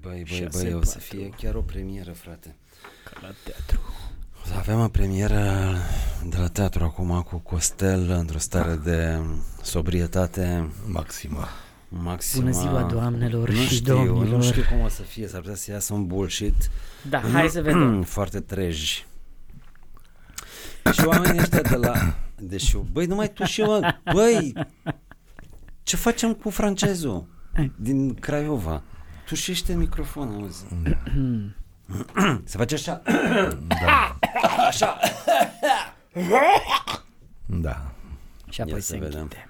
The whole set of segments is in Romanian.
Băi, băi, Șase, băi, o să patru. fie chiar o premieră, frate. Ca la teatru. O Păi să avem o premieră de la teatru acum cu Costel într-o stare de sobrietate Maxima. maximă. Bună ziua, doamnelor nu și știu, domnilor. Nu știu cum o să fie, s-ar putea să iasă un bullshit Da, hai să vedem. foarte treji. Și oamenii ăștia de la... Deci, băi, numai tu și eu, băi, ce facem cu francezul din Craiova? Tu și ești în microfon, auzi. Se face așa. Da. Și apoi Ia să se vedem. înghite.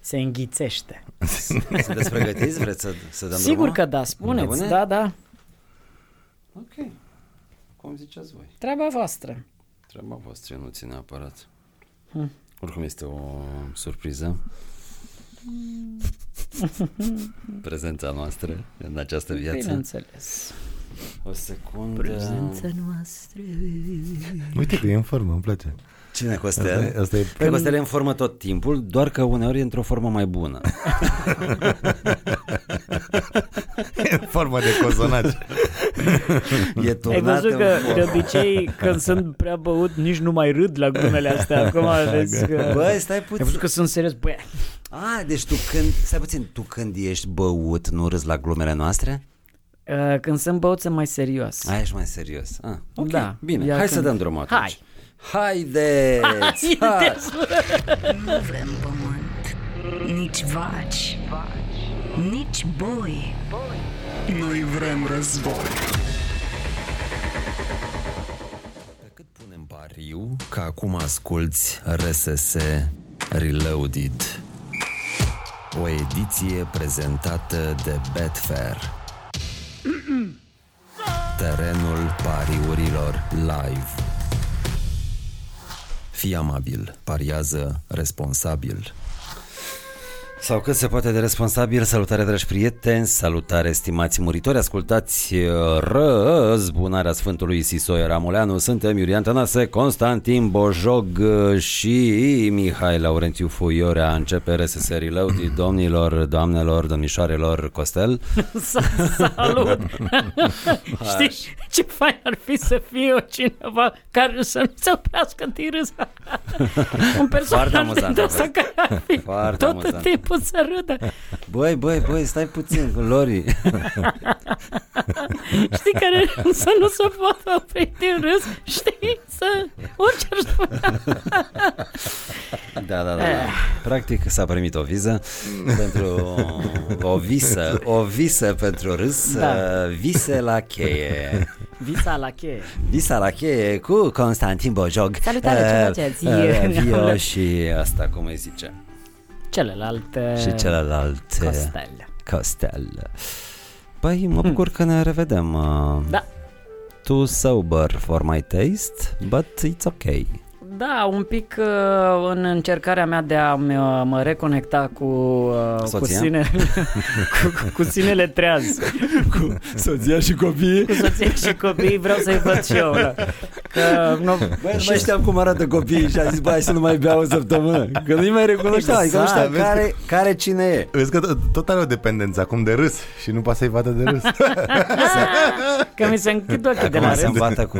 Se înghițește. Sunteți pregătiți? Vreți să, să dăm Sigur drumul? că da, spuneți, Bune? da, da. Ok. Cum ziceați voi? Treaba voastră. Treaba voastră nu ține aparat. Hm. Oricum este o surpriză. Prezența noastră în această viață. Bineînțeles. O secundă. noastră. Uite că e în formă, îmi place. Cine Asta Păi- Costel? e, asta e Cred că Costel e în formă tot timpul, doar că uneori e într-o formă mai bună. în formă de cozonaci. E Ai turnat văzut în că formă. de obicei când sunt prea băut nici nu mai râd la glumele astea. Acum vezi că... Băi, stai Ai puțin. văzut că sunt serios? Băi, A, deci tu când, stai puțin, tu când ești băut, nu râzi la glumele noastre? uh, când sunt băut sunt mai serios. Aia ești mai serios. Ah, ok, Da. bine, Ia hai când- să dăm drumul atunci. Hai. Haideți! Hai. Nu vrem pământ, nici vaci, nici boi. Noi vrem război. Pe cât punem pariu că acum asculți RSS Reloaded? O ediție prezentată de Betfair. Terenul pariurilor live. Fii amabil, pariază responsabil. Sau cât se poate de responsabil, salutare dragi prieteni, salutare stimați muritori, ascultați uh, răzbunarea Sfântului Sisoie Ramuleanu, suntem Iulian Tănase, Constantin Bojog uh, și Mihai Laurențiu Fuiorea, începe RSS Reloaded, domnilor, doamnelor, domnișoarelor, Costel. Sa- Salut! Știi ce fain ar fi să fie o cineva care să nu se oprească din râs? Un personaj amuzant de a asta care ar fi Foarte tot amuzant. timpul să râdă. Băi, băi, băi, stai puțin, Lori. Știi, care să nu se poată opri din râs, știi, să orice ar spune. Da, da, da, da. Practic s-a primit o viză pentru o visă, o visă pentru râs, uh, Da. vise la cheie. Visa la cheie. Visa la cheie cu Constantin Bojog. Eh, Salutare, ce faceți? Vio și asta, cum îi zice. Celălalt Și celălalt. eh, Costel. Hmm. Costel. Păi, mă bucur că ne revedem. uh, Da. Too sober for my taste, but it's okay. Da, un pic uh, în încercarea mea de a mă, mă reconecta cu, uh, cu, Soția? sinele, cu, cu, cu sinele treaz, Soția și copiii. cu soție și copii, vreau să-i văd și eu. Da. Că, nu, Băi, nu mai știam cum arată copiii și a zis, băi, să nu mai beau o săptămână. Că nu-i mai recunoștea, adică nu Exact, știa vezi care, care cine e. Vezi că tot, tot are o dependență acum de râs și nu poate să-i vadă de râs. că mi se închid ochii de la Acum se râs, îmbată cu,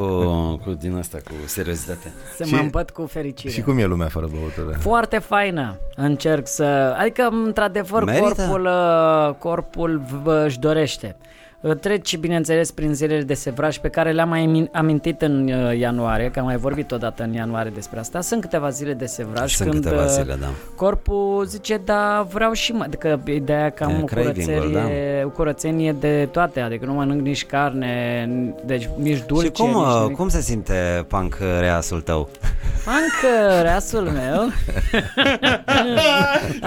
cu din asta, cu seriozitate. să și- mă împăt cu fericire. și cum e lumea fără băutură? Foarte faină. Încerc să... Adică, într-adevăr, Merită. corpul, uh, corpul v- vă- își dorește. Uh, Treci, bineînțeles, prin zilele de sevraj pe care le-am mai amin- amintit în uh, ianuarie, că am mai vorbit odată în ianuarie despre asta. Sunt câteva zile de sevraj Sunt când câteva uh, zile, da. corpul zice, da, vreau și mai... Adică ideea că am E o, craving-ul, da. curățenie, o curățenie de toate, adică nu mănânc nici carne, n- deci nici dulce, și cum, nici uh, nimic. cum se simte punk reasul tău? Încă rasul meu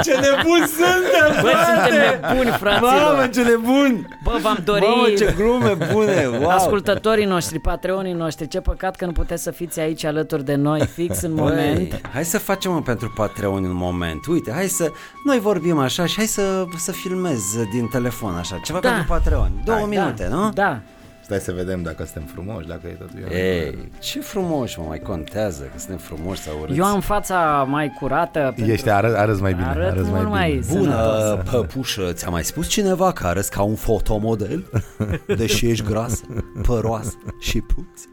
Ce nebun suntem, Bă, suntem nebuni, fraților ce nebun! Bă, v-am dorit glume bune, wow! Ascultătorii noștri, patreonii noștri Ce păcat că nu puteți să fiți aici alături de noi Fix în moment Băi, hai să facem mă, pentru Patreon un moment. Uite, hai să noi vorbim așa și hai să, să filmez din telefon așa, ceva Da. pentru Patreon. Două Hai, minute, da, nu? Da Stai să vedem dacă suntem frumoși, dacă e totul eu. Ei, ce frumoși mă mai contează că suntem frumoși sau urâți. Eu am fața mai curată pentru Ești, ară, arăți mai bine. Arăt arăți mult mai mai bine. Bună, păpușă, ți-a mai spus cineva că arăți ca un fotomodel? Deși ești grasă, păroasă și puți.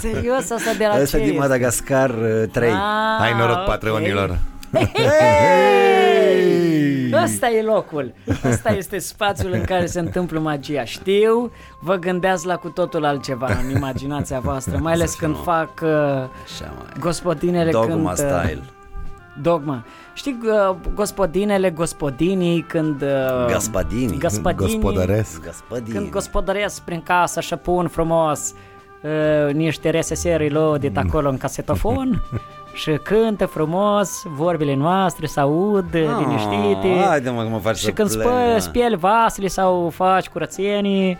Serios asta de la Ăsta ce din este? Madagascar uh, 3. Ah, Hai noroc ok. patronilor. Ăsta e locul, ăsta este spațiul în care se întâmplă magia. Știu, vă gândeați la cu totul altceva în imaginația voastră, mai ales când fac uh, Așa mai. gospodinele uh, Dogma cântă... style. Dogma. Știi, uh, gospodinele, gospodinii, când... Uh, Gaspadini. Gaspadinii. Gospodăresc. Gospodini. Când gospodăresc prin casă și pun frumos uh, niște RSS-uri lodit acolo în casetofon și cântă frumos, vorbile noastre se aud ah, liniștite. Haide mă că mă faci și să când plâng, spă, mă. spieli vasele sau faci curățenii,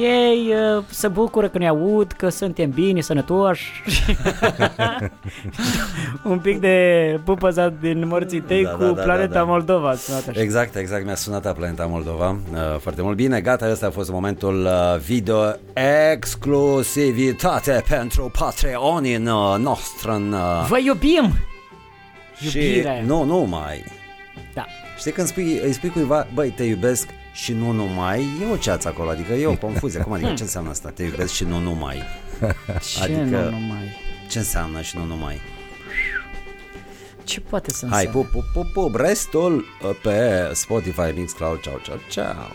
ei uh, se bucură când ne aud că suntem bine, sănătoși. Un pic de pupăza din morții tăi Da, cu da, da, Planeta da, da. Moldova. ați sunat așa. Exact, exact, mi-a sunat a Planeta Moldova uh, foarte mult. Bine, gata, ăsta a fost momentul uh, video exclusivitate pentru Patreonii uh, noștri. Uh, Vă iubim! și iubire. nu numai. Da. Știi când spui, îi spui cuiva, băi, te iubesc și nu numai, e o ceață acolo, adică e o confuzie. Cum Hmm. adică ce înseamnă asta? Te iubesc și nu numai. Ce Adică- nu numai? Ce înseamnă și nu numai? Ce poate să Hai, însemne? pup, pup, pup, pup, restul uh, pe Spotify, Mixcloud, ciao, ciao, ciao.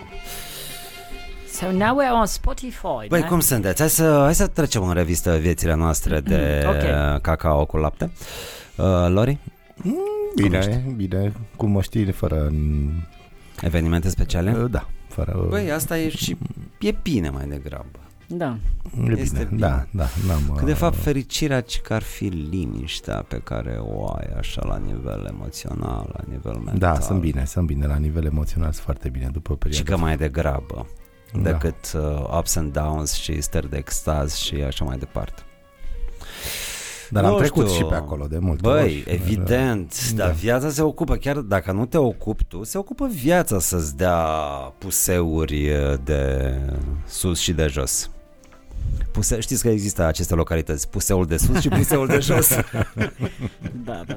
So now we're on Spotify. Băi, da? cum sunteți? Hai să, hai să trecem în revistă viețile noastre de Ok. cacao cu lapte. Uh, Lori, Mm, Bine, bine. Cu măștiri, fără... evenimente speciale? Da, fără... Uh, Băi, asta e și e bine mai degrabă. Da. e este bine. bine. Da, da, n-am... Că de fapt fericirea ci că ar fi liniștea pe care o ai așa la nivel emoțional, la nivel mental. Da, sunt bine, sunt bine. La nivel emoțional sunt foarte bine după Și perioada. că mai degrabă Da. decât uh, ups and downs și stări de extaz și așa mai departe. Dar am Nu trecut știu. și pe acolo de mult. Băi, ori. evident, Da. dar viața se ocupă, chiar dacă nu te ocupi tu, se ocupă viața să-ți dea puseuri uh, de sus și de jos. Puse, știți că există aceste localități, puseul de sus și puseul de jos. Da, da,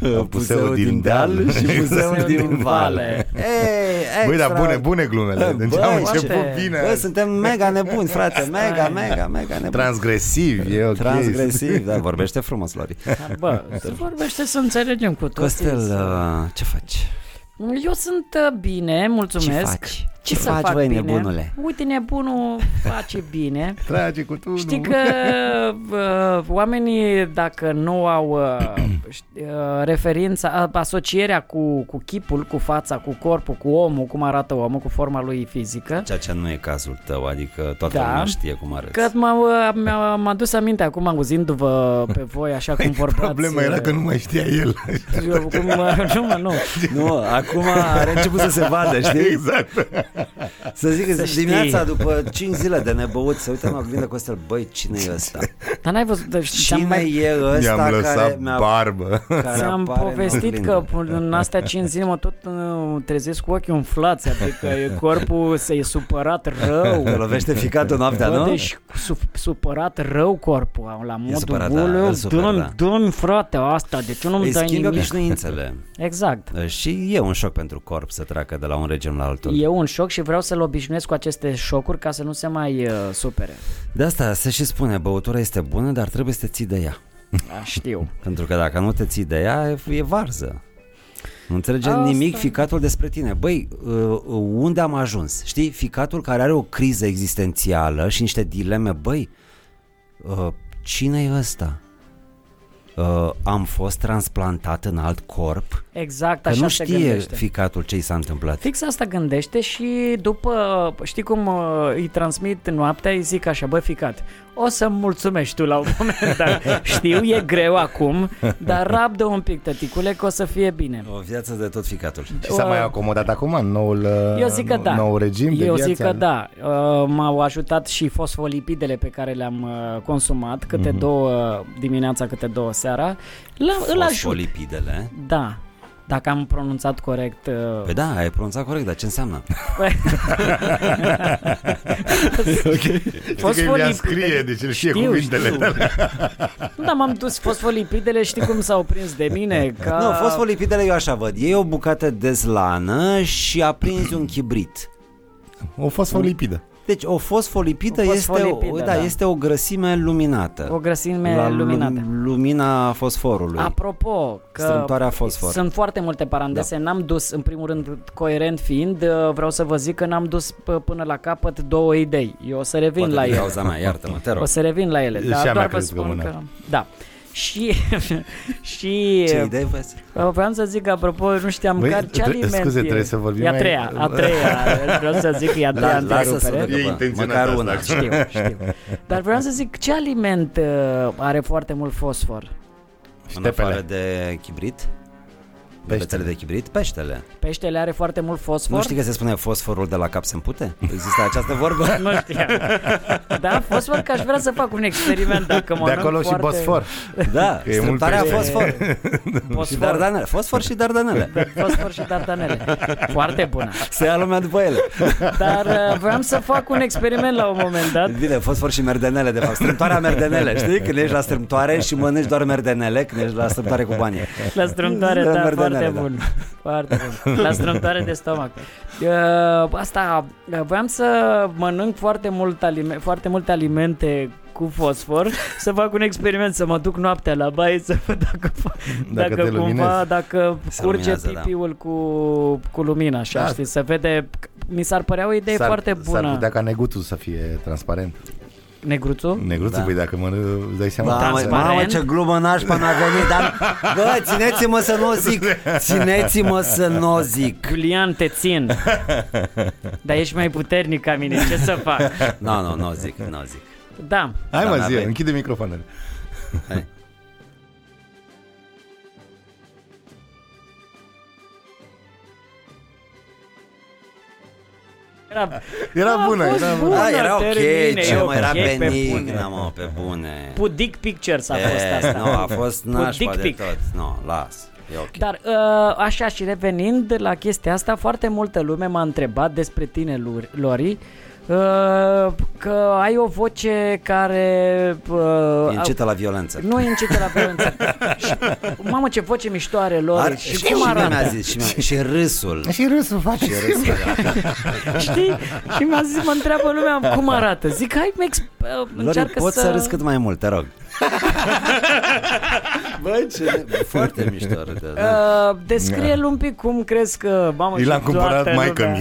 da. puseul, din deal și puseul din vale. Ei, Băi, dar extra- bune, bune glumele. Deci Băi, am început foarte. Bă, bine. suntem mega nebuni, frate, mega, mega, mega nebuni. Transgresiv, e ok. Transgresiv, da, vorbește frumos, Lori. Dar, Bă, se vorbește să înțelegem cu toții. Costel, da. uh, ce faci? Eu sunt uh, bine, mulțumesc. Ce faci? Ce să faci, fac băi, bine? nebunule? Uite, nebunul face bine. Trage cu tunul. Știi că uh, oamenii, dacă nu au uh, ști- uh, referința, uh, asocierea cu, cu chipul, cu fața, cu corpul, cu omul, cum arată omul, cu forma lui fizică, Ceea ce nu e cazul tău, adică toată Da. lumea știe cum arăți. Că m-au, mi-a- m-a dus aminte acum auzindu-vă pe voi așa Păi, cum vorbeați. Problema era că nu mai știa el. Eu, cum, uh, nu, mă, nu. Nu, acum are început să se vadă, Da, știi? Exact. Să zic că Să știi. dimineața după 5 zile de nebăut se uită la mine cu ăsta, băi, cine e ăsta? Dar n-ai văzut, deci, ți-am, Cine mai, e ăsta Mi-am care lăsat mi-a barbă. care ți-am apare în povestit că oglindă? în astea 5 zile mă tot uh, trezesc cu ochii umflați, adică e corpul se e supărat rău. Te lovește ficatul noaptea, Bă, Da, nu? deci su- supărat rău corpul la modul supărat, da, buleu, îl supăr, dă-mi, da. dă-mi frate asta, de ce nu-mi Îi dai schimbi nimic? obișnuințele. Exact. Și e un șoc pentru corp să treacă de la un regim la altul. E un șoc și vreau să-l obișnuiesc cu aceste șocuri ca să nu se mai uh, supere. De asta se și spune, băutura este bună, dar trebuie să te ții de ea. Da, știu. Pentru că dacă nu te ții de ea, e- e varză. Nu înțelege Asta- Asta... nimic ficatul despre tine. Băi, uh, unde am ajuns? Știi, ficatul care are o criză existențială și niște dileme, băi, uh, cine e ăsta? Uh, Am fost transplantat în alt corp? Exact, Că așa nu se știe gândește. ficatul ce i s-a întâmplat. Fix asta gândește și după, știi cum uh, îi transmit noaptea, îi zic așa, bă, ficat, o să-mi mulțumești tu la un moment dat. Știu, e greu acum, dar rabdă un pic, tăticule, că o să fie bine. O viață de tot ficatul. Da, Și s-a mai acomodat acum în noul, Eu zic că da. Uh, nou regim de Eu viață. zic că da. Uh, M-au ajutat și fosfolipidele pe care le-am uh, consumat, câte Mhm. două dimineața, câte două seara. La, îl ajut. Fosfolipidele. Da. Dacă am pronunțat corect... uh, Păi da, ai pronunțat corect, dar ce înseamnă? Știi că Fosfolipide. mi scrie, deci el știe Știu, cuvintele. știu. Nu, dar m-am dus fosfolipidele, știi cum s-au prins de mine? Ca... Nu, fosfolipidele eu așa văd. E o bucată de slană și a prins un chibrit. O fosfolipidă. Deci o fosfolipidă, O este, o, fosfolipidă, da, da. este o grăsime luminată. O grăsime la lu- luminată. Lumina fosforului. Apropo, că Strâmtoarea fosfor. sunt foarte multe parandese, da. n-am dus, în primul rând, coerent fiind, uh, vreau să vă zic că n-am dus p- până la capăt două idei. Eu o să revin Poate la din ele. cauza mea, iartă-mă, te O rog. să revin la ele, Și dar a mea doar vă crezi că spun mână. că... Da. Și, și Ce idee vezi? uh, vreau să zic, apropo, nu știam Băi, care, ce tre- aliment scuze, e. trebuie să vorbim E a mai- treia, a treia, vreau să zic că e a treia La, Da, lasă să întrerupere. ducă, bă, intenționat măcar asta, una. acum. Știu, știu. Dar vreau să zic, ce aliment uh, are foarte mult fosfor? Și În tepele. afară de chibrit? De Peștele de chibrit? Peștele. Peștele are foarte mult fosfor? Nu știi că se spune fosforul de la cap se împute? Există această vorbă? Nu știam. Da, fosfor că aș vrea să fac un experiment dacă mă De năm acolo și foarte... Bosfor. Da, Că e mult strâmtarea pește. fosfor. Și Fosfor, dardanele. Fosfor și dardanele. fosfor și tartanele. Foarte bună. Se ia lumea după ele. Dar uh, vreau să fac un experiment la un moment dat. Bine, fosfor și merdenele, de fapt. Strâmtoarea merdenele, știi? Când ești la strâmtoare și mănânci doar merdenele, când ești la strâmtoare cu banii. La strâmtoare, da, Merdenele, foarte da. bun. Foarte bun. La strâmtoare de stomac. Uh, asta, uh, voiam să mănânc foarte, mult alime- foarte multe alimente cu fosfor, să fac un experiment, să mă duc noaptea la baie, să văd dacă, dacă, Dacă dacă te cumva, luminezi. dacă Se curge luminează, da. pipiul cu, cu lumina, așa, Da. știi, să vede... Mi s-ar părea o idee S-ar- foarte S-ar bună. putea ca neguțul să fie transparent. Negruțu? Negruțul, Da. da. păi dacă mă îți dai seama. Da, mă, Transparent. mamă, ce glumă nașpa n-a venit, dar bă, țineți-mă să nu o zic, țineți-mă să nu o zic. Julian, te țin. Dar ești mai puternic ca mine, ce să fac? Nu, nu, nu o zic, nu o zic. Da. Hai Da, mă, zi, n-avem. închide microfonele. Hai. Era Era A bună, fost era bun. bună. Da, era ok, termine, ce e mă, era ok, pe benign, bune. da, mă, pe bune. Cu Dick Pictures a fost E, asta. Nu, a fost nașpa dick de pic. tot. Nu, las, e ok. Dar ă, așa și revenind la chestia asta, foarte multă lume m-a întrebat despre tine, Lur- Lori, ă, că ai o voce care... ă, E Incită la violență. Nu incită la violență. și, mamă, ce voce mișto are Lori. Ar, și cum mie arată? mi-a zis, și, mi-a, și râsul. Și râsul face. Și râsul, da. Știi? Și mi-a zis, mă întreabă lumea cum arată. Zic, hai, mă exp- ă, Lori, încearcă poți să să râzi cât mai mult, te rog. Bă, ce... Foarte mișto râde, da. Uh, descrie-l un pic cum crezi că mamă, I și Da. l-am cumpărat toată mai lumea,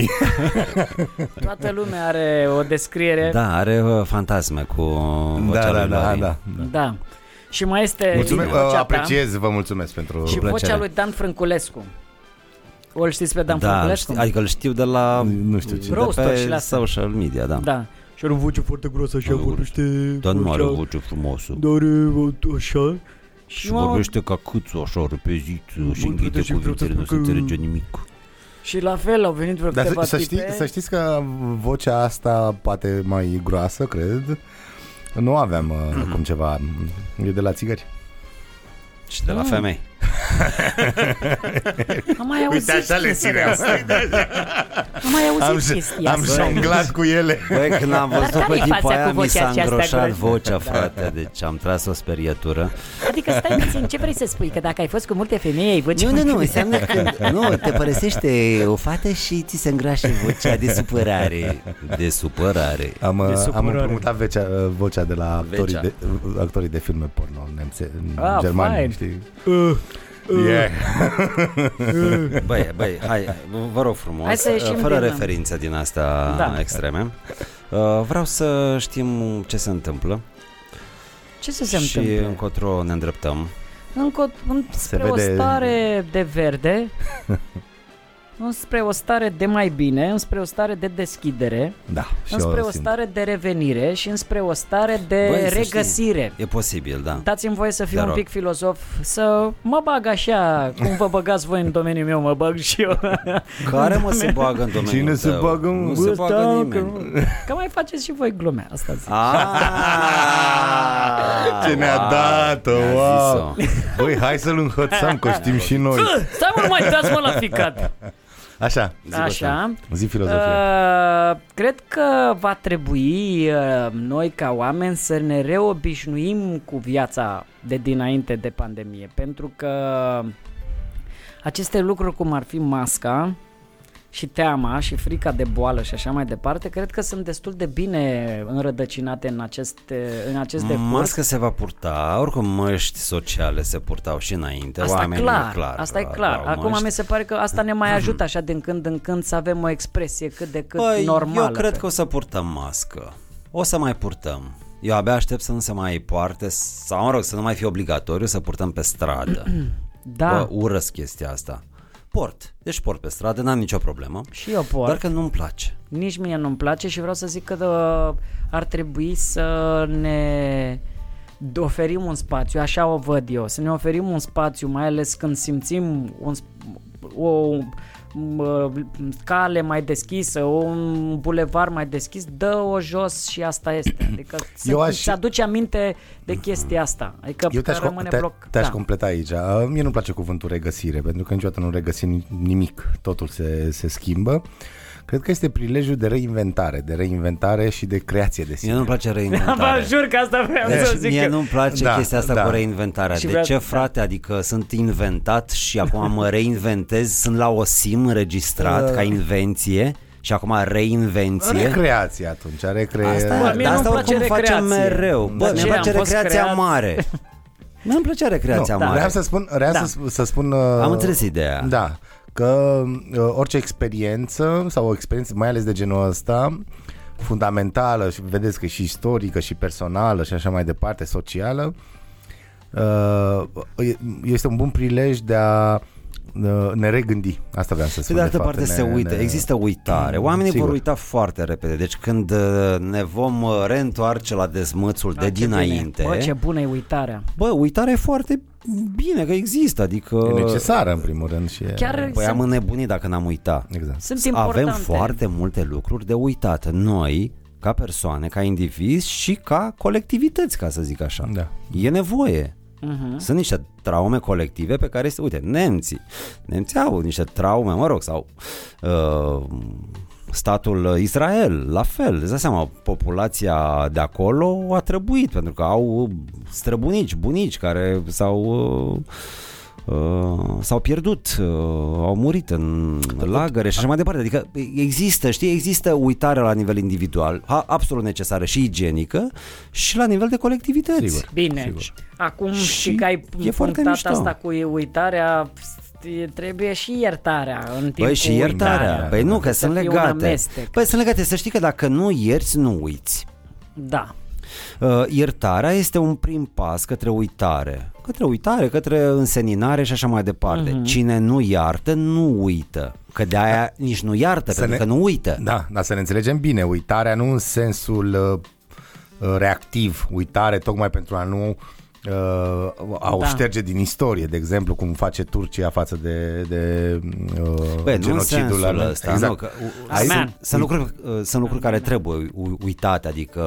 mi Toată lumea are o descriere Da, are uh, fantasme cu vocea Da, da, lui da, Lori. da. Da. Și mai este Mulțumesc, vocea uh, ta apreciez, vă mulțumesc pentru și vocea plăcere. lui Dan Frânculescu. O știți pe Dan Da, Frânculescu? ști, adică îl știu de la Nu știu cine. de Roaster pe și la asta. social media, da. da. Și are o voce foarte groasă, așa Are o vorbește... Dar nu are vocea, o voce frumoasă. Da. Dar e, așa... Și, Și mă- vorbește ca câțu, așa, repezit, uh, și înghite frate, și vreau să cuvintele, nu se spun că- înțelege nimic. și la fel au venit vreo Dar câteva să, să, tipe. știi, să știți că vocea asta, poate mai groasă, cred, nu aveam uh, cum ceva. E de la țigări. Și de la Ah. femei. Am mai auzit chestia asta. Am mai auzit Am, chestia am asta. jonglat cu ele. Băi, când am văzut Dar pe care-i tipul faza aia, cu mi vocea s-a aceasta îngroșat groaznică? vocea, frate, deci am tras o speriătură. Adică stai puțin, ce vrei să spui? Că dacă ai fost cu multe femei, ai voce... Nu, nu, nu, înseamnă că nu, te părăsește o fată și ți se îngrașe vocea de supărare. Are de supărare. Am, De uh, am supărare. împrumutat vecea, uh, vocea de la actorii Vecea. de, uh, actorii de filme porno nemțe, Ah, ah, germani, fain. știi? Uh, Yeah. Băi, băi, hai, vă- vă rog frumos, Hai să ieșim fără din- referințe din asta Da. extreme. Uh, Vreau să știm ce se întâmplă Ce să se și întâmple? încotro ne îndreptăm. Încă în, spre o vede- stare de verde, înspre o stare de mai bine, înspre o stare de deschidere, Da, și înspre eu o simt. stare de revenire și înspre o stare de Băi, să știi. regăsire. E posibil, da. Dați-mi voie să fiu Te un rog. pic filozof, să mă bag așa, cum vă băgați voi în domeniul meu, mă bag și eu. Care Da. mă se bagă în domeniul Cine se tău? bagă, Nu mă? se Bă, bagă stau nimeni. Că mai faceți și voi glume, asta zic. Ah! Ce ne-a dat, mi-a wow. zis-o. Băi, hai să-l înhățăm, că știm și noi. Stai mă, nu mai dați mă la ficat. Așa, Așa. zi filozofia. Uh, cred că va trebui uh, noi ca oameni să ne reobișnuim cu viața de dinainte de pandemie, pentru că aceste lucruri cum ar fi masca și teama și frica de boală și așa mai departe, cred că sunt destul de bine înrădăcinate în acest, uh, în acest decurs. Mască se va purta, oricum măști sociale se purtau și înainte. Asta Oamenii, clar, clar, da, asta e aveau clar. Acum măști. mi se pare că asta ne mai ajută așa din când în când să avem o expresie cât de cât Băi, normală. Păi, eu cred pe- că o să purtăm mască. O să mai purtăm. Eu abia aștept să nu se mai poarte, sau mă rog, să nu mai fie obligatoriu să purtăm pe stradă. Da. Bă, urăsc chestia asta. Port. Deci port pe stradă, n-am nicio problemă. Și eu pot. Doar că nu-mi place. Nici mie nu-mi place și vreau să zic că dă, ar trebui să ne oferim un spațiu, așa o văd eu, să ne oferim un spațiu, mai ales când simțim un, sp- o mă, cale mai deschisă, un bulevar mai deschis, dă-o jos și asta este. Adică să, Eu aș- să aduce aminte de chestia asta. Adică Eu te-aș, că rămâne com- te- bloc. Da. te-aș completa aici. Uh, Mie nu-mi place cuvântul regăsire, pentru că niciodată nu regăsim ni- nimic. Totul se, se schimbă. Cred că este prilejul de reinventare, de reinventare și de creație de Mie sine. nu-mi place Vă reinventarea. jur că asta vreau să Deci zic mie eu. nu-mi place Da, chestia asta da. cu reinventarea. Și de vreau- ce, frate? Adică sunt inventat și acum mă reinventez, sunt la OSIM înregistrat Uh. ca invenție și acum reinvenție. Recreație atunci, recre... Asta, Bă, Bă, dar mie nu-mi asta place oricum facem recreație. mereu. De Bă, mi-e ce? place Am fost recreația creat- mare. Mi-mi place recreația nu, mare. vreau să spun, vreau Da. să, sp- să spun uh, Am înțeles ideea. Da, că uh, orice experiență sau o experiență mai ales de genul ăsta fundamentală și vedeți că e și istorică și personală și așa mai departe, socială uh, e- este un bun prilej de a uh, ne regândi. Asta vreau să Pe spun. de altă fapt, parte ne- se uită, ne- există uitare. Oamenii sigur. vor uita foarte repede. Deci când uh, ne vom uh, reîntoarce la dezmățul de Ah, Ce bine. dinainte, Bă, ce bună e uitarea. bă, uitarea e foarte bine că există. Adică E necesară în primul rând și e- Chiar Păi sunt- am înnebunit dacă n-am uitat. Exact. Sunt Avem importante. foarte multe lucruri de uitat. Noi, ca persoane, ca indivizi și ca colectivități, ca să zic așa. Da. E nevoie. Sunt niște traume colective pe care, este, uite, nemții. Nemții au niște traume, mă rog, sau uh, statul uh, Israel, la fel. Îți dai seama, populația de acolo a trebuit, pentru că au uh, străbunici, bunici care s-au... Uh, Uh, s-au pierdut, uh, au murit în lagăre și așa mai departe. Adică există, știi, există uitare la nivel individual, a, absolut necesară și igienică, și la nivel de colectivități. Sigur. Bine. Sigur. Acum și Și știi că ai e foarte punctat mișto. asta cu uitarea, e- trebuie și iertarea în timp Păi cu și iertarea. uitarea. Păi nu, că da, Să sunt fie un legate. amestec. Păi sunt legate. Să știi că dacă nu ierți, nu uiți. Da. Uh, iertarea este un prim pas către uitare. Către uitare, către înseninare și așa mai departe. Mhm. Cine nu iartă, nu uită. Că de aia nici nu iartă, Să pentru ne- că nu uită. Da, dar să ne înțelegem bine, uitarea nu în sensul uh, uh, reactiv, uitare tocmai pentru a nu uh, a o Da. da. șterge din istorie, de exemplu, cum face Turcia față de, de uh, Bă, Păi, nu în genocidul sensul la- ăsta, exact. nu, că, u, Ai- sunt, sunt, lucruri, uh, sunt lucruri care trebuie u- uitate, adică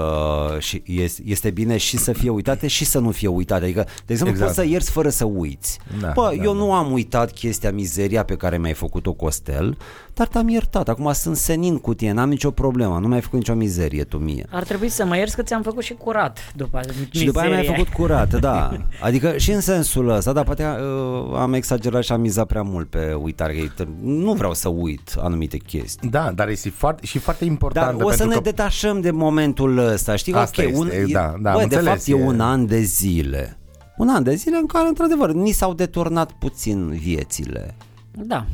uh, și este- este bine și să fie uitate și să nu fie uitate. Adică, de exemplu, Exact. poți să ierți fără să uiți. Da, Bă, da, eu da. nu am uitat chestia, mizeria pe care mi-ai făcut-o, Costel, dar te-am iertat. Acum sunt senin cu tine, n-am nicio problemă, nu mi-ai făcut nicio mizerie tu mie. Ar trebui să mă ierți că ți-am făcut și curat după Și după aia mi-ai făcut curat, da. Adică și în sensul ăsta, dar poate uh, am exagerat și am mizat prea mult pe uitare. că Nu vreau să uit anumite chestii. Da, dar este foarte, și foarte Dar important o să pentru ne că detașăm de momentul ăsta, știi? Asta ok, este, un, e- da, da, am bă, de înțeles, fapt e... e- un an de zile. Un an de zile în care, într-adevăr, ni s-au deturnat puțin viețile. Da.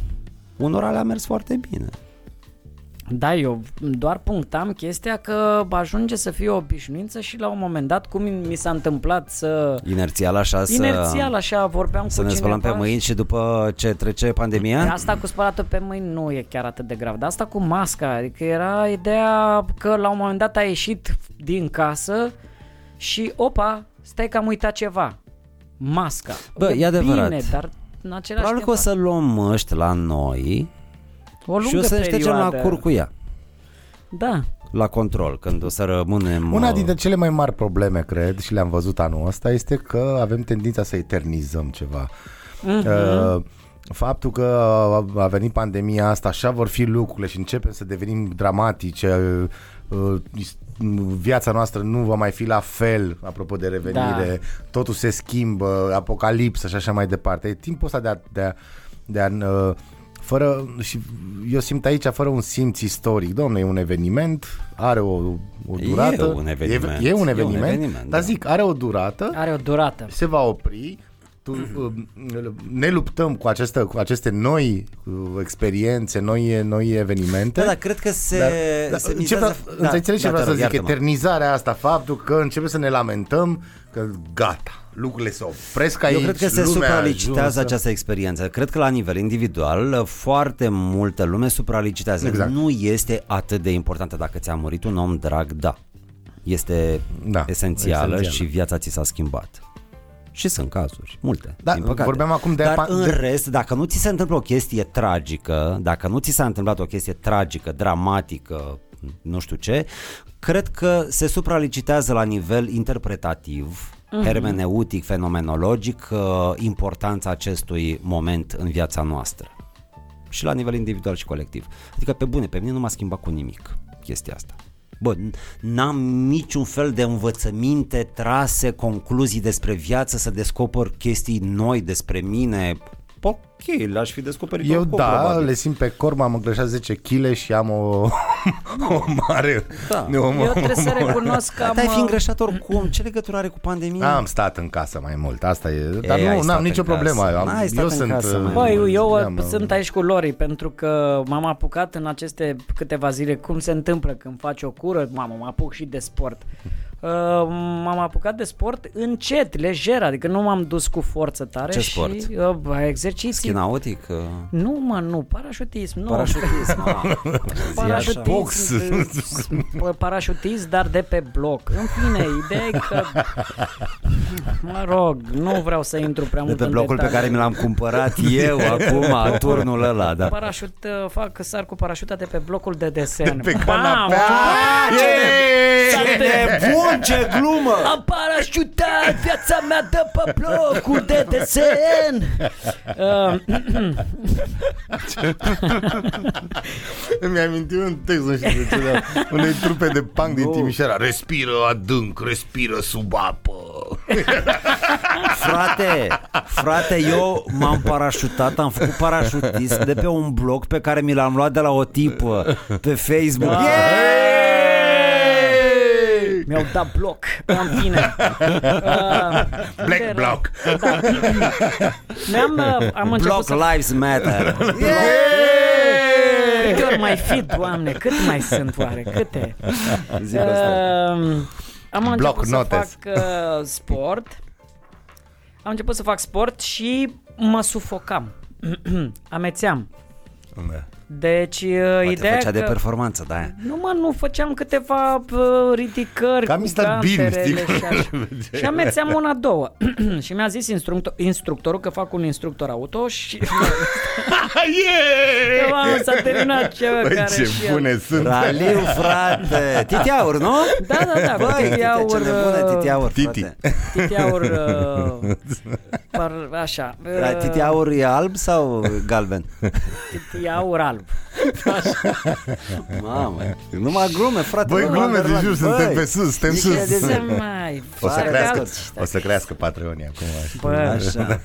Unora le-a mers foarte bine. Da, eu doar punctam chestia că ajunge să fie o obișnuință și la un moment dat, cum mi s-a întâmplat să... Inerțial așa să, Inerțial, așa, vorbeam să cu ne cineva spălăm pe mâini și după ce trece pandemia... Dar Asta cu spălatul pe mâini nu e chiar atât de grav, dar asta cu masca, adică era ideea că la un moment dat a ieșit din casă și opa, stai că am uitat ceva. Masca. Bă, e adevărat. Bine, dar în același Probabil timp, că o să luăm ăști la noi o lungă și o să ne ștergem la perioadă. cur cu ea. Da. la control, când o să rămânem... Una uh, dintre cele mai mari probleme, cred, și le-am văzut anul ăsta, este că avem tendința să eternizăm ceva. Uh, Faptul că a venit pandemia asta, așa vor fi lucrurile și începem să devenim dramatice, uh, is- viața noastră nu va mai fi la fel, apropo de revenire, da. totul se schimbă, apocalipsă și așa mai departe. E timpul ăsta de a, de a, de a uh, fără, și eu simt aici fără un simț istoric. Domne, e un eveniment, are o, o E durată. un eveniment. E, e un E eveniment, un eveniment, dar da. zic, are o durată, Are o durată. se va opri, tu, uh, ne luptăm cu aceste, cu aceste noi uh, experiențe, noi, noi evenimente. Da, dar cred că se, se încep, mizează... da, înțelegi ce da, vreau te să rog, zic? iartă-mă. Eternizarea asta, faptul că începem să ne lamentăm că gata, lucrurile se opresc aici, Eu cred că se lumea ajuns supralicitează să- această experiență. Cred că la nivel individual foarte multă lume supralicitează. Exact. Nu este atât de importantă dacă ți-a murit un om drag, da. Este Da, da, esențială, esențială. și viața ți s-a schimbat. Și sunt cazuri, multe, Da, din păcate. vorbeam acum de- Dar în de- rest, dacă nu ți se întâmplă o chestie tragică, dacă nu ți s-a întâmplat o chestie tragică, dramatică, nu știu ce, cred că se supralicitează la nivel interpretativ, hermeneutic, fenomenologic, uh, importanța acestui moment în viața noastră. Și la nivel individual și colectiv. Adică, pe bune, pe mine nu m-a schimbat cu nimic chestia asta. Bă, n- n-am niciun fel de învățăminte trase, concluzii despre viață, să descoper chestii noi despre mine. Ok, l-aș fi descoperit Eu oricum, da, probabil. le simt pe corp, am îngrășat 10 kg și am o, o mare... Da. o, Eu trebuie să recunosc că Dar am... te-ai fi uh, îngreșat oricum. Ce legătură are cu pandemia? Am stat în casă mai mult, asta e. Dar Mm. ai nu, stat n-am în nicio casă. problemă. Am, N-ai stat eu în sunt. uh, casă, mă. Băi, eu, eu am- sunt aici cu Lori pentru că m-am apucat în aceste câteva zile cum se întâmplă când faci o cură, mamă, mă apuc și de sport. Uh, m-am apucat de sport încet, lejer, adică nu m-am dus cu forță tare Ce și sport? uh, bă, exerciții. Chinautic? uh, Nu, mă, nu, parașutism, nu. Parașutism? ah, Parașutism, zi așa. Box. uh, parașutism, dar de pe bloc. În fine, ideea e că... Mă rog, nu vreau să intru prea De mult pe în blocul pe detalii. care mi l-am cumpărat eu acum, turnul ăla, da. Parașut, uh, fac sar cu parașuta de pe blocul de desen. Pe Bam! canapea. Ce Yeah! nebun, ce glumă! Am parașutat viața mea de pe blocul de desen! Uh, Mi-am mintit un text, nu știu de ce, dar unei trupe de punk din Timișoara. Respiră adânc, respiră sub apă. Frate, frate, eu m-am parașutat, am făcut parașutism de pe un blog pe care mi l-am luat de la o tipă pe Facebook. Da. Hey! mi-au dat bloc, în fine. Uh, da. Black block. Mi-am, uh, am început Block să... Lives Matter. Hey! Câte ori mai fi, doamne, cât mai sunt oare, câte? Zi pe asta. Uh, am început Bloc să notes. fac uh, sport. Am început să fac sport și mă sufocam. Amețeam. Deci, uh, Poate ideea făcea că... de performanță, da. nu mă, nu, făceam câteva uh, ridicări Cam cu Mr. Bean, știi, ganterele cum și așa. Și amețeam una, două. și mi-a zis instructor, instructorul că fac un instructor auto și... Yeah! Mamă, s-a terminat ceva Băi, care ce și el- bune sunt. Raliu, frate. Titiaur, nu? Da, da, da, cu Băi, titiaur, titiaur, ce nebună, uh, titiaur, Titi. frate. Titiaur, uh, par, așa, Da, uh, Titiaur e alb sau galben? titiaur alb. Mamă, numai glume, frate. Băi, nu, glume, de Vanderland, jur, băi. suntem pe sus, suntem Zic sus. de Ce zi. să mai O să fac crească, alții? o să crească Patreonii acum. Bă, Așa.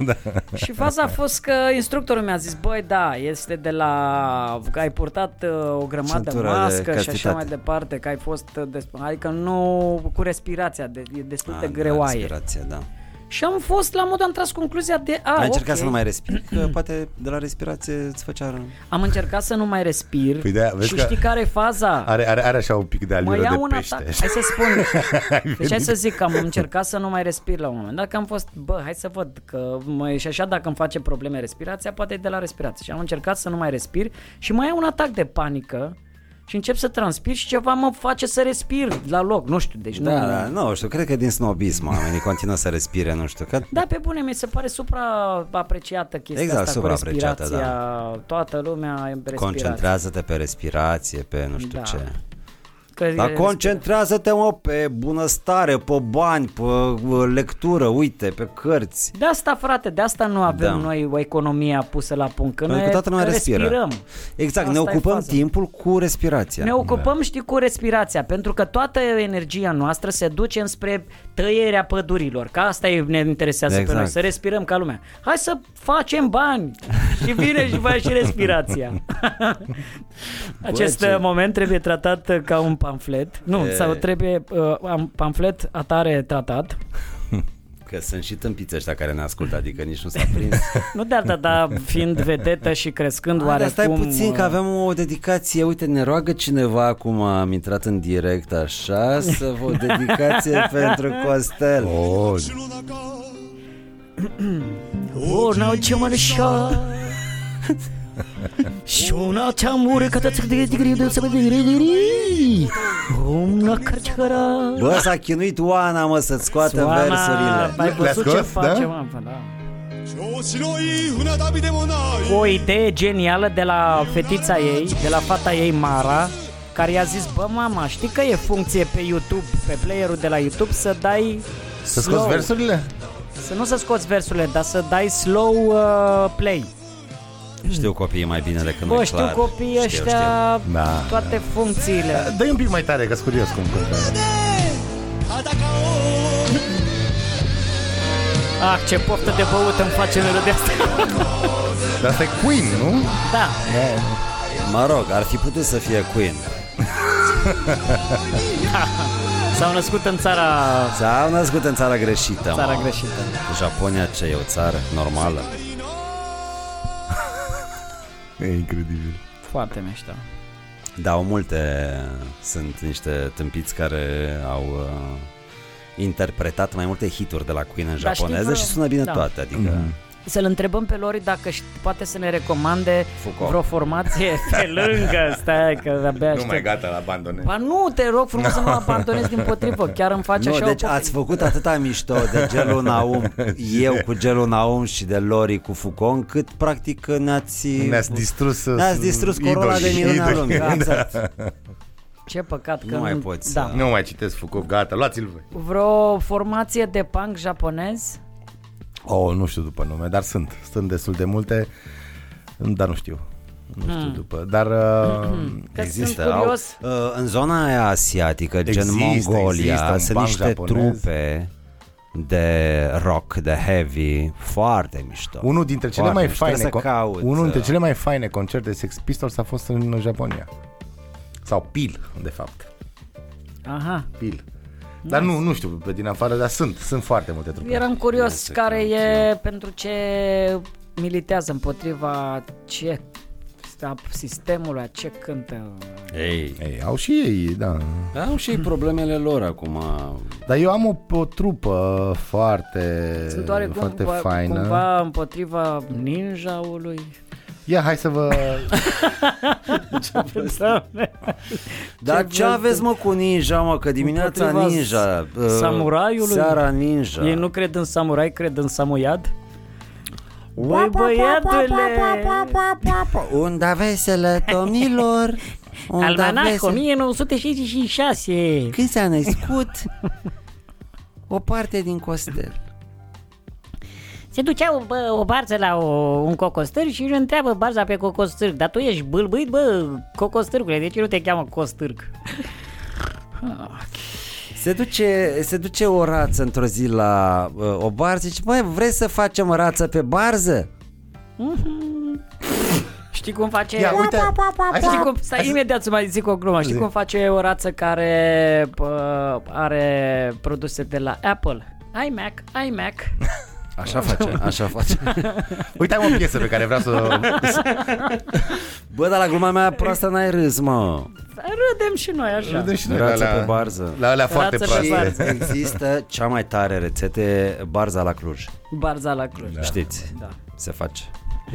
și faza a fost că instructorul mi-a zis, băi, da, este de la... că ai purtat uh, o grămadă Centura Cintura de mască și așa castitate. mai departe, că ai fost... Uh, desp- adică nu... cu respirația, de, e destul de greoaie. Respirație, da. și am fost la modul, am tras concluzia de... A, Ai ok. încercat să nu mai respiri, că poate de la respirație îți făcea rău. Am încercat să nu mai respir Păi de-aia, vezi și că știi care e faza? Are, are, are așa un pic de Mă alură iau de un pește. atac. Hai să spun. deci hai să zic că am încercat să nu mai respir la un moment dat, că am fost, bă, hai să văd că mă, și așa dacă îmi face probleme respirația, poate e de la respirație. Și am încercat să nu mai respir și mai iau un atac de panică și încep să transpir și ceva mă face să respir la loc, nu știu, deci Da, nu, da, nu știu, cred că din snobism oamenii continuă să respire, nu știu, că Da, pe bune, mi se pare supraapreciată chestia Exact, asta cu supraapreciată, respirația. Toată lumea e respirație. concentrează-te pe respirație, pe nu știu Da. ce. Că Dar concentrează-te, mă, pe bunăstare, pe bani, pe uh, lectură, uite, pe cărți. De asta, frate, de asta nu avem Da. da. noi o economie pusă la punct. Că Pentru noi că toată lumea respiră. respirăm. Exact, Asta ne e ocupăm faza. timpul cu respirația. Ne ocupăm, știi, cu respirația, pentru că toată energia noastră se duce înspre tăierea pădurilor, că asta e, ne interesează Exact. pe noi, să respirăm ca lumea. Hai să facem bani și vine și mai și respirația. Acest ce- uh, moment trebuie tratat uh, ca un pamflet, nu, E. sau trebuie uh, un pamflet atare tratat, Că sunt și tâmpiți ăștia care ne ascultă, adică nici nu s-a prins. nu de alta, dar fiind vedetă și crescând Ah, dar oarecum... stai puțin că uh, avem o dedicație. Uite, ne roagă cineva acum, am intrat în direct așa, să vă o dedicație pentru Costel. Oh, Una ce mănșa Și una ce amură Că te-ți gândi de greu să mă gândi Una cărciara Bă, s-a chinuit Oana, mă, să-ți scoată Oana, versurile. Ai Le-a văzut ce scos, face, da? mă, bă, da? 調子のいい船旅でもない。 O idee genială de la fetița ei De la fata ei, Mara care i-a zis, bă mama, știi că e funcție pe YouTube, pe playerul de la YouTube să dai să scoți versurile? Să nu să scoți versurile, dar să dai slow uh, play. Știu copiii mai bine decât Bă, noi, știu clar. copiii știu. ăștia Da. toate funcțiile. Dă-i un pic mai tare, că sunt curios cum cântă. Ah, ce poftă de băut îmi face melodea asta. Dar asta e Queen, nu? Da, Mă rog, ar fi putut să fie Queen. s-au născut în țara, S-au născut în țara greșită, țara Da, mă. greșită. Japonia ce e o țară normală. E incredibil. Foarte mișto. Da, au multe, sunt niște tâmpiți care au uh, interpretat mai multe hituri de la Queen în Dar știi japoneză vreo- și sună bine da. toate, adică... Mhm. Mm-hmm. Să-l întrebăm pe Lori dacă șt- poate să ne recomande Foucault. vreo formație pe lângă. Stai că abia Nu aștept. mai gata, la abandonez. Ba nu, te rog frumos să mă abandonezi din potrivă. Chiar îmi face Nu, așa deci o poftă. ați făcut atâta mișto de gelul Naum, eu cu gelul Naum și de Lori cu Foucault, cât practic ne-ați... Ne-ați distrus uh, Ne-ați distrus corona de minunea idolii. Da. lumii. Exact. Ce păcat că Nu mai poți Da. să- Nu mai citesc Foucault, gata, luați-l voi. Vreo formație de punk japonez? Oh, nu știu după nume, dar sunt. Sunt destul de multe, dar nu știu. Nu Hmm. știu după, dar uh, Că Există, sunt au, curios. uh, în zona aia asiatică, gen Există, Mongolia, există un sunt banc niște japonez. trupe de rock, de heavy, foarte mișto. unul dintre cele Foarte mai mișto. faine Trebuie să caut, unul dintre uh, cele mai faine concerte Sex Pistols a fost în Japonia. Sau Pil, de fapt. Aha. Pil. Dar nu, nu știu, pe din afară, dar sunt, sunt foarte multe trupe. Eram curios care e pentru ce militează împotriva ce a sistemului, a ce cântă. Ei, Ei, au și ei, da. au și ei problemele lor acum. Dar eu am o, o trupă foarte, Sunt oarecum foarte cumva, faină. cumva împotriva ninjaului. Ia, hai să vă... Da. Dar ce, Ce vreți aveți mă cu ninja, mă, că dimineața Împotriva ninja, uh, samuraiului? seara ninja. Ei nu cred în samurai, cred în samoiad. Băi, băiatule! Unda veselă, domnilor, unda Almanac veselă. 1966! Când s-a născut o parte din Costel. Se ducea o, bă, o barță la o, un cocostâr și își întreabă barza pe cocostârc, dar tu ești bâlbâit, bă, cocostârcule, de ce nu te cheamă costârc? Se duce, se duce o rață într-o zi la uh, o barză și zice, măi, vrei să facem rață pe barză? Știi cum face... Ia, uite, hai să- Știi cum, stai, imediat să mai zic o glumă. Știi cum face o rață care uh, are produse de la Apple? iMac, iMac. Așa face, așa face. Uite, am o piesă pe care vreau să... Bă, dar la gluma mea proastă n-ai râs, mă. Râdem și noi așa. Râdem și noi Rață Da, la alea- pe barză. La alea foarte Rață pe Și proaste. barză. există cea mai tare rețete, barza la Cluj. Barza la Cluj. Da. Știți? Da. Se face.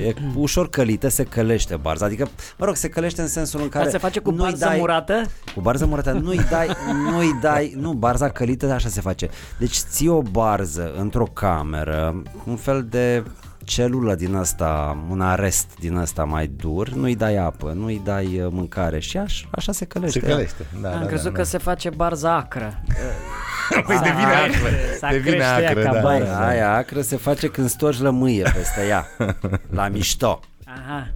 E ușor călită, se călește barza. Adică, mă rog, se călește în sensul în care... Dar se face cu nu-i barză dai- murată? Da, Cu barză murată, nu-i dai, nu-i dai, nu, barza călită, așa se face. Deci ții o barză într-o cameră, un fel de celulă din asta, un arest din asta mai dur, nu-i dai apă, nu-i dai uh, mâncare și aș, așa se călește. Se călește. Da, Am da, crezut da, că se face barza acră. Păi devine acră. S-a Devine crește ea acră, ca da. bai. Băi, aia acră se face când storci lămâie peste ea, la mișto. Aha.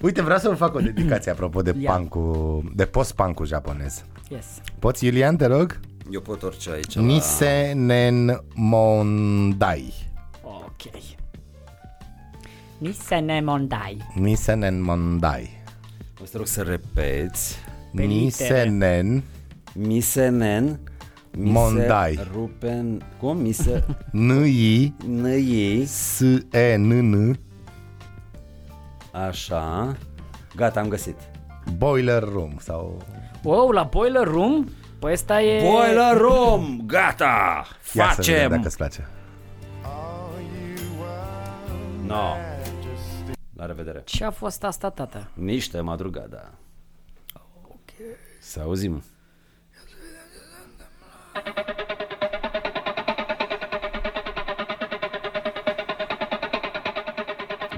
Uite, vreau să vă fac o dedicație apropo de Ia. pancul, de post-pancul japonez. Yes. Poți, Iulian, te rog? Eu pot orice aici. Da. la- Nisenen Mondai. Ok. Nici să ne mondai. Nisenen Mondai. O să te rog să repeți. litere. Nisenen Misenen, mise Mondai. Rupen, cum? Mise, Nui năiei, S E N N așa. Gata, am găsit. Boiler Room sau Wow, la Boiler Room? Păi ăsta e... Boiler room, gata, Ia să vedem facem. dacă îți place. No. La revedere. Ce a fost asta, tata? Niște madrugada. Ok. da. Să auzim.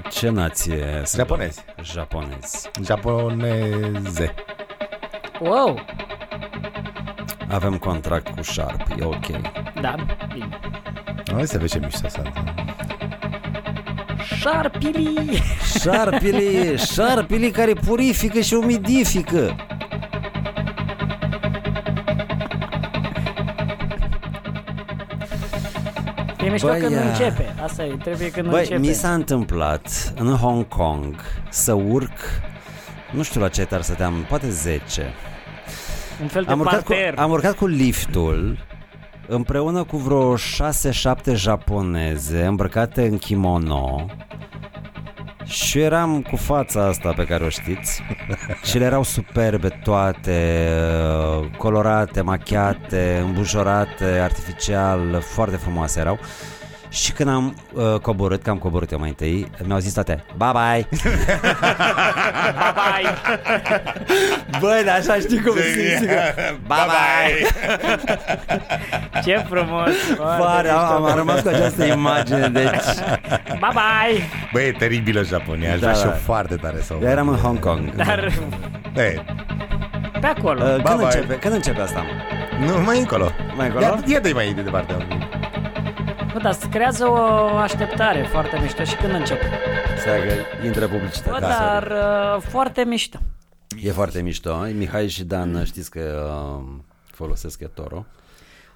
Ce nație sunt? Japonezi. Japonezi. Japoneze. Wow! Avem contract cu Sharp, e ok. Da, bine. Hai să vezi ce mișto sunt. Șarpili! Șarpili, șarpili care purifică și umidifică. E mișto Băi, când ia. începe. Asta e, trebuie când Băi, începe. mi s-a întâmplat în Hong Kong să urc, nu știu la ce etaj stăteam, poate 10. Un fel de Am urcat, cu, parter. am urcat cu liftul împreună cu vreo 6-7 japoneze îmbrăcate în kimono și eu eram cu fața asta pe care o știți și le erau superbe toate, uh, colorate, machiate, îmbujorate, artificial, foarte frumoase erau. Și când am uh, coborât, că am coborât eu mai întâi, mi-au zis toate, bye bye! Bye-bye! Băi, dar așa știi cum simți, bye bye! Ce frumos! Foarte Vara, mișto. am, am rămas cu această imagine, deci Bye-bye! Băi, e teribilă Japonia, aș Da, vrea și eu da. foarte tare să o Eu eram în văd. Hong Kong. Dar, Dar E, pe acolo. când, bye. începe, când începe asta? mă? nu, mai încolo. Mai încolo? Ia, ia dă mai de departe. Nu, dar îți creează o așteptare foarte mișto și când începe. Stai că intră Bă, publicitatea. dar uh, foarte mișto. E foarte mișto. Mihai și Dan știți că um, folosesc Etoro.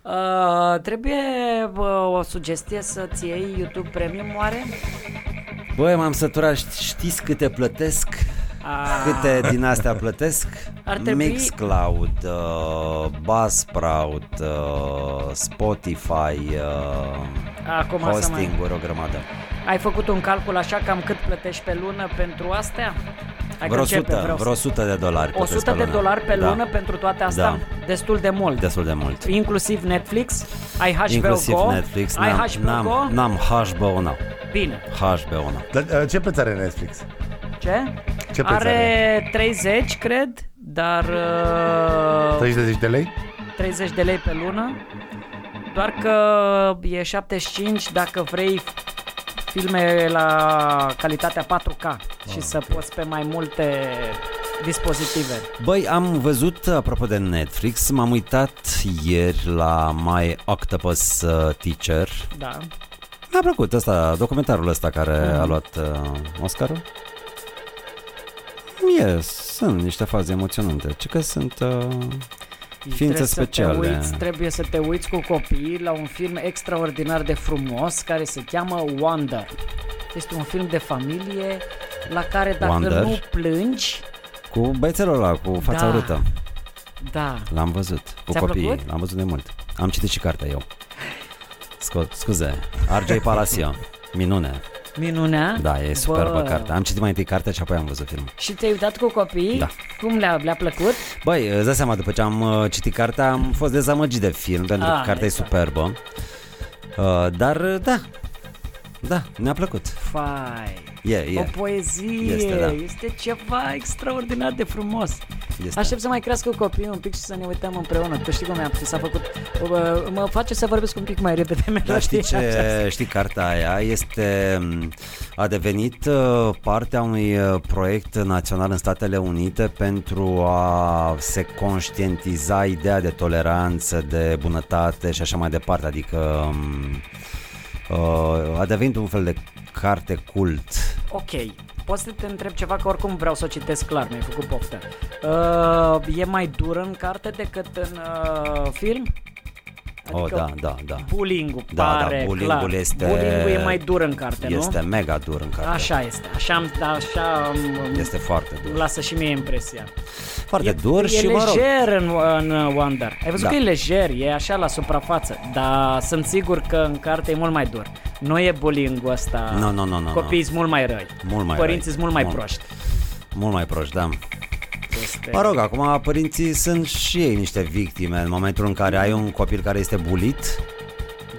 Uh, trebuie uh, o sugestie să-ți iei YouTube Premium, oare? Băi, m-am săturat. Ști- Știți câte plătesc? A, Câte din astea plătesc? Ah. Ar trebui- Mixcloud, uh, Buzzsprout, uh, Spotify, uh, acum să mai... hosting o grămadă. Ai făcut un calcul așa cam cât plătești pe lună pentru astea? Hai că Vreo începe, 100, vreau să- vreo 100 de dolari. plătesc 100 de lună. dolari pe lună da. pentru toate astea? Da. Destul de mult. Destul de mult. Inclusiv Netflix, ai HBO Inclusiv Go, Netflix, ai n-am, HBO n-am, Go, n-am HBO, n-am. bine. HBO, n-am. Dar, uh, Ce preț are Netflix? Ce? Ce preț Are 30, cred, dar uh, 30 de lei? 30 de lei pe lună. Doar că e 75 dacă vrei filme la calitatea 4K și să poți pe mai multe dispozitive. Băi, am văzut, apropo de Netflix, m-am uitat ieri la My Octopus uh, Teacher. Da. Mi-a plăcut ăsta, documentarul ăsta care Mm. a luat uh, Oscarul. E, sunt niște faze emoționante. Ce că sunt... Uh, Trebuie speciale. Să te uiți, trebuie să te uiți cu copiii la un film extraordinar de frumos care se cheamă Wonder. Este un film de familie la care dacă Wonder? nu plângi, cu băiețelul ăla, cu fața Da. urâtă. da, L-am văzut cu Ți-a copiii, plăcut? l-am văzut de mult. Am citit și cartea eu. Scu- scuze, RJ Palacio. Minune. minunea. Da, e superbă Bă. carte. Am citit mai întâi cartea și apoi am văzut filmul. Și te-ai uitat cu copiii? Da. Cum le-a, le-a plăcut? Băi, îți dai seama, după ce am uh, citit cartea, am fost dezamăgit de film, pentru Ah, că cartea e exact. superbă. Uh, dar, uh, da, da, ne-a plăcut. Fai. E, e. O poezie, Este, da. este ceva extraordinar de frumos. Este. Aștept să mai crească copiii un pic și să ne uităm împreună. Tu știi cum mi-a s-a făcut... Bă, Mă face să vorbesc un pic mai repede melodia Dar Da, știi aceasta. ce, știi cartea aia este a devenit uh, partea unui uh, proiect național în Statele Unite pentru a se conștientiza ideea de toleranță, de bunătate și așa mai departe, adică um, uh, a devenit un fel de carte cult. Ok, poți să te întreb ceva, că oricum vreau să o citesc clar, mi-ai făcut poftă. Uh, e mai dură în carte decât în uh, film? Adică oh, da, da, da. Bullying-ul Da, da, pare bullying-ul clar. este- Bullying-ul e mai dur în carte, Este nu? mega dur în carte. Așa este, așa, am- așa am- Este foarte dur. îmi lasă și mie impresia. Foarte dur e și mă rog. lejer în, în Wonder. Ai văzut Da. că e lejer, e așa la suprafață, dar sunt sigur că în carte e mult mai dur. Nu e bullying-ul ăsta. Nu, nu, nu, nu, Copiii sunt mult mai răi. Mult mai răi. Părinții sunt mult mai Mult. proști. Mult mai proști, da. Este... Mă rog, acum părinții sunt și ei niște victime în momentul în care ai un copil care este bulit,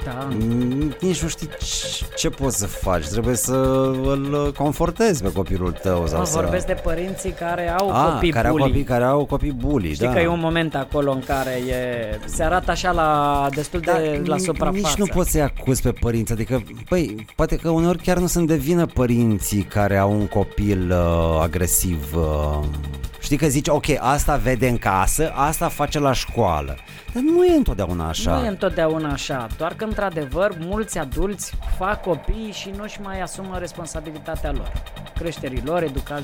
Da. m, nici nu știi ce- ce poți să faci, trebuie să îl confortezi pe copilul tău sau Mă să... vorbesc de părinții care au A, copii care bully. au copii care au copii bully, Știi da. că e un moment acolo în care e, se arată așa la destul Dar de la ni- suprafață. Da, Nici nu poți să-i acuzi pe părinți, adică, băi, poate că uneori chiar nu sunt de vină părinții care au un copil uh, agresiv. Uh, știi că zici, ok, asta vede în casă, asta face la școală. Dar nu e întotdeauna așa. Nu e întotdeauna așa, doar că într-adevăr mulți adulți fac copii și nu-și mai asumă responsabilitatea lor. Creșterii lor, educa,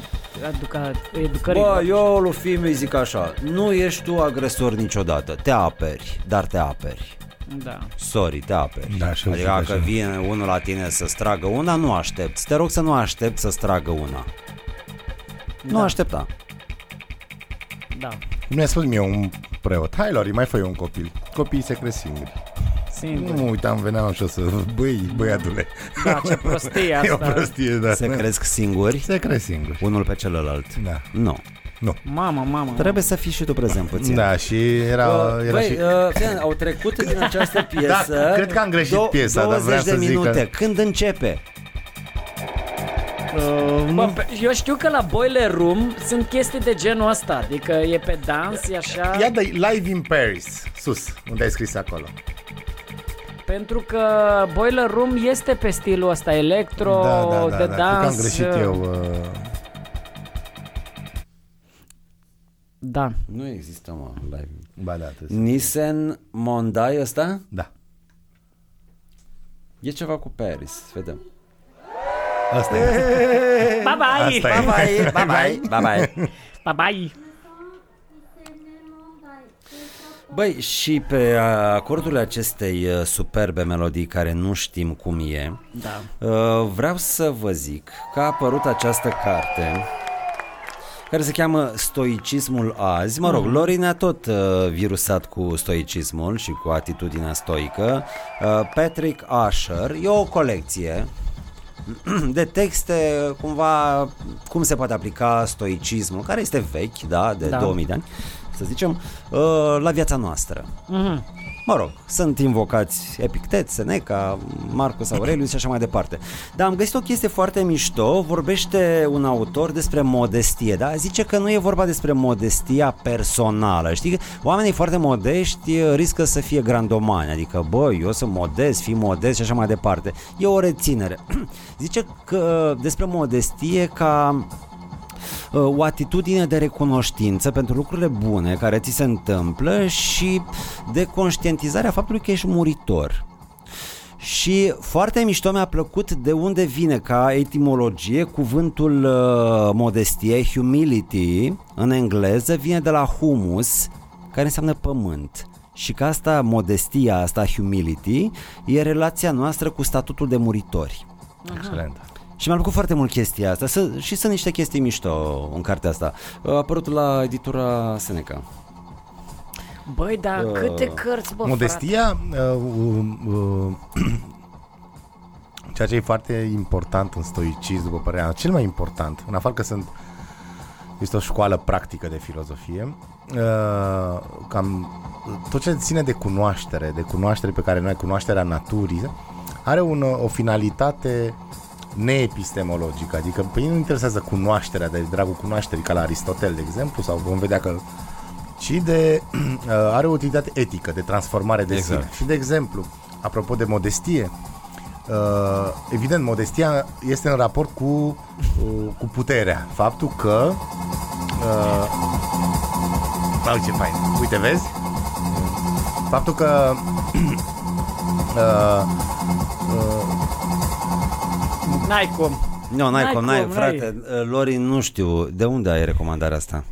educa, educării Bă, lor. eu lui fiii zic așa, nu ești tu agresor niciodată, te aperi, dar te aperi. Da. Sorry, te aperi. Da, și adică eu zic dacă așa. vine unul la tine să-ți tragă una, nu aștepți. Te rog să nu aștepți să-ți tragă una. Nu aștepta. Da. Mi-a spus mie un preot, hai Lori, mai fă eu un copil. Copiii se cresc singuri. Nu Singur. mă uitam, veneam și o să... Băi, băiatule. Da, ce prostie E o asta. prostie, da. Se cresc singuri, se cresc singuri. unul pe celălalt. Da. Nu. Mamă, mamă. Trebuie să fii și tu prezent puțin. Da, și era, Uh, era Băi, și... uh, fii, au trecut din această piesă Da, cred că am greșit dou- piesa, dar 20 vreau de să zic minute. că- Când începe? Bă, pe- eu știu că la Boiler Room sunt chestii de genul ăsta, adică e pe dans, e așa, Ia de live in Paris, sus, unde ai scris acolo. pentru că Boiler Room este pe stilul ăsta, electro, de da, cred că dans. am greșit eu. Uh, Da. Nu există, mă, live. ba da, trebuie să- Nissan Mondai ăsta? da. E ceva cu Paris, vedem. Asta e. Bye bye. Asta e. Bye, bye, bye, bye, bye. Bye bye. Băi, și pe uh, acordurile acestei uh, superbe melodii care nu știm cum e, Da. uh, vreau să vă zic că a apărut această carte care se cheamă Stoicismul azi. Mă Mm. rog, Lori ne-a tot uh, virusat cu stoicismul și cu atitudinea stoică. Uh, Patrick Asher e o colecție de texte cumva cum se poate aplica stoicismul, care este vechi, da, de Da. da. 2000 de ani, să zicem, uh, la viața noastră. Mă rog, sunt invocați Epictet, Seneca, Marcus Aurelius și așa mai departe. Dar am găsit o chestie foarte mișto, vorbește un autor despre modestie, da? Zice că nu e vorba despre modestia personală, știi? Oamenii foarte modești eh, riscă să fie grandomani, adică, bă, eu sunt modest, fii modest și așa mai departe. E o reținere. Zice că despre modestie ca uh, o atitudine de recunoștință pentru lucrurile bune care ți se întâmplă și de conștientizarea faptului că ești muritor. Și foarte mișto mi-a plăcut de unde vine ca etimologie cuvântul uh, modestie, humility, în engleză, vine de la humus, care înseamnă pământ. Și că asta, modestia asta, humility, e relația noastră cu statutul de muritori. Excelent. Și mi-a plăcut foarte mult chestia asta să, și sunt niște chestii mișto în cartea asta. A apărut la editura Seneca. Băi, dar uh, câte cărți, bă, Modestia, uh, uh, uh, ceea ce e foarte important în stoicism, după părerea mea, cel mai important, în afară că sunt este o școală practică de filozofie, uh, cam tot ce ține de cunoaștere, de cunoaștere pe care noi, cunoașterea naturii, are un, o finalitate neepistemologică, adică pe ei nu interesează cunoașterea de dragul cunoașterii, ca la Aristotel, de exemplu, sau vom vedea că ci de uh, are o utilitate etică, de transformare de exact. Exact. sine. Și de exemplu, apropo de modestie, uh, evident, modestia este în raport cu, uh, cu puterea. Faptul că uh, Au ce fain! Uite, vezi? Faptul că uh, N-ai cum. Nu, no, n-ai, N-ai cum, n-ai, cum, frate, Uh, Lori, nu știu, de unde ai recomandarea asta?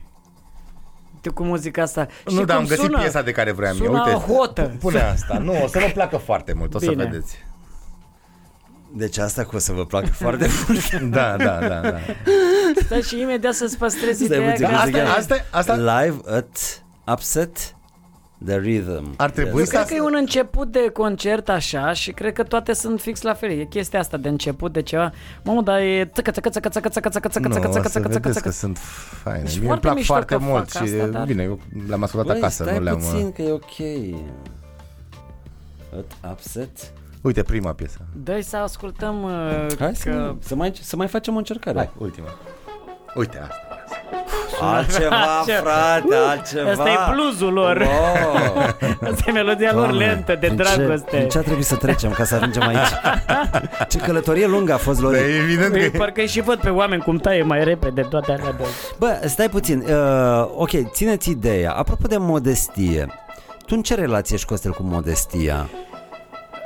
Tu cu muzica asta. Nu, Știi dar am cum găsit sună? piesa de care vreau eu. Sună Uite, o hotă. Pune asta. Nu, o să vă placă foarte mult, o să Bine. vedeți. Deci asta că o să vă placă foarte mult. Da, da, da, da. Stai și imediat să-ți păstrezi Stai ideea puțin, că că zic asta Asta, eu. e. asta, asta Live at Upset The Rhythm. ar trebui Eu să... cred că e un început de concert așa și cred că toate sunt fix la fel. E chestia asta de început de ceva. Mamă, dar e țăcă, țăcă, țăcă, țăcă, țăcă, țăcă, țăcă, Nu, țăcă, o țăcă, să țăcă, țăcă, vedeți că țăcă. sunt faine. Deci Mie îmi foarte plac mișto foarte că mult fac și asta, dar- bine, eu le-am ascultat Băi, acasă, stai nu uh, le-am... puțin că e ok. At Upset. Uite, prima piesă. Dă-i să ascultăm uh, Hai că să, să, mai, să mai facem o încercare. Hai, ultima. Uite asta. Altceva, Altceva. frate, altceva. Asta e bluzul lor. Wow. asta e melodia lor Doamne, lentă de în ce- dragoste. În ce a trebuit să trecem ca să ajungem aici? Ce călătorie lungă a fost, Bă, Lori. evident Ei, că... Parcă și văd pe oameni cum taie mai repede toate alea de... Bă, stai puțin. Uh, ok, țineți ideea. Apropo de modestie, tu în ce relație ești, Costel, cu modestia?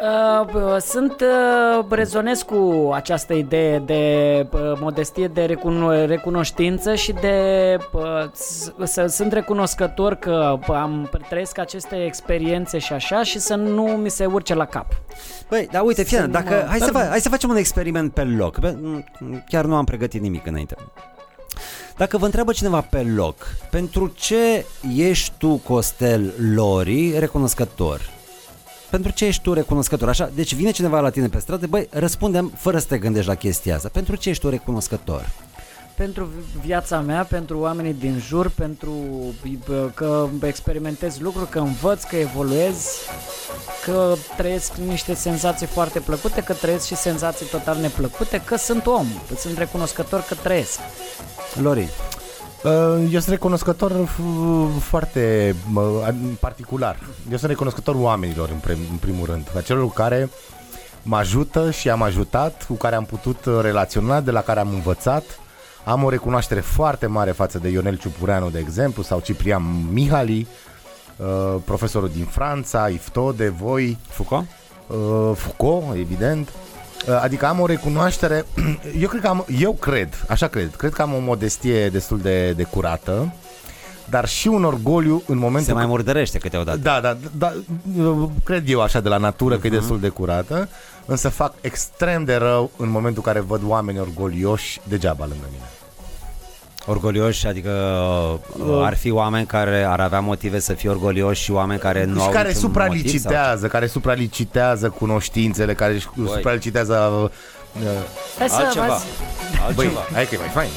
Uh, bă, Sunt uh, rezonez cu această idee de uh, modestie, de recuno- recunoștință și de uh, s- să sunt recunoscător că bă, am trăiesc aceste experiențe și așa și să nu mi se urce la cap. Băi, dar uite, Fiana, Să dacă, mă- hai, să, fa- hai să facem un experiment pe loc. Bă, nu- chiar nu am pregătit nimic înainte. Dacă vă întreabă cineva pe loc, pentru ce ești tu, Costel Lori, recunoscător? Pentru ce ești tu recunoscător? Așa, deci vine cineva la tine pe stradă, băi, răspundem fără să te gândești la chestia asta. Pentru ce ești tu recunoscător? Pentru vi- viața mea, pentru oamenii din jur, pentru bă, că experimentez lucruri, că învăț, că evoluez, că trăiesc niște senzații foarte plăcute, că trăiesc și senzații total neplăcute, că sunt om, sunt recunoscător că trăiesc. Lori, Uh, Eu sunt recunoscător f- foarte mă, ad- particular. Eu sunt recunoscător oamenilor, în, prim, în primul rând. Acelor care mă ajută și am ajutat, cu care am putut uh, relaționa, de la care am învățat. Am o recunoaștere foarte mare față de Ionel Ciupureanu, de exemplu, sau Ciprian Mihali, uh, profesorul din Franța, Ifto, de voi, Foucault? Uh, Foucault, evident. Uh, Adică am o recunoaștere, eu cred că am, eu cred, așa cred, cred că am o modestie destul de, de curată, dar și un orgoliu în Se momentul mai când- murdărește câteodată. da, da, da, eu cred eu așa de la natură Mhm. că e destul de curată, însă fac extrem de rău în momentul în care văd oameni orgolioși degeaba lângă mine. Orgolioși, adică uh, ar fi oameni care ar avea motive să fie orgolioși și oameni Deci care nu și au Deci care niciun motiv sau- supralicitează, care supralicitează cunoștințele, care își- Băi. supralicitează... Uh, Hai să Altceva. Altceva. Băi, hai că e mai fain.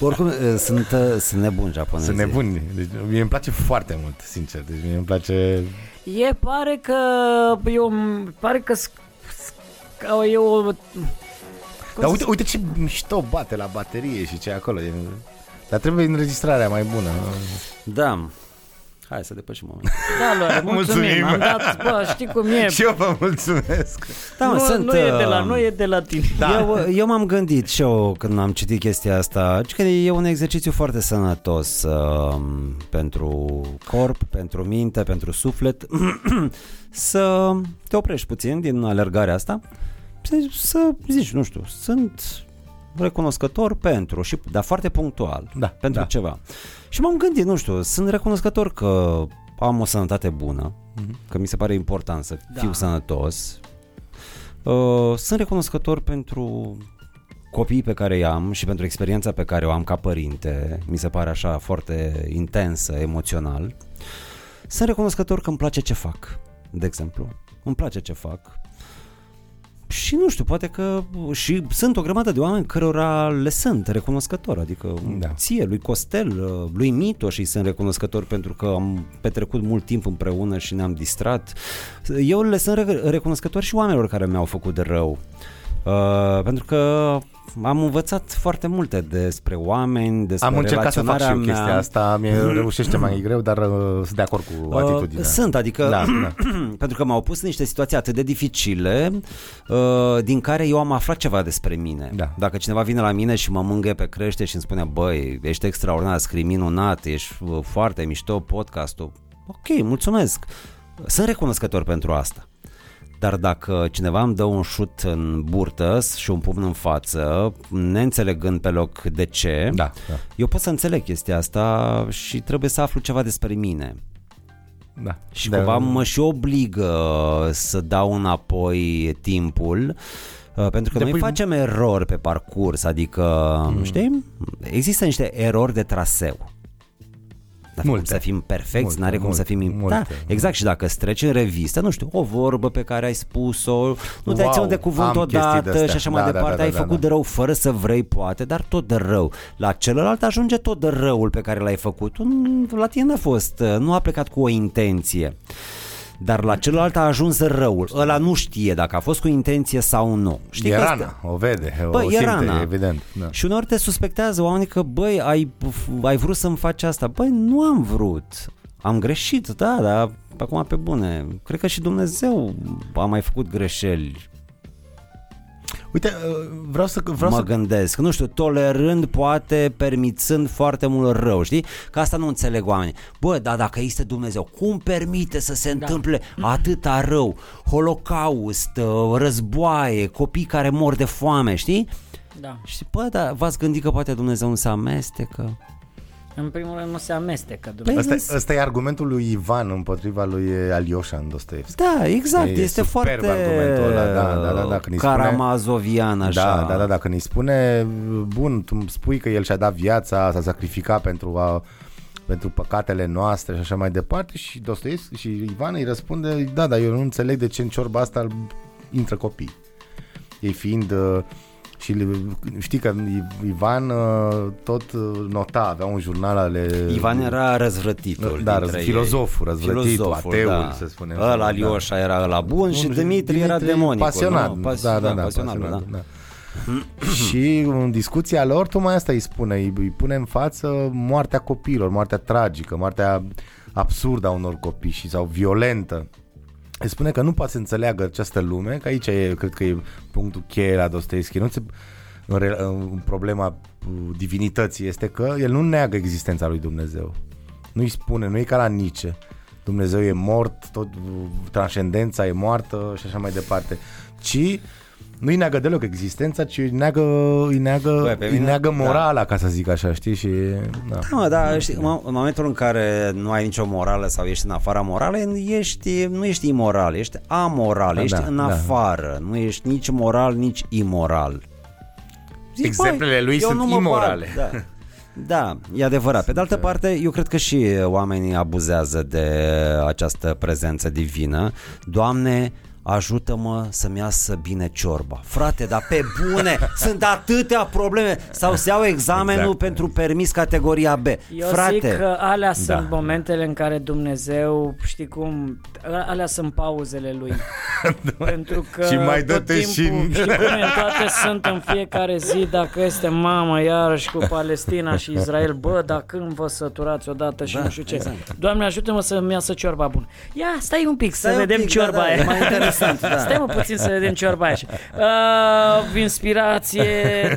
Oricum, uh, sunt, uh, sunt nebuni japonezi. Sunt nebuni. Deci, mie îmi place foarte mult, sincer. Deci mie îmi place... E pare că eu pare că, sc- sc- că e o cum Dar să uite, uite ce mișto bate la baterie și ce e acolo. E... Dar trebuie înregistrarea mai bună. Da. Hai să depășim momentul. zic? Da, Lore, mulțumim. Mulțumim. Am dat, bă, știi cum e. Și eu vă mulțumesc. Da, mă, nu, sunt, nu e de la uh, noi, e de la tine. Da. Eu, uh, eu m-am gândit și eu când am citit chestia asta deci că e un exercițiu foarte sănătos uh, pentru corp, pentru minte, pentru suflet să te oprești puțin din alergarea asta să, să zici, nu știu, sunt recunoscător pentru, și, dar foarte punctual, Da, pentru da. ceva. Și m-am gândit, nu știu, sunt recunoscător că am o sănătate bună, că mi se pare important să Da. fiu sănătos. Uh, sunt recunoscător pentru copiii pe care i am și pentru experiența pe care o am ca părinte. Mi se pare așa foarte intensă, emoțional. Sunt recunoscător că îmi place ce fac, de exemplu. Îmi place ce fac. Și nu știu, poate că și sunt o grămadă de oameni cărora le sunt recunoscător, adică da. Da. ție, lui Costel, lui Mito și sunt recunoscător pentru că am petrecut mult timp împreună și ne-am distrat. Eu le sunt re- recunoscător și oamenilor care mi-au făcut rău. Uh, pentru că am învățat foarte multe despre oameni, despre Am încercat să fac și eu relaționarea chestia mea. Mm-hmm. asta, mi reușește mai greu, dar uh, sunt de acord cu Uh, atitudinea. Sunt, adică Da, da. pentru că m-au pus în niște situații atât de dificile uh, din care eu am aflat ceva despre mine. Da. Dacă cineva vine la mine și mă mângâie pe crește și îmi spune băi, ești extraordinar, scrii minunat, ești uh, foarte mișto podcastul, ok, mulțumesc. Sunt recunoscător pentru asta. Dar dacă cineva îmi dă un șut în burtă și un pumn în față, neînțelegând pe loc de ce, Da, da. eu pot să înțeleg chestia asta și trebuie să aflu ceva despre mine. da. Și Da. da. cumva mă și obligă să dau înapoi timpul uh, pentru că De noi pui- facem erori pe parcurs, adică, mm. știi, există niște erori de traseu. N-are cum Multe. să fim perfecți, Multe, n-are cum să multe, fim... im- Da, multe. exact, și dacă îți treci în revistă, nu știu, o vorbă pe care ai spus-o, nu te-ai Wow, ținut de cuvânt am chestii odată de-astea. și așa mai Da, da, departe, da, da, ai da, făcut da. de rău fără să vrei, poate, dar tot de rău. La celălalt ajunge tot de răul pe care l-ai făcut. Un- La tine n-a fost, nu a plecat cu o intenție. Dar la celălalt a ajuns răul. Ăla nu știe dacă a fost cu intenție sau nu. Știi E că rana, o vede, Bă, e o simte, rana. evident. Da. Și uneori te suspectează oamenii că, băi, ai, f- ai vrut să-mi faci asta. Băi, nu am vrut. Am greșit, da, dar acum pe bune. Cred că și Dumnezeu a mai făcut greșeli. Uite, uh, vreau să... Vreau mă să... gândesc, nu știu, tolerând, poate, permițând foarte mult rău, știi? Că asta nu înțeleg oamenii. Bă, dar dacă este Dumnezeu, cum permite să Da. se întâmple atâta rău? Holocaust, ă, războaie, copii care mor de foame, știi? Da. Și bă, dar v-ați gândit că poate Dumnezeu nu se amestecă? În primul rând nu se amestecă Păi, Dumnezeu. Asta, gândesc- asta e argumentul lui Ivan împotriva lui Alioșa în Dostoevski. Da, exact, E este, superb foarte argumentul ăla, da, da, da, da, când îi spune- caramazovian așa. Da, da, da, dacă ne spune, bun, tu îmi spui că el și-a dat viața, s-a sacrificat pentru a pentru păcatele noastre și așa mai departe și Dostoevski și Ivan îi răspunde da, dar eu nu înțeleg de ce în ciorba asta intră copii. Ei fiind uh, și le- știi că I- Ivan uh, tot uh, nota, avea un jurnal ale Ivan era răzvrătitul dintre Da, ei. da. răz- filozoful, răzvrătitul, ateul, să spunem. Ăla Alioșa era ăla bun și Dimitri era demonicul. Pasionat, nu? da, Pas- da, da, pasionat, pasionat, da. da. și în discuția lor, tocmai asta îi spune, îi, îi pune în față moartea copiilor, moartea tragică, moartea absurdă a unor copii și sau violentă. Îi spune că nu poate să înțeleagă această lume, că aici e, cred că e punctul cheie la Dostoevski. Nu se, în, re- în problema uh, divinității este că el nu neagă existența lui Dumnezeu. Nu îi spune, nu e ca la Nice. Dumnezeu e mort, tot uh, transcendența e moartă și așa mai departe. Ci nu îi neagă deloc existența, ci îi neagă, îi neagă, Băi, pe îi mine- neagă da. morala, ca să zic așa, știi? Și, da. Da, mă, da, știi, mă- în momentul în care nu ai nicio morală sau ești în afara moralei, ești, nu ești imoral, ești amoral, Da, ești da, în da. afară, nu ești nici moral, nici imoral. Zici, Exemplele băi, lui eu sunt nu mă imorale. bag, Da. Da, e adevărat. Pe de altă parte, eu cred că și oamenii abuzează de această prezență divină. Doamne, ajută-mă să-mi iasă bine ciorba. Frate, dar pe bune, sunt atâtea probleme. Sau se iau examenul Exact. pentru permis categoria B. Eu Frate, zic că alea sunt Da. momentele în care Dumnezeu, știi cum, alea sunt pauzele lui. Pentru că Și mai tot dă-te timpul, și- știi cum e, toate sunt în fiecare zi, dacă este mamă iarăși cu Palestina și Israel, bă, dar când vă săturați odată și da, nu știu ce. Exact. Doamne ajută-mă să-mi iasă ciorba bună. Ia, stai un pic să Stai un vedem pic, da, ciorba da, aia. e mai interesant, da. Stai mă puțin să vedem ciorba aia. Uh, inspirație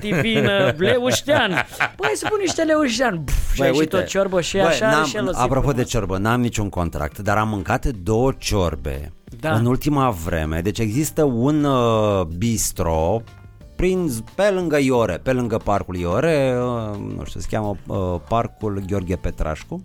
divină, Leuștean. Băi, să pun niște Leuștean. Pf, și Băi, ai și tot ciorbă și așa n-am- și el o zi Apropo de frumoasă. ciorbă, n-am niciun contract, dar am mâncat două ciorbe Da. în ultima vreme. Deci există un uh, bistro prin, pe lângă Iore, pe lângă parcul Iore, uh, nu știu, se cheamă uh, parcul Gheorghe Petrașcu,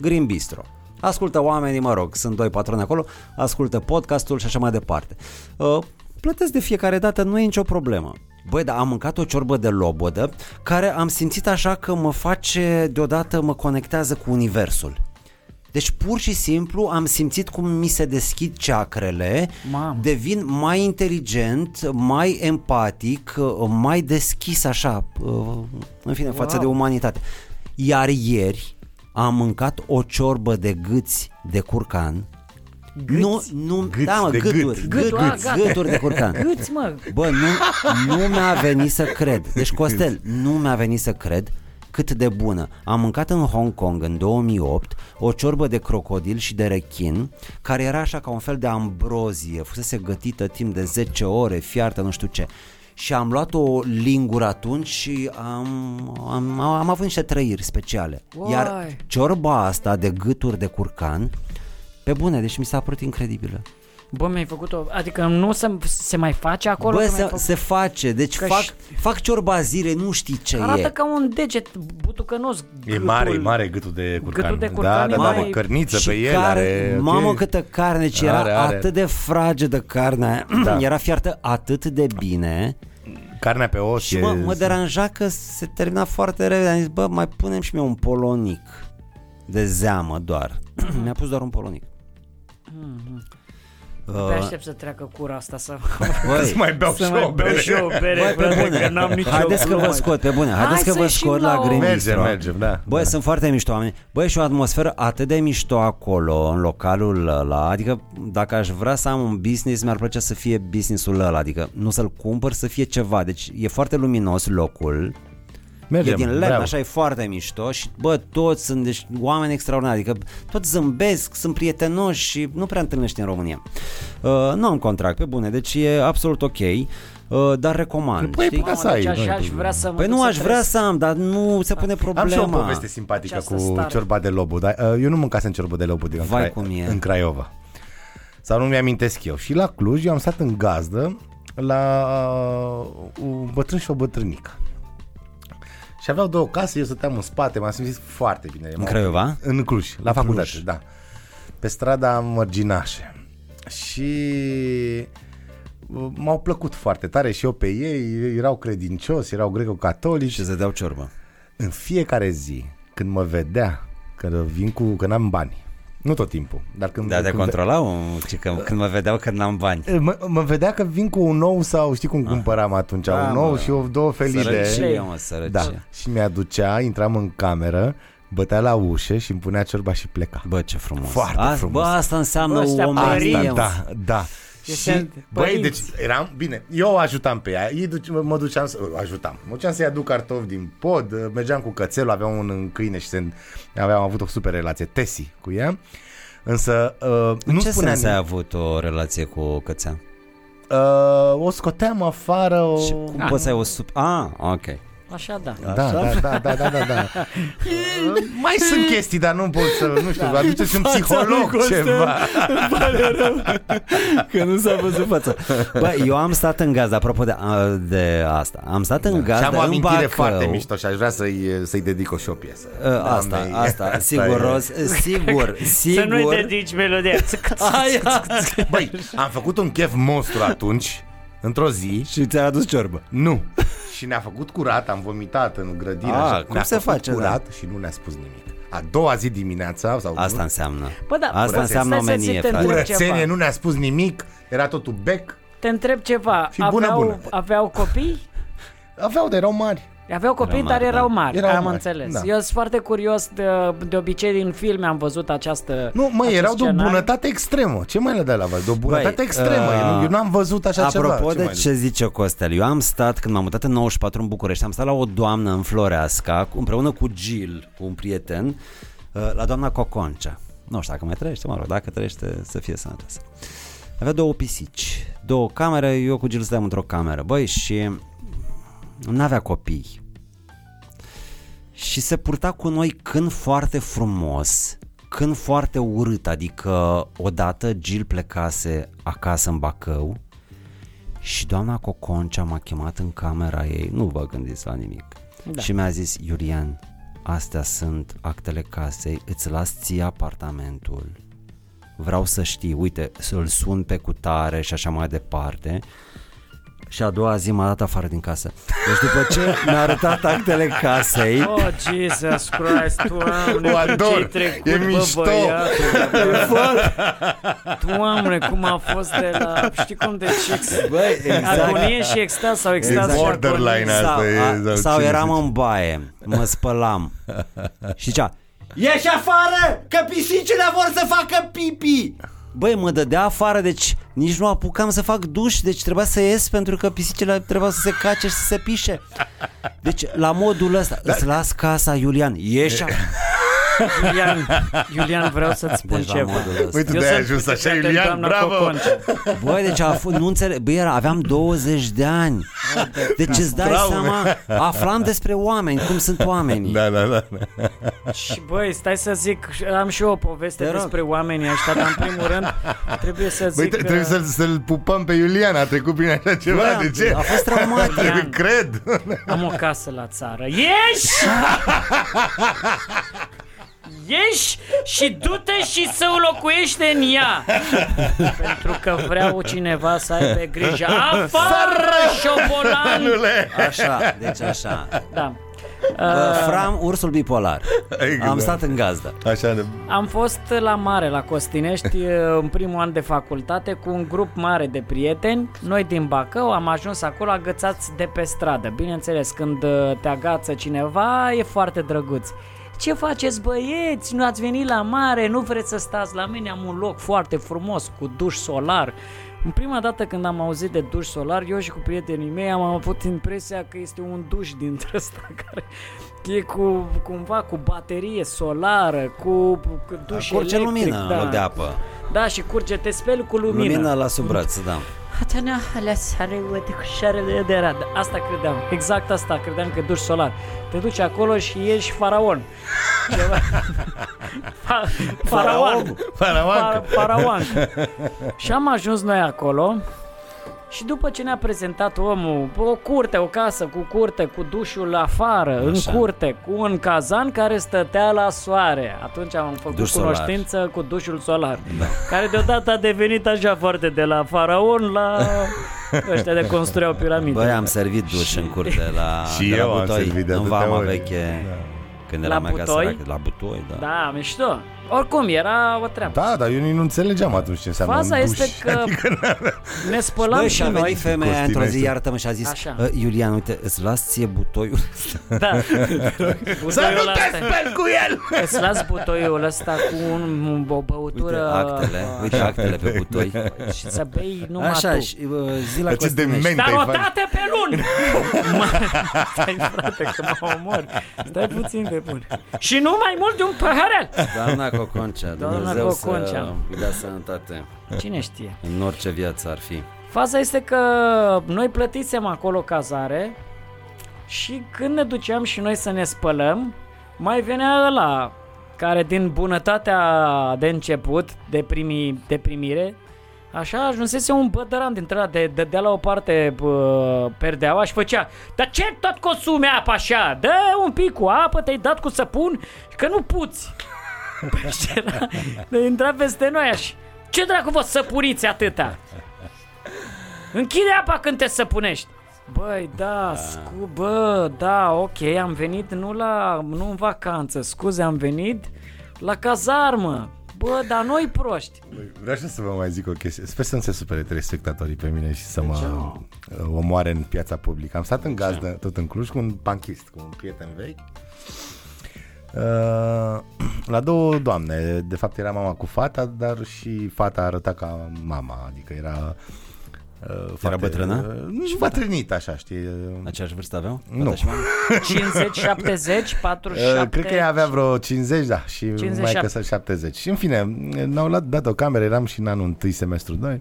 Green Bistro. Ascultă oamenii, mă rog, sunt doi patroni acolo, ascultă podcastul și așa mai departe. Uh, plătesc de fiecare dată, nu e nicio problemă. Băi, dar am mâncat o ciorbă de lobodă care am simțit așa că mă face, deodată mă conectează cu universul. Deci pur și simplu am simțit cum mi se deschid ceacrele, Mamă. devin mai inteligent, mai empatic, uh, mai deschis așa, uh, în fine, față de umanitate. Iar ieri am mâncat o ciorbă de gâți de curcan. Nu, nu, Gâți da, mă, de gât. gâturi, Gât, gât, a, gata. gâturi de curcan. Câți, mă? Bă, nu, nu mi-a venit să cred. Deci, Costel, nu mi-a venit să cred cât de bună. Am mâncat în Hong Kong în 2008 o ciorbă de crocodil și de rechin care era așa ca un fel de ambrozie, fusese gătită timp de 10 ore, fiartă, nu știu ce. Și am luat o lingură atunci și am, am, am avut niște trăiri speciale. Iar Uai. ciorba asta de gâturi de curcan, pe bune, deci mi s-a părut incredibilă. Bă, mi-ai făcut-o... Adică nu se, se mai face acolo? Bă, că mi-ai se, făcut- se face, deci Că fac, și- fac ciorba zile, nu știi ce Arată e. ca un deget butucănos. E mare, e mare gâtul de curcan. Gâtul de curcan da, e da, da, mare. o cărniță și pe el care, are. ok. Mamă câtă carne, ce era Are, are. atât de fragedă carnea, da. Da. era fiartă atât de bine Carnea pe os și e- mă, mă deranja că se termina foarte repede. Am zis, bă, mai punem și mie un polonic de zeamă doar. Mi-a pus doar un polonic. Pe Uh, Mm-hmm. aștept să treacă cura asta să... Să mai beau să și mai beau o bere. și eu o bere, Băi, pe frate, că bune, n-am nicio haideți că vă glumă. scot pe bune, haideți Hai că vă să scot ieșim la la o- Green Mergem, Bistro. mergem, da. Bă, da. sunt foarte mișto oameni. Bă, și o atmosferă atât de mișto acolo, în localul ăla. Adică, dacă aș vrea să am un business, mi-ar plăcea să fie businessul ăla. Adică, nu să-l cumpăr, să fie ceva. Deci, e foarte luminos locul. Mergem, e din lemn, bravo. așa e foarte mișto și bă, toți sunt deci, oameni extraordinari, adică toți zâmbesc, sunt prietenoși și nu prea întâlnești în România. Uh, nu am contract, pe bune, deci e absolut ok, uh, dar recomand. Păi, știi? putea să Mamă, ai. deci nu-i așa aș problemă. vrea să mă Păi duc nu să aș vrea trăiesc. să am, dar nu se pune problema. Am și o poveste simpatică Această cu stare. ciorba de lobu, dar uh, eu nu mâncasem ciorba de lobu din Vai Crai- cum e. în Craiova. Sau nu mi-amintesc eu. Și la Cluj eu am stat în gazdă la uh, un bătrân și o bătrânică. Și aveau două case, eu stăteam în spate, m-am simțit foarte bine. În Craiova? În Cluj, la facultate, da. Pe strada Mărginașe. Și uh, m-au plăcut foarte tare și eu pe ei, erau credincioși, erau greco-catolici Și să dau ciorbă. în fiecare zi, când mă vedea că vin cu, că n-am bani, nu tot timpul, dar când, Da, te când controlau ci că, când mă vedeau că n-am bani. Mă, mă vedea că vin cu un nou sau știi cum cumpăram atunci, Da, un nou mă. și o două felii Ah. Sărăcie, de... mă, sărăcie. Da, și mi-aducea, intram în cameră, bătea la ușă și îmi punea ciorba și pleca. Bă, ce frumos. Foarte A- frumos. Bă, asta înseamnă Bă, ăstea omenie. părinți. mă. Da, da. Este Și, băi, deci părinți. eram, bine, eu o ajutam pe ea, ei duce, mă duceam să, ajutam, mă duceam să-i aduc cartofi din pod, ă, mergeam cu cățelul, aveam un în câine și se, aveam avut o super relație, Tesi, cu ea, însă uh, nu Ce spunea sens ai nimic. avut o relație cu cățea? Uh, o scoteam afară, o... Și cum poți să ai o sub... Ah, ok. Așa da. Da, da, da, da, da, da, da. Uh, Mai sunt chestii, dar nu pot să, nu știu, aduceți un psiholog ceva. Că nu s-a văzut fața. Bă, eu am stat în gazda, apropo de, de asta, am stat în Da. Și gazda am o în amintire Bacău. foarte mișto și aș vrea să-i, să-i dedic o și o piesă. Uh, Asta, Doamnei. asta, sigur, e. Ros, sigur, Să nu-i sigur. dedici melodia. Aia. Băi, am făcut un chef monstru atunci, într-o zi. Și ți-a adus ciorbă. Nu. Și ne-a făcut curat, am vomitat în grădină. Ah, așa. cum Ne-a se făcut face, da. curat și nu ne-a spus nimic. A doua zi dimineața, sau Asta înseamnă. Bă, da, Asta curățenie. înseamnă Stai să omenie, ți te frate. întreb curățenie, ceva. nu ne-a spus nimic, era totul bec. Te întreb ceva. Și bună, aveau, bună. aveau copii? Aveau, dar erau mari. Aveau copii, Erau dar mari, erau da. mari, Erau am mari, înțeles. da. Eu sunt foarte curios, de, de obicei din filme am văzut această Nu, mă, acest erau de o scenariu. bunătate extremă. Ce mai le dai la voi? De o bunătate Băi, extremă. uh, Eu nu- Eu n-am văzut așa ceva. Apropo mai de le- ce zice Costel, eu am stat, când m-am mutat în 94 în București, am stat la o doamnă în Floreasca, cu- împreună cu Gil, cu un prieten, uh, la doamna Coconcea. Nu știu dacă mai trăiește, mă rog, dacă trăiește să fie sănătoasă. Avea două pisici, două camere, eu cu Gil stăteam într-o cameră, băi, și n-avea copii. Și se purta cu noi când foarte frumos, când foarte urât, adică odată Gil plecase acasă în Bacău, și doamna Coconcea m-a chemat în camera ei, nu vă gândiți la nimic. Da. Și mi-a zis, Iurian, astea sunt actele casei, îți las ție apartamentul. Vreau să știi, uite, să-l sun pe cutare și așa mai departe. și a doua zi m-a dat afară din casă. Deci după ce mi-a arătat actele casei, Oh, Jesus Christ, doamne, O cu ador. ce-ai trecut, E bă, mișto. băiatul, bă. Doamne, cum a fost de la, știi cum, de ce? băi, exact. Agonie și extaz sau extaz Exact. și agonie? Borderline. Asta Sau, e, a, sau sau cine eram zice? în baie, mă spălam și cea, ieși afară, că pisicile vor să facă pipi! Băi, mă dădea afară, deci nici nu apucam să fac duș, deci trebuia să ies pentru că pisicile trebuia să se cace și să se pișe. Deci, la modul ăsta, da. îți las casa, Iulian, ieși afară. Iulian, Iulian, vreau să-ți spun Deci, la ceva. modul ăsta. Uite, Eu de-aia ai sunt ajuns așa, prieten, Iulian, doamna bravo! Coconcea. Băi, deci a fost, nu înțeleg, băi, era, aveam 20 de ani. Deci îți dai Bravo. seama, aflam despre oameni, cum sunt oamenii. Da, da, da. Și băi, stai să zic, am și eu o poveste Te rog. despre oamenii ăștia, dar în primul rând trebuie să zic Băi, că... tre- trebuie să-l, să-l pupăm pe Iulian, a trecut prin așa ceva, Da, de ce? a fost traumatic. Eu Cred! Am o casă la țară. Ieși! Ieși și du-te și să o locuiește în ea Pentru că vreau cineva să aibă grijă Afară, șobolan! Anule! Așa, deci așa. Da. Bă, Fram, ursul bipolar. Ah. Exact. Am stat în gazdă. Așa, de... Am fost la mare, la Costinești, în primul an de facultate, cu un grup mare de prieteni. Noi din Bacău am ajuns acolo agățați de pe stradă. Bineînțeles, când uh, te agață cineva, e foarte drăguț. Ce faceți băieți? Nu ați venit la mare? Nu vreți să stați la mine? Am un loc foarte frumos, cu duș solar. În prima dată când am auzit de duș solar, eu și cu prietenii mei am avut impresia că este un duș dintre ăsta care e cu, cumva cu baterie solară, cu, cu duș Curge electric, lumină da. în loc de apă. Da, și curge, te speli cu lumină. Lumină la sub braț, da. Atana, alea sare, uite, cu șarele de rad. Asta credeam, exact asta, credeam că duci solar. Te duci acolo și ești faraon. Ceva- Fa- faraon. Faraman! Fa- Faraon. și am ajuns noi acolo și după ce ne-a prezentat omul o curte, o casă cu curte, cu dușul afară, Așa. în curte, cu un cazan care stătea la soare. Atunci am făcut Duș Duș solar. cunoștință solar. cu dușul solar, da. care deodată a devenit așa foarte de la faraon la ăștia de construiau piramide. Băi, am servit duș în curte la, Și de la eu am Butoi, servit de în atâtea vama ori. Da. veche. Când era La mega Butoi? săracă, la Butoi, da. Da, mișto. Oricum, era o treabă. Da, dar eu nu înțelegeam atunci ce Da, înseamnă Faza un duș. este că ne spălam adică Băi, și și a noi. venit femeia Costinește. într-o zi, iartă-mă, și a zis Așa. "Ă, Iulian, uite, îți las ție butoiul ăsta." Da. Să Butoiul nu te ăsta. speli cu el! Îți las butoiul ăsta cu un, o Uite băutură actele, uite actele pe butoi și să bei numai Așa, tu. și Păi, uh, zi la Dar Ce Costinești dement Dar ai o face. dată pe lună! Mă, stai frate că mă omor. Stai puțin de bun. Și nu mai mult de un paharel. Doamna Coconcea, Doamna Dumnezeu să Coconcea. îi dea sănătate Cine știe? În orice viață ar fi Faza este că noi plătisem acolo cazare și când ne duceam și noi să ne spălăm, mai venea ăla care din bunătatea de început, de, primi, de primire, așa ajunsese un bătăran dintre ăla de, de, de la o parte bă, perdeaua și făcea Dar ce tot consumi apă așa? Dă un pic cu apă, te-ai dat cu săpun, că nu puți pe scenă, ne intra peste noi așa. Ce dracu vă săpuriți atâta? Închide apa când te săpunești. Băi, da, scu, bă, da, ok, am venit nu la, nu în vacanță, scuze, am venit la cazarmă. Bă, dar noi proști. Păi, Vreau și să vă mai zic o chestie. Sper să nu se supere telespectatorii pe mine și să mă uh, omoare în piața publică. Am stat în gazdă, tot în Cluj, cu un banchist, cu un prieten vechi. Uh, la două doamne, de fapt era mama cu fata, dar și fata arăta ca mama, adică era... Uh, foarte- bătrână? Uh, nici bătrânit, așa, știi? uh, La aceeași vârstă aveau? Nu. Toată și mama? 50, 70, Uh, 47. cred că ea avea vreo 50, da, și 57. mai că 70. Și în fine, ne-au luat, dat o cameră, eram și în anul 1, semestru 2.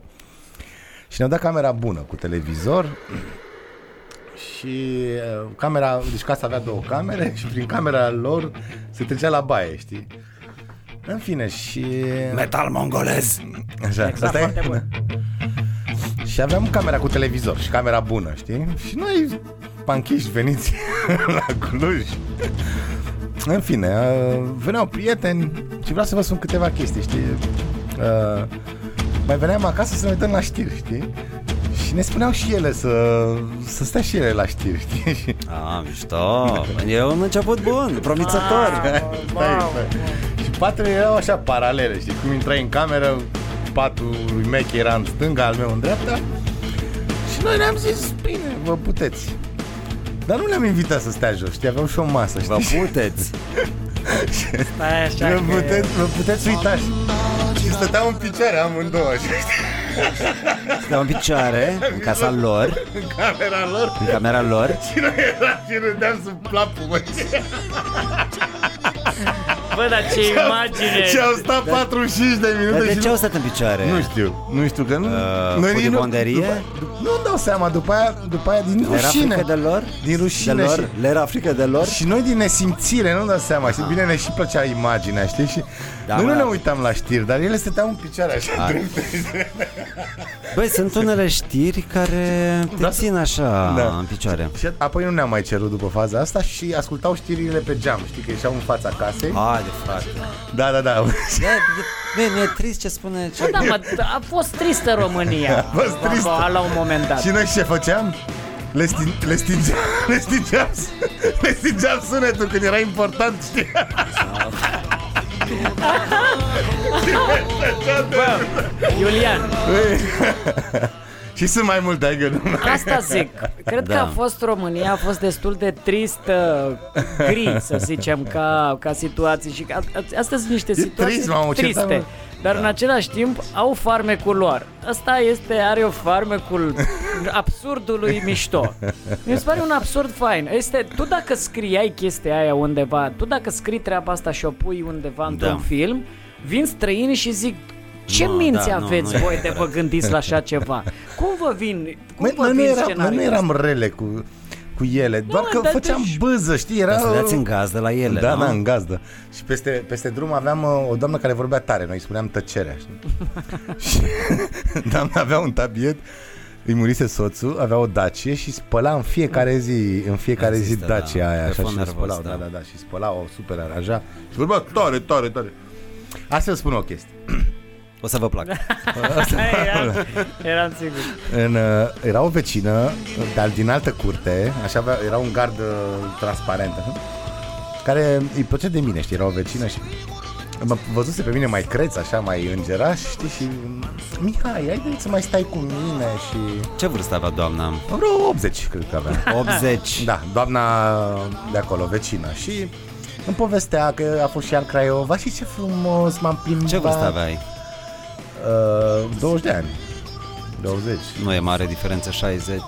Și ne-au dat camera bună cu televizor. Și uh, camera, deci casa avea două camere și prin camera lor se trecea la baie, știi? În fine, și... Metal mongolez Așa, Da. Exact, foarte bun. și aveam camera cu televizor și camera bună, știi? Și noi, panchiși, veniți la Cluj. În fine, uh, veneau prieteni și vreau să vă spun câteva chestii, știi? Uh, Mai veneam acasă să ne uităm la știri, știi? Și Și ne spuneau și ele să, să stea și ele la știri, știi? Și- A, mișto. E un început bun, promițător. Stai, stai. Și patru erau așa paralele, știi? Cum intrai în cameră, patul lui Mech era în stânga, al meu în dreapta Și noi ne-am zis, bine, vă puteți dar nu le-am invitat să stea jos, știi, aveam și o masă, știi? Vă puteți. Stai așa Vă că... puteți, vă puteți uita și- Și stăteam în picioare amândouă și Stau în picioare, în casa lor, în camera lor în camera lor. Și noi eram și râdeam sub plapul, mă. Bă, dar ce imagine! Și au stat 45 de minute Dar și de ce Deci nu- au stat în picioare? Nu știu, nu știu că nu... Uh, noi nici nu, pudibonderie? după- nu-mi dau seama, după aia, după aia din Le era rușine. frică de lor? Din rușine De lor? și- Le era frică de lor? Și noi din nesimțire, nu-mi dau seama, știi, bine ne și plăcea imaginea, știi, și... Da, noi mă, nu ne da. Ah. uitam la știri, dar ele stăteau în picioare așa. drepte. Băi, sunt unele știri care te Da. țin așa Da. în picioare. Și apoi nu ne-am mai cerut după faza asta și ascultau știrile pe geam, știi, că ieșeau în fața casei. Haide, frate. Da, da, da. Băi, mi-e trist ce spune... Ce... Da, mă, a fost tristă România. A fost tristă. La un moment dat. Și noi ce făceam? Le, stin, le, stingeam, le, stingeam, le stingeam sunetul când era important, știi? Iulian, și sunt mai multe, adică ai gândit. asta zic. Cred da. că a fost România, a fost destul de tristă, gri, să zicem, ca, ca situații. Și ca, astea sunt niște situații trist, mamă, ce triste. tare. dar Da. în același timp au farmecul lor. Asta este, are o farmecul absurdului mișto. Mi se pare un absurd fain. Este, tu dacă scriai chestia aia undeva, tu dacă scrii treaba asta și o pui undeva într-un Da. film, vin străini și zic ce Nu, minți da, nu, aveți nu e voi de vă gândiți la așa ceva? Cum vă vin? Cum Măi, vă noi, nu vin eram, noi scenariul nu ăsta? eram rele cu, cu ele, doar mă, că dar făceam deci- bâză, știi? Era... Dar stăteați în gaz de la ele, da, nu? da, în gazdă. Și peste, peste drum aveam uh, o doamnă care vorbea tare, noi îi spuneam tăcerea, știi? și doamna avea un tabiet, îi murise soțul, avea o dacie și spăla în fiecare zi, în fiecare Există, zi da. dacia aia, așa, Telefon și o nervos, spălau, da. da. da, da, da, și spălau, o super aranja și vorbea tare, tare, tare. Asta spun o chestie. O să vă placă. Eram, eram sigur. În, uh, era o vecină, dar din altă curte, așa avea, era un gard uh, transparent, așa, care îi plăcea de mine, știi, era o vecină și mă văzuse pe mine mai creț, așa, mai îngeraș, știi, și mm, Mihai, hai de să mai stai cu mine și... Ce vârstă avea doamna? Vreo 80, cred că avea. 80. Da, doamna de acolo, vecină și îmi povestea că a fost și ea în Craiova și ce frumos m-am plimbat. Ce vârstă aveai? Uh, 20 de ani. 20. Nu e mare diferență, 60.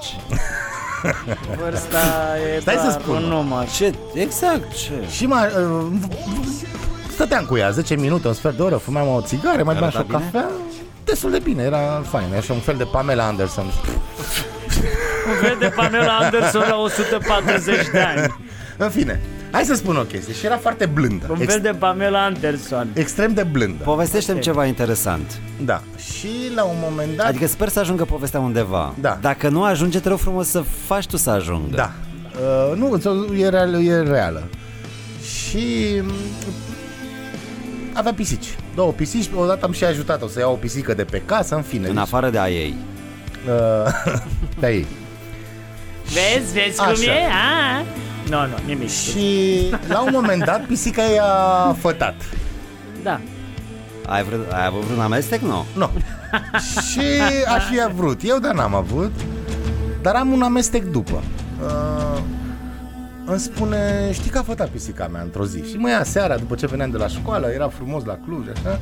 Vârsta e Stai să doar spun, un mă. număr. Ce? Exact, ce? Și m-a, uh, stăteam cu ea 10 minute, un sfert de oră, fumeam o țigară, mai beam și o Arăta bine? cafea. Destul de bine, era fain, era așa un fel de Pamela Anderson. Un fel de Pamela Anderson la 140 de ani. În fine, hai să spun o chestie. Și era foarte blândă. Un Ex- fel de Pamela Anderson. Extrem de blândă. Povestește-mi ceva interesant. Da. Și la un moment dat... Adică sper să ajungă povestea undeva. Da. Dacă nu ajunge, te rog frumos să faci tu să ajungă. Da. Uh, nu, înțe- e, real, e reală. Și mm, avea pisici. Două pisici, odată am și ajutat-o să iau o pisică de pe casă, în fine. deci În afară de a ei. uh, da ei. Vezi, vezi cum Așa. e? A? Nu, nu, nimic. Și la un moment dat pisica i-a fătat. Da. Ai, vrut, ai avut vreun amestec? Nu. Nu. și aș fi vrut. Eu, dar n-am avut. Dar am un amestec după. Uh, îmi spune, știi că a fătat pisica mea într-o zi. Și mă ia seara, după ce veneam de la școală, era frumos la Cluj, așa.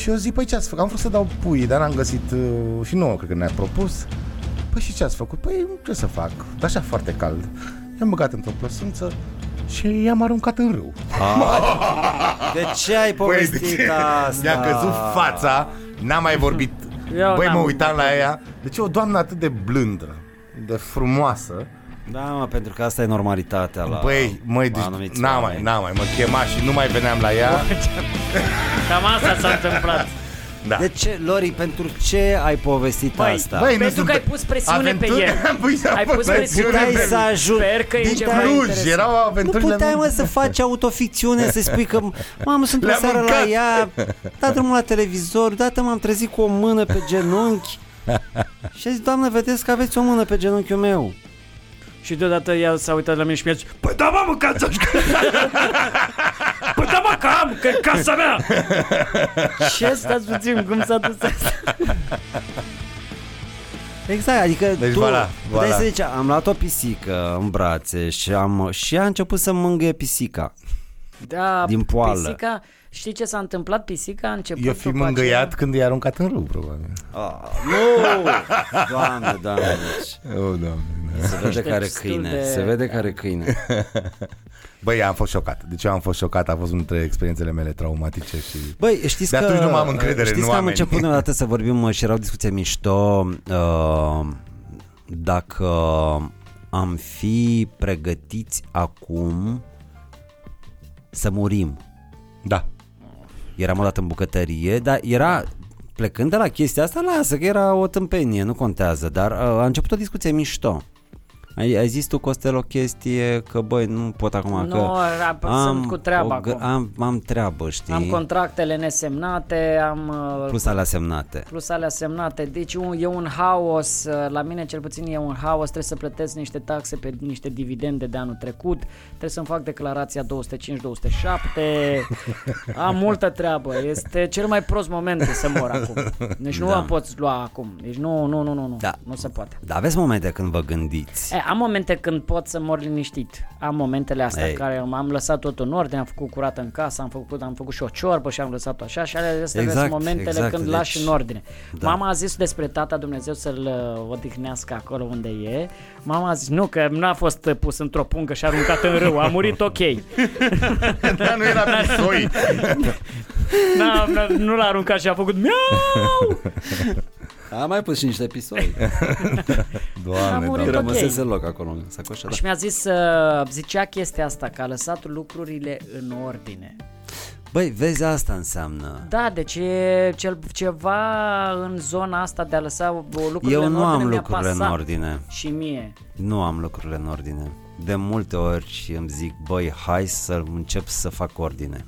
Și eu zic, păi ce ați făcut? Am vrut să dau pui, dar n-am găsit uh, și nouă, cred că ne-a propus. Păi și ce ați făcut? Păi ce să fac? Dar așa foarte cald. I-am băgat într-o plăsunță și i-am aruncat în râu. Păi, De ce ai povestit asta? Păi, Mi-a căzut fața, n-am mai vorbit. Eu Băi, mă n-am- uitam la ea. Deci o doamnă atât de blândă, de frumoasă. Da, mă, pentru că asta e normalitatea la... Băi, măi, la deci anumiți n-am mai, oameni. n-am mai, mă chema și nu mai veneam la ea. Cam asta s-a întâmplat. Da. De ce, Lori, pentru ce ai povestit Băi, asta? Băi, nu Pentru sunt că ai pe- pus presiune pe aventuri- Păi, el. Am pus, am Ai pus presiune puteai pe să ajungi. Sper că e Din ceva Cluj, interesant. erau nu aventurile puteai, mă, mele. să faci autoficțiune, să spui că, mamă, sunt o Le-am seară la mâncat." ea, da drumul la televizor, dată m-am trezit cu o mână pe genunchi, și a zis, doamnă, vedeți că aveți o mână pe genunchiul meu. Și deodată ea s-a uitat la mine și mi-a zis Păi da mă, mă, că Păi da mă, că am, că e casa mea Ce stați puțin, cum s-a dus asta? Exact, adică Deci tu voilà, puteai voilà. să zici, am luat o pisică în brațe și, am, și a început să mângâie pisica. Da, Din poală. pisica, știi ce s-a întâmplat? Pisica a început Eu fi după mângâiat aceea- când i-a aruncat în râu, probabil. Ah, nu! Doamne, doamne, deci, Oh, doamne. se vede care destul câine, de- se vede care câine. Băi, am fost șocat. Deci eu am fost șocat, a fost una dintre experiențele mele traumatice și... Băi, știți De că... atunci nu mai am încredere în Știți că am oameni. început odată să vorbim uh, și era o discuție mișto uh, dacă am fi pregătiți acum să murim. Da. Eram odată în bucătărie, dar era plecând de la chestia asta, lasă că era o tâmpenie, nu contează, dar uh, a început o discuție mișto. Ai, ai zis tu, Costel, o chestie că, băi, nu pot acum, Nu, că rap- sunt cu treaba gă- acum. am, am treabă, știi, Am contractele nesemnate, am uh, plus alea semnate. plus alea semnate. Deci un, e un haos, uh, la mine cel puțin e un haos, trebuie să plătesc niște taxe pe niște dividende de anul trecut, trebuie să-mi fac declarația 205-207, am multă treabă, este cel mai prost moment de să mor acum. Deci nu da. o poți lua acum, deci nu, nu, nu, nu, nu, Da. nu se poate. Dar aveți momente când vă gândiți. E, am momente când pot să mor liniștit. Am momentele astea Ei. Ei. care am- am lăsat totul în ordine, am făcut curat în casă, am făcut, am făcut și o ciorbă și am lăsat-o așa și alea astea Exact, sunt momentele exact, când deci- lași în ordine. da. Da. Mama a zis despre tata Dumnezeu să-l uh, odihnească acolo unde e. Mama a zis, nu, că n-a fost uh, pus într-o pungă și aruncat în râu, a murit ok. Dar nu era pisoi. N-a, n-a, nu l-a aruncat și a făcut miau! Am mai pus și niște episoade. A Doamne, murit doamne. Rămăsese loc acolo în sacoșa. Și mi-a zis, uh, zicea chestia asta, că a lăsat lucrurile în ordine. Băi, vezi, asta înseamnă. Da, deci e cel, ceva în zona asta de a lăsa o- lucrurile Eu în nu ordine am mi-a lucrurile în pasat. ordine. Și mie. Nu am lucrurile în ordine. De multe ori îmi zic, băi, hai să încep să fac ordine.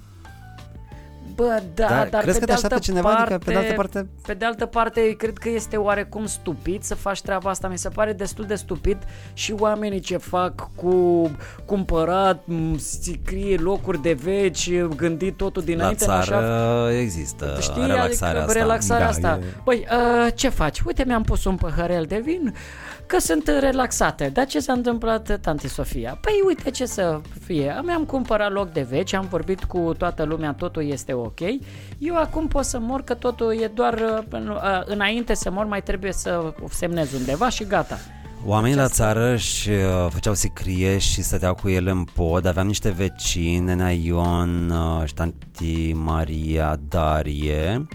Bă, da, Dar dar, crezi pe că te de așteaptă altă cineva? parte, Adică, pe de altă parte- Pe de altă parte, cred că este oarecum stupid să faci treaba asta. Mi se pare destul de stupid și oamenii ce fac cu cumpărat, m, sicrie, locuri de veci, gândit totul La dinainte, în așa țară există Știi, relaxarea adică, asta. relaxarea Uh, Da, asta. e- Păi, uh, ce faci? Uite, mi-am pus un păhărel de vin, că sunt relaxate. Dar ce s-a întâmplat, tanti Sofia? Păi, uite ce să fie. Mi-am cumpărat loc de veci, am vorbit cu toată lumea, totul este ok. Eu acum pot să mor, că totul e doar uh, în- uh, înainte să mor, mai trebuie să semnez undeva și gata. Oamenii la țară își uh, făceau sicrie și stăteau cu ele în pod. Aveam niște vecini, Nena Ion, uh, și tanti Maria, Darie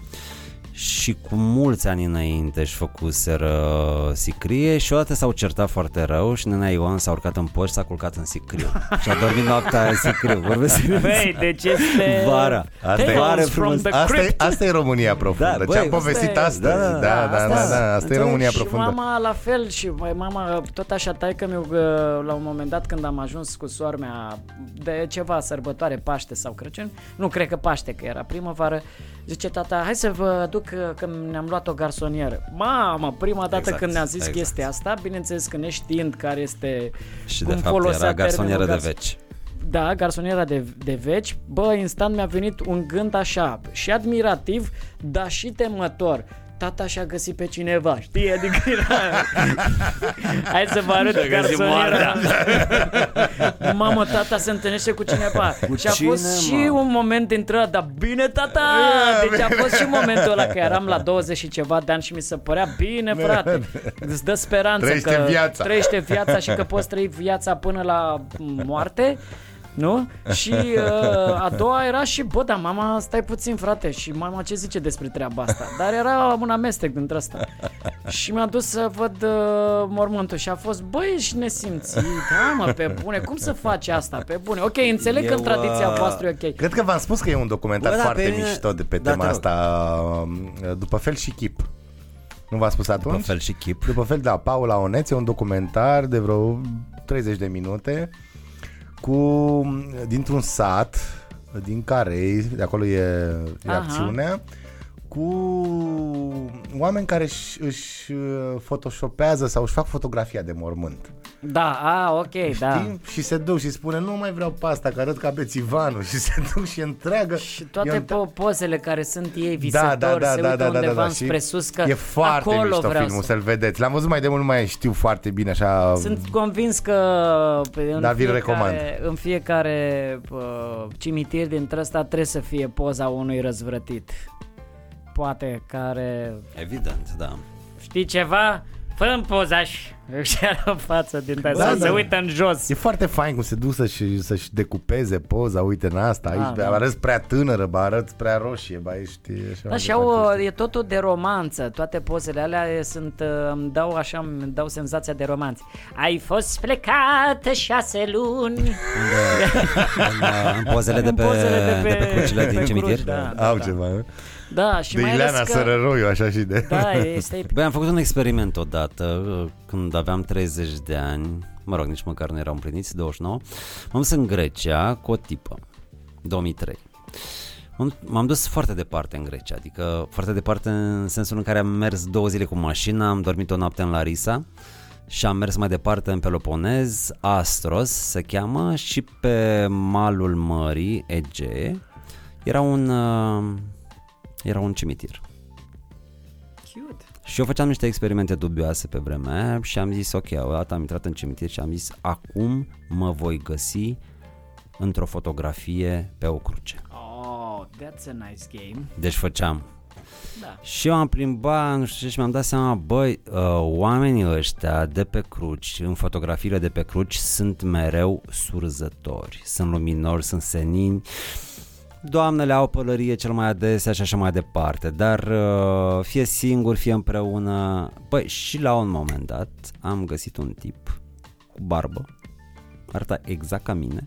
și cu mulți ani înainte își făcuseră sicrie și odată s-au certat foarte rău și Nena Ion s-a urcat în pod și s-a culcat în sicriu și a dormit noaptea aia în sicriu. Vorbesc serios. Băi, deci este... Vara. Asta e. Tales Vara from frumos. the Asta e, crypt. asta e România profundă. Da, Da, băi, Ce am povestit asta e. astăzi. Da, da, da, da, da, da asta e România și profundă. mama la fel și băi, mama tot așa taică mi la un moment dat când am ajuns cu soar mea de ceva sărbătoare Paște sau Crăciun, nu cred că Paște că era primăvară, zice tata, hai să vă duc uh, că ne-am luat o garsonieră. Mamă, prima dată Exact, exact, când ne-a zis exact. exact. chestia asta, bineînțeles că neștiind care este Și de cum fapt folosea era garsonieră de termenul veci. da, garsoniera de, de veci, bă, instant mi-a venit un gând așa, și admirativ, dar și temător. Tata și-a găsit pe cineva, știi? Adică era... Hai să vă arăt garsoniera. Mamă, tata se întâlnește cu cineva. Cu și a fost cine, și mă? un moment dintre ăla, dar bine, tata! Deci a fost și momentul ăla că eram la 20 și ceva de ani și mi se părea bine, frate. Îți dă speranță Trăiește că viața. trăiește viața și că poți trăi viața până la moarte. Nu? Și uh, a doua era și, bă, dar mama, stai puțin, frate, și mama ce zice despre treaba asta? Dar era un amestec dintre asta. Și mi-a dus să văd uh, mormântul și a fost, bă, ești nesimțit, da, mă, pe bune, cum să faci asta, pe bune? Ok, înțeleg că Eu, în tradiția uh, voastră e ok. Cred că v-am spus că e un documentar Bă, da, foarte pe mine- mișto de pe Da, tema te rog. asta, um, după fel și chip. Nu v-am spus atunci? Păi? În fel și chip. După fel, da, Paula Oneț e un documentar de vreo 30 de minute cu dintr-un sat din care de acolo e, e Aha. acțiunea, cu oameni care își, își uh, photoshopează sau își fac fotografia de mormânt. Da, a, ok, da. Știi? Și se duc și spune, nu mai vreau pasta, că arăt ca bețivanul. Și se duc și întreagă. Și toate e între- po- pozele care sunt ei Da, visători, se uită undeva înspre sus, că E foarte acolo mișto vreau filmul, să... să-l vedeți. L-am văzut mai de mult, nu mai știu foarte bine așa. Sunt convins că pe- în Da, vi-l fiecare, recomand. în fiecare uh, cimitir dintre ăsta trebuie să fie poza unui răzvrătit. Poate care... Evident, da. Știi ceva? Fă-mi pozaș! Și are o față din da, Da, sau da. se uită în jos. E foarte fain cum se duc să-și, să-și decupeze poza, uite în asta, Da, aici, da. da. arăți prea tânără, ba arăți prea roșie, ba ești... e Așa Da, mai și au, departe. uh, e totul de romanță, toate pozele alea e- sunt, uh, îmi dau așa, îmi dau senzația de romanț. Ai fost plecat șase luni. În, uh, în pozele, de În pe, pozele de pe- de pe crucile din pe cimitir. cruci, da. Au ceva, nu? Da, și De mai ales Ileana că... că... Sărăroiu, așa și de... Da, este... Băi, am făcut un experiment odată, uh, când aveam 30 de ani, mă rog, nici măcar nu eram împliniți, 29, m-am dus în Grecia cu o tipă, 2003. M-am- M-am dus foarte departe în Grecia, adică foarte departe în sensul în care am mers două zile cu mașina, am dormit o noapte în Larisa și am mers mai departe în Peloponez, Astros se cheamă, și pe malul mării, Egee, era un, uh, era un cimitir. Cute. Și eu făceam niște experimente dubioase pe vremea aia și am zis, ok, odată am intrat în cimitir și am zis, acum mă voi găsi într-o fotografie pe o cruce. Oh, that's a nice game. Deci făceam. Da. Și eu am plimbat, nu știu ce, și mi-am dat seama, băi, uh, oamenii ăștia de pe cruci, în fotografiile de pe cruci, sunt mereu surzători, sunt luminori, sunt senini, doamnele au pălărie cel mai adesea și așa mai departe, dar uh, fie singur, fie împreună. Băi, și la un moment dat am găsit un tip cu barbă, arăta exact ca mine,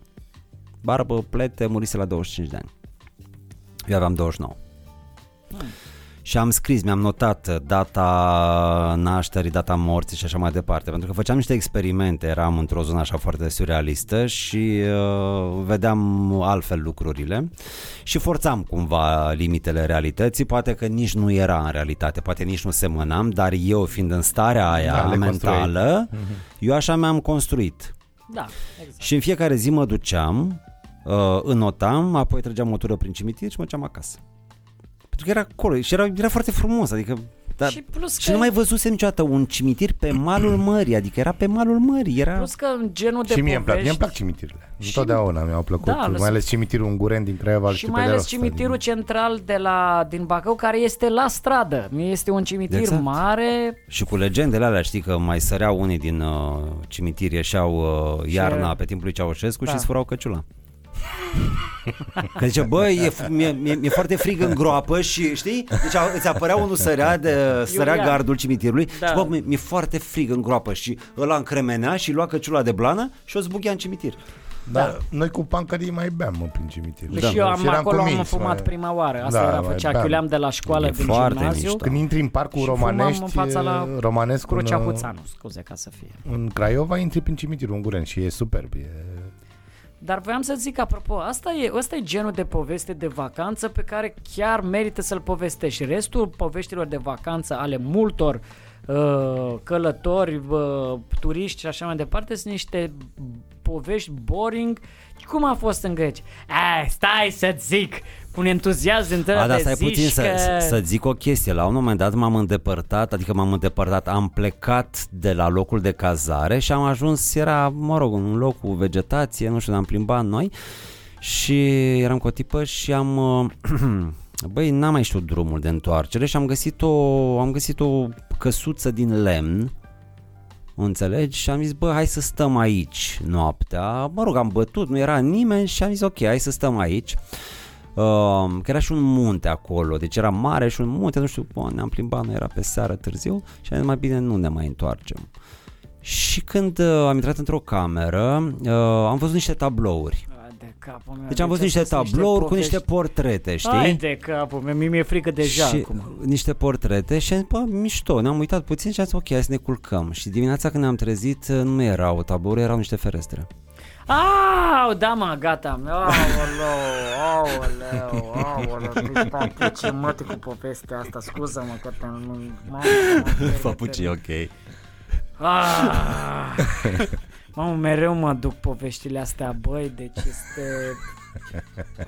barbă, plete, murise la 25 de ani. Eu aveam 29. Și am scris, mi-am notat uh, data nașterii, data morții și așa mai departe, pentru că făceam niște experimente, eram într-o zonă așa foarte surrealistă și uh, vedeam altfel lucrurile și forțam cumva limitele realității, poate că nici nu era în realitate, poate nici nu semănam, dar eu fiind în starea aia Da, da, le mentală, Mhm. eu așa mi-am construit. Da, exact. Și în fiecare zi mă duceam, uh, înotam, apoi trăgeam o tură prin cimitir și mă duceam acasă. Pentru că era acolo și era, era foarte frumos, adică... Da, și plus că, și nu mai văzusem niciodată un cimitir pe malul mării, adică era pe malul mării, era... plus că în genul de Și mie îmi plac, mie povești, îmi plac cimitirile. Întotdeauna mi-au plăcut, Da, da, lăsă- mai ales cimitirul unguren din Craiova. îl și știu mai pe de ales rost, cimitirul adică- central de la, din Bacău, care este la stradă. Este un cimitir Exact. mare, Da. Și cu legendele alea, știi că mai săreau unii din uh, cimitir, ieșeau uh, iarna pe timpul lui Ceaușescu Da. și îți furau căciula. Că zice, băi, e, f- mi-e, mi-e, mi-e foarte frig în groapă și știi? Deci a- îți apărea unul sărea, de, sărea Iulian. gardul cimitirului Da. da. și bă, mi-e, mi-e foarte frig în groapă și ăla încremenea și lua căciula de blană și o zbuchea în cimitir. Da, noi cu pancării mai beam în prin cimitir. Da. Și eu am, eram acolo am convins, fumat mai- prima oară. Asta Da, era mai făcea, beam. chiuleam de la școală, E din foarte gimnaziu. mișto. Când intri în parcul Și romanești, fumam în fața la romanesc Crucea în, Huțanu, scuze ca să fie. în Craiova, intri prin cimitirul unguren și e superb. E... Dar voiam să zic, apropo, asta e, asta e genul de poveste de vacanță pe care chiar merită să-l povestești. Restul poveștilor de vacanță ale multor uh, călători, uh, turiști și așa mai departe sunt niște povești boring. Cum a fost în greci? Eh, stai să-ți zic, cu un entuziasm din A, tăla dar de stai zici puțin să, că... să- să zic o chestie. La un moment dat m-am îndepărtat, adică m-am îndepărtat, am plecat de la locul de cazare și am ajuns, era, mă rog, un loc cu vegetație, nu știu, ne-am plimbat noi și eram cu o tipă și am... uh, Băi, n-am mai știut drumul de întoarcere și am găsit o, am găsit o căsuță din lemn Înțelegi? Și am zis, bă, hai să stăm aici noaptea. Mă rog, am bătut, nu era nimeni și am zis, ok, hai să stăm aici. Uh, că era și un munte acolo, deci era mare și un munte, nu știu, bă, ne-am plimbat, nu era pe seară târziu și am zis, mai bine nu ne mai întoarcem. Și când uh, am intrat într-o cameră, uh, am văzut niște tablouri. Ah, De capul meu. Deci am văzut niște astea sunt tablouri cu niște povești- portrete, știi? Hai de capul meu, mie mi-e frică deja și acum. niște portrete și am zis, bă, mișto, ne-am uitat puțin uh, și am zis, ok, hai să ne culcăm. Și dimineața când ne-am trezit, nu erau tablouri, erau niște ferestre. Au, da mă, gata. Aoleu, aoleu, aoleu. Nu-i papuci, mă, cu povestea asta. Scuză-mă că te-am... mamă, mă, Papuci, e ok. Ah! Mamă, mereu mă duc poveștile astea, băi, deci este...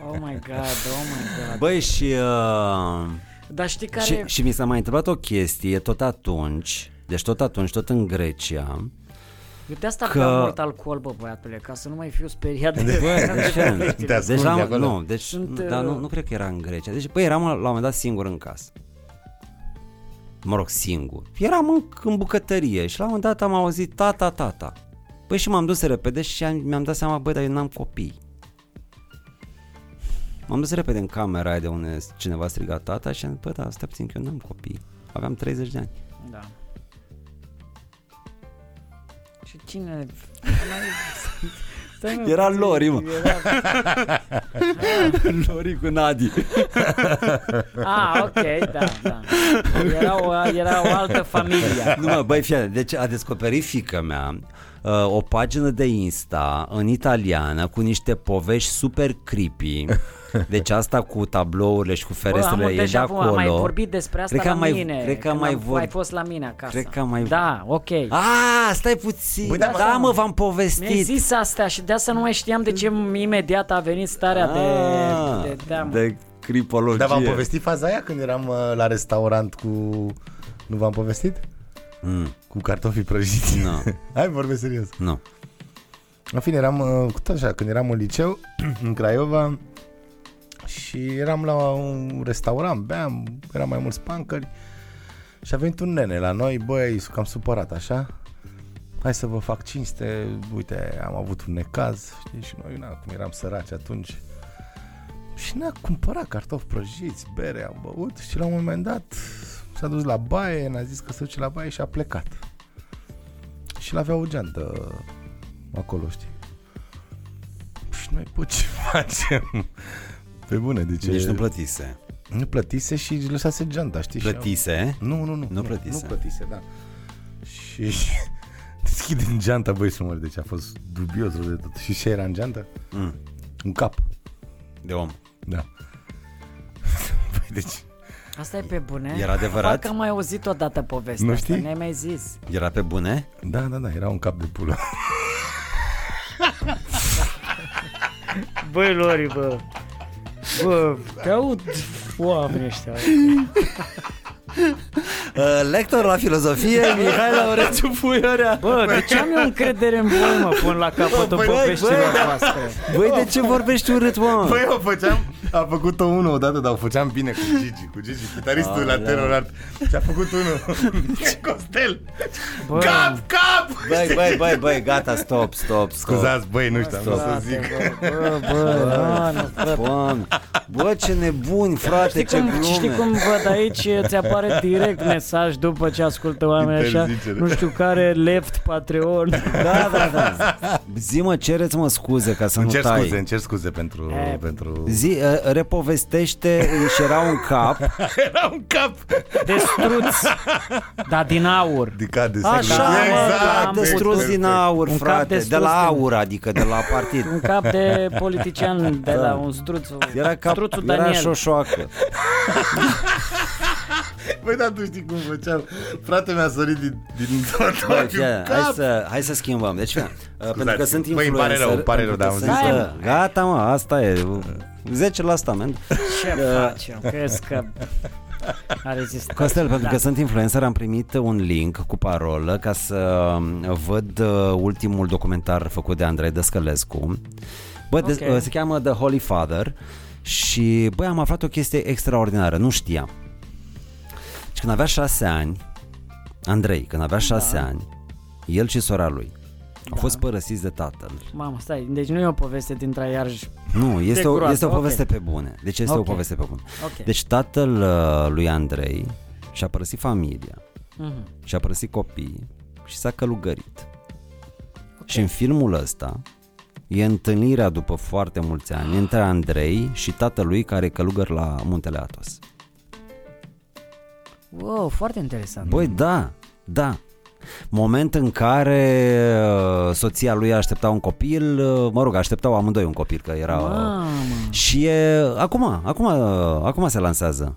Oh my god, oh my god. Băi, și, uh, Dar știi care... și, și mi s-a mai întâmplat o chestie tot atunci, deci tot atunci, tot în Grecia. Eu de asta că- că... mult alcool, bă, băiatule, ca să nu mai fiu speriat de... Bă, de deci, ce? poveștile. Te Deci, ascunzi de la, acolo. nu, deci, Sunt, dar nu, uh, nu cred că era în Grecia. Deci, băi, eram la un moment dat singur în casă. Mă rog, singur. Eram în, în bucătărie și la un moment dat am auzit tata, tata. Păi și m-am dus repede și am, mi-am dat seama, băi, dar eu n-am copii. M-am dus repede în camera aia de unde cineva striga tata și am zis, bă, dar stai puțin că eu n-am copii. Aveam 30 de ani. Da. Și cine... Stai, mă, Era puțin, Lori, mă. Era... Lori cu Nadi. Ah, ok, da, da. Era o, era o altă familie. Nu mă, băi, fie, deci a descoperit fica mea uh, o pagină de Insta în italiană cu niște povești super creepy. Deci asta cu tablourile și cu ferestrele Bă, am e de deja acolo. acolo. Am mai vorbit despre asta cred că la am mai, mine. Cred că am când mai am- Ai vorbit. fost la mine acasă. Cred că am mai- Da, ok. A, A, Ah, stai puțin. Băi, da, da, da, mă, v-am Mi-ai povestit. zis asta și de asta nu mai știam de ce imediat a venit starea de... Ah, de, de, de de cripologie. Dar Da, v-am povestit faza aia când eram uh, la restaurant cu... Nu v-am povestit? Mm, Cu cartofii prăjiți. Nu. Hai, vorbesc serios. nu. În fine, eram uh, cu tot așa, când eram în liceu, în Craiova, și eram la un restaurant, beam, eram mai mulți pancări, și a venit un nene la noi, băi, sunt cam supărat, așa, hai să vă fac cinste, uite, am avut un necaz, știi, și noi, na, cum eram săraci atunci, și ne-a cumpărat cartofi prăjiți, bere, am băut și la un moment dat s-a dus la baie, ne-a zis că se duce la baie și a plecat. Și l-avea o geantă acolo, știi. Și noi, bă, ce facem? Pe bune, deci Nici nu plătise. nu plătise și își lăsase geanta, știi? și- Plătise? Nu, nu, nu. Nu plătise. Nu plătise, da. Și deschide în geanta, băi, să mor, deci a fost dubios rău de tot. Și ce era în geantă? Mm. Un cap, De om. da. Păi, deci, Asta e pe bune? Era adevărat? Parcă am mai auzit odată povestea Nu asta, știi? ne-ai mai zis. Era pe bune? da, da, da, era un cap de pulă. Băi, Lori, bă. Bă, te aud oamenii ăștia. Uh, lector la filozofie, Mihai Laurențiu Puiorea. Bă, de ce am eu încredere în voi, mă, până la capătul Bă, băi, poveștilor da. băi, voastre? Băi, de ce vorbești urât, mă? Păi eu făceam, a făcut-o unul odată, dar o făceam bine cu Gigi, cu Gigi, chitaristul la Terror Art. Și a făcut unul, Costel, Bă, cap, cap! Băi, băi, băi, băi, gata, stop, stop, stop. Scuzați, băi, nu știu, am vrut să zic. bă, bă, bă, da, nu, frate. Doamne. Bă, ce nebuni, frate, Știi ce cum, glume. știi cum văd aici, ți apare direct mesaj după ce ascultă oamenii așa, Interzicere. nu știu care, left Patreon. Da, da, da. Zi, mă, cereți-mă scuze ca să Îmi nu cer tai. scuze, îmi cer scuze pentru... E, pentru... Zi, uh, repovestește și era un cap. Era un cap! Destruți, dar din aur. De ca de Așa, Așa, mă, mă, Exact. da, da, am destrus văzut. din aur, Un cap frate, de destrus la din- aur, adică de la partid. Un cap de politician de la un struțu. Da. Era cap, struțu era Daniel. șoșoacă. Băi, Păi, dar tu știi cum făceam. Frate mi-a sărit din, din tot Bă, ochiul. fie, hai, cap. să, hai să schimbăm. Deci, fie, uh, pentru că sunt Băi, influencer. îmi pare rău, îmi pare rău, pentru că dar am sunt, zis uh, Gata, mă, asta e. uh, 10% men. Ce uh, facem? Crezi că a rezistat? Costel, pentru da. că sunt influencer, am primit un link cu parolă ca să văd uh, ultimul documentar făcut de Andrei Dăscălescu. Bă, de- Ok. uh, se cheamă The Holy Father și, băi, am aflat o chestie extraordinară, nu știam. Deci când avea șase ani, Andrei, când Da. avea șase ani, el și sora lui au fost părăsiți de tatăl. Mamă, stai, deci nu e o poveste din Traiarj. Nu, este, o, groază, este o ok. poveste pe bune. Deci este o Ok. poveste pe bune. Ok. Deci tatăl uh, lui Andrei și-a părăsit familia, Mhm. și-a părăsit copiii și s-a călugărit. Și în filmul ăsta e întâlnirea după foarte mulți ani între Andrei și tatălui care e călugăr la Muntele Atos. Wow, foarte interesant. Băi, da, da. Moment în care uh, soția lui aștepta un copil, uh, mă rog, așteptau amândoi un copil, că era... Mamă. Și e, acum, acum, uh, acum se lansează.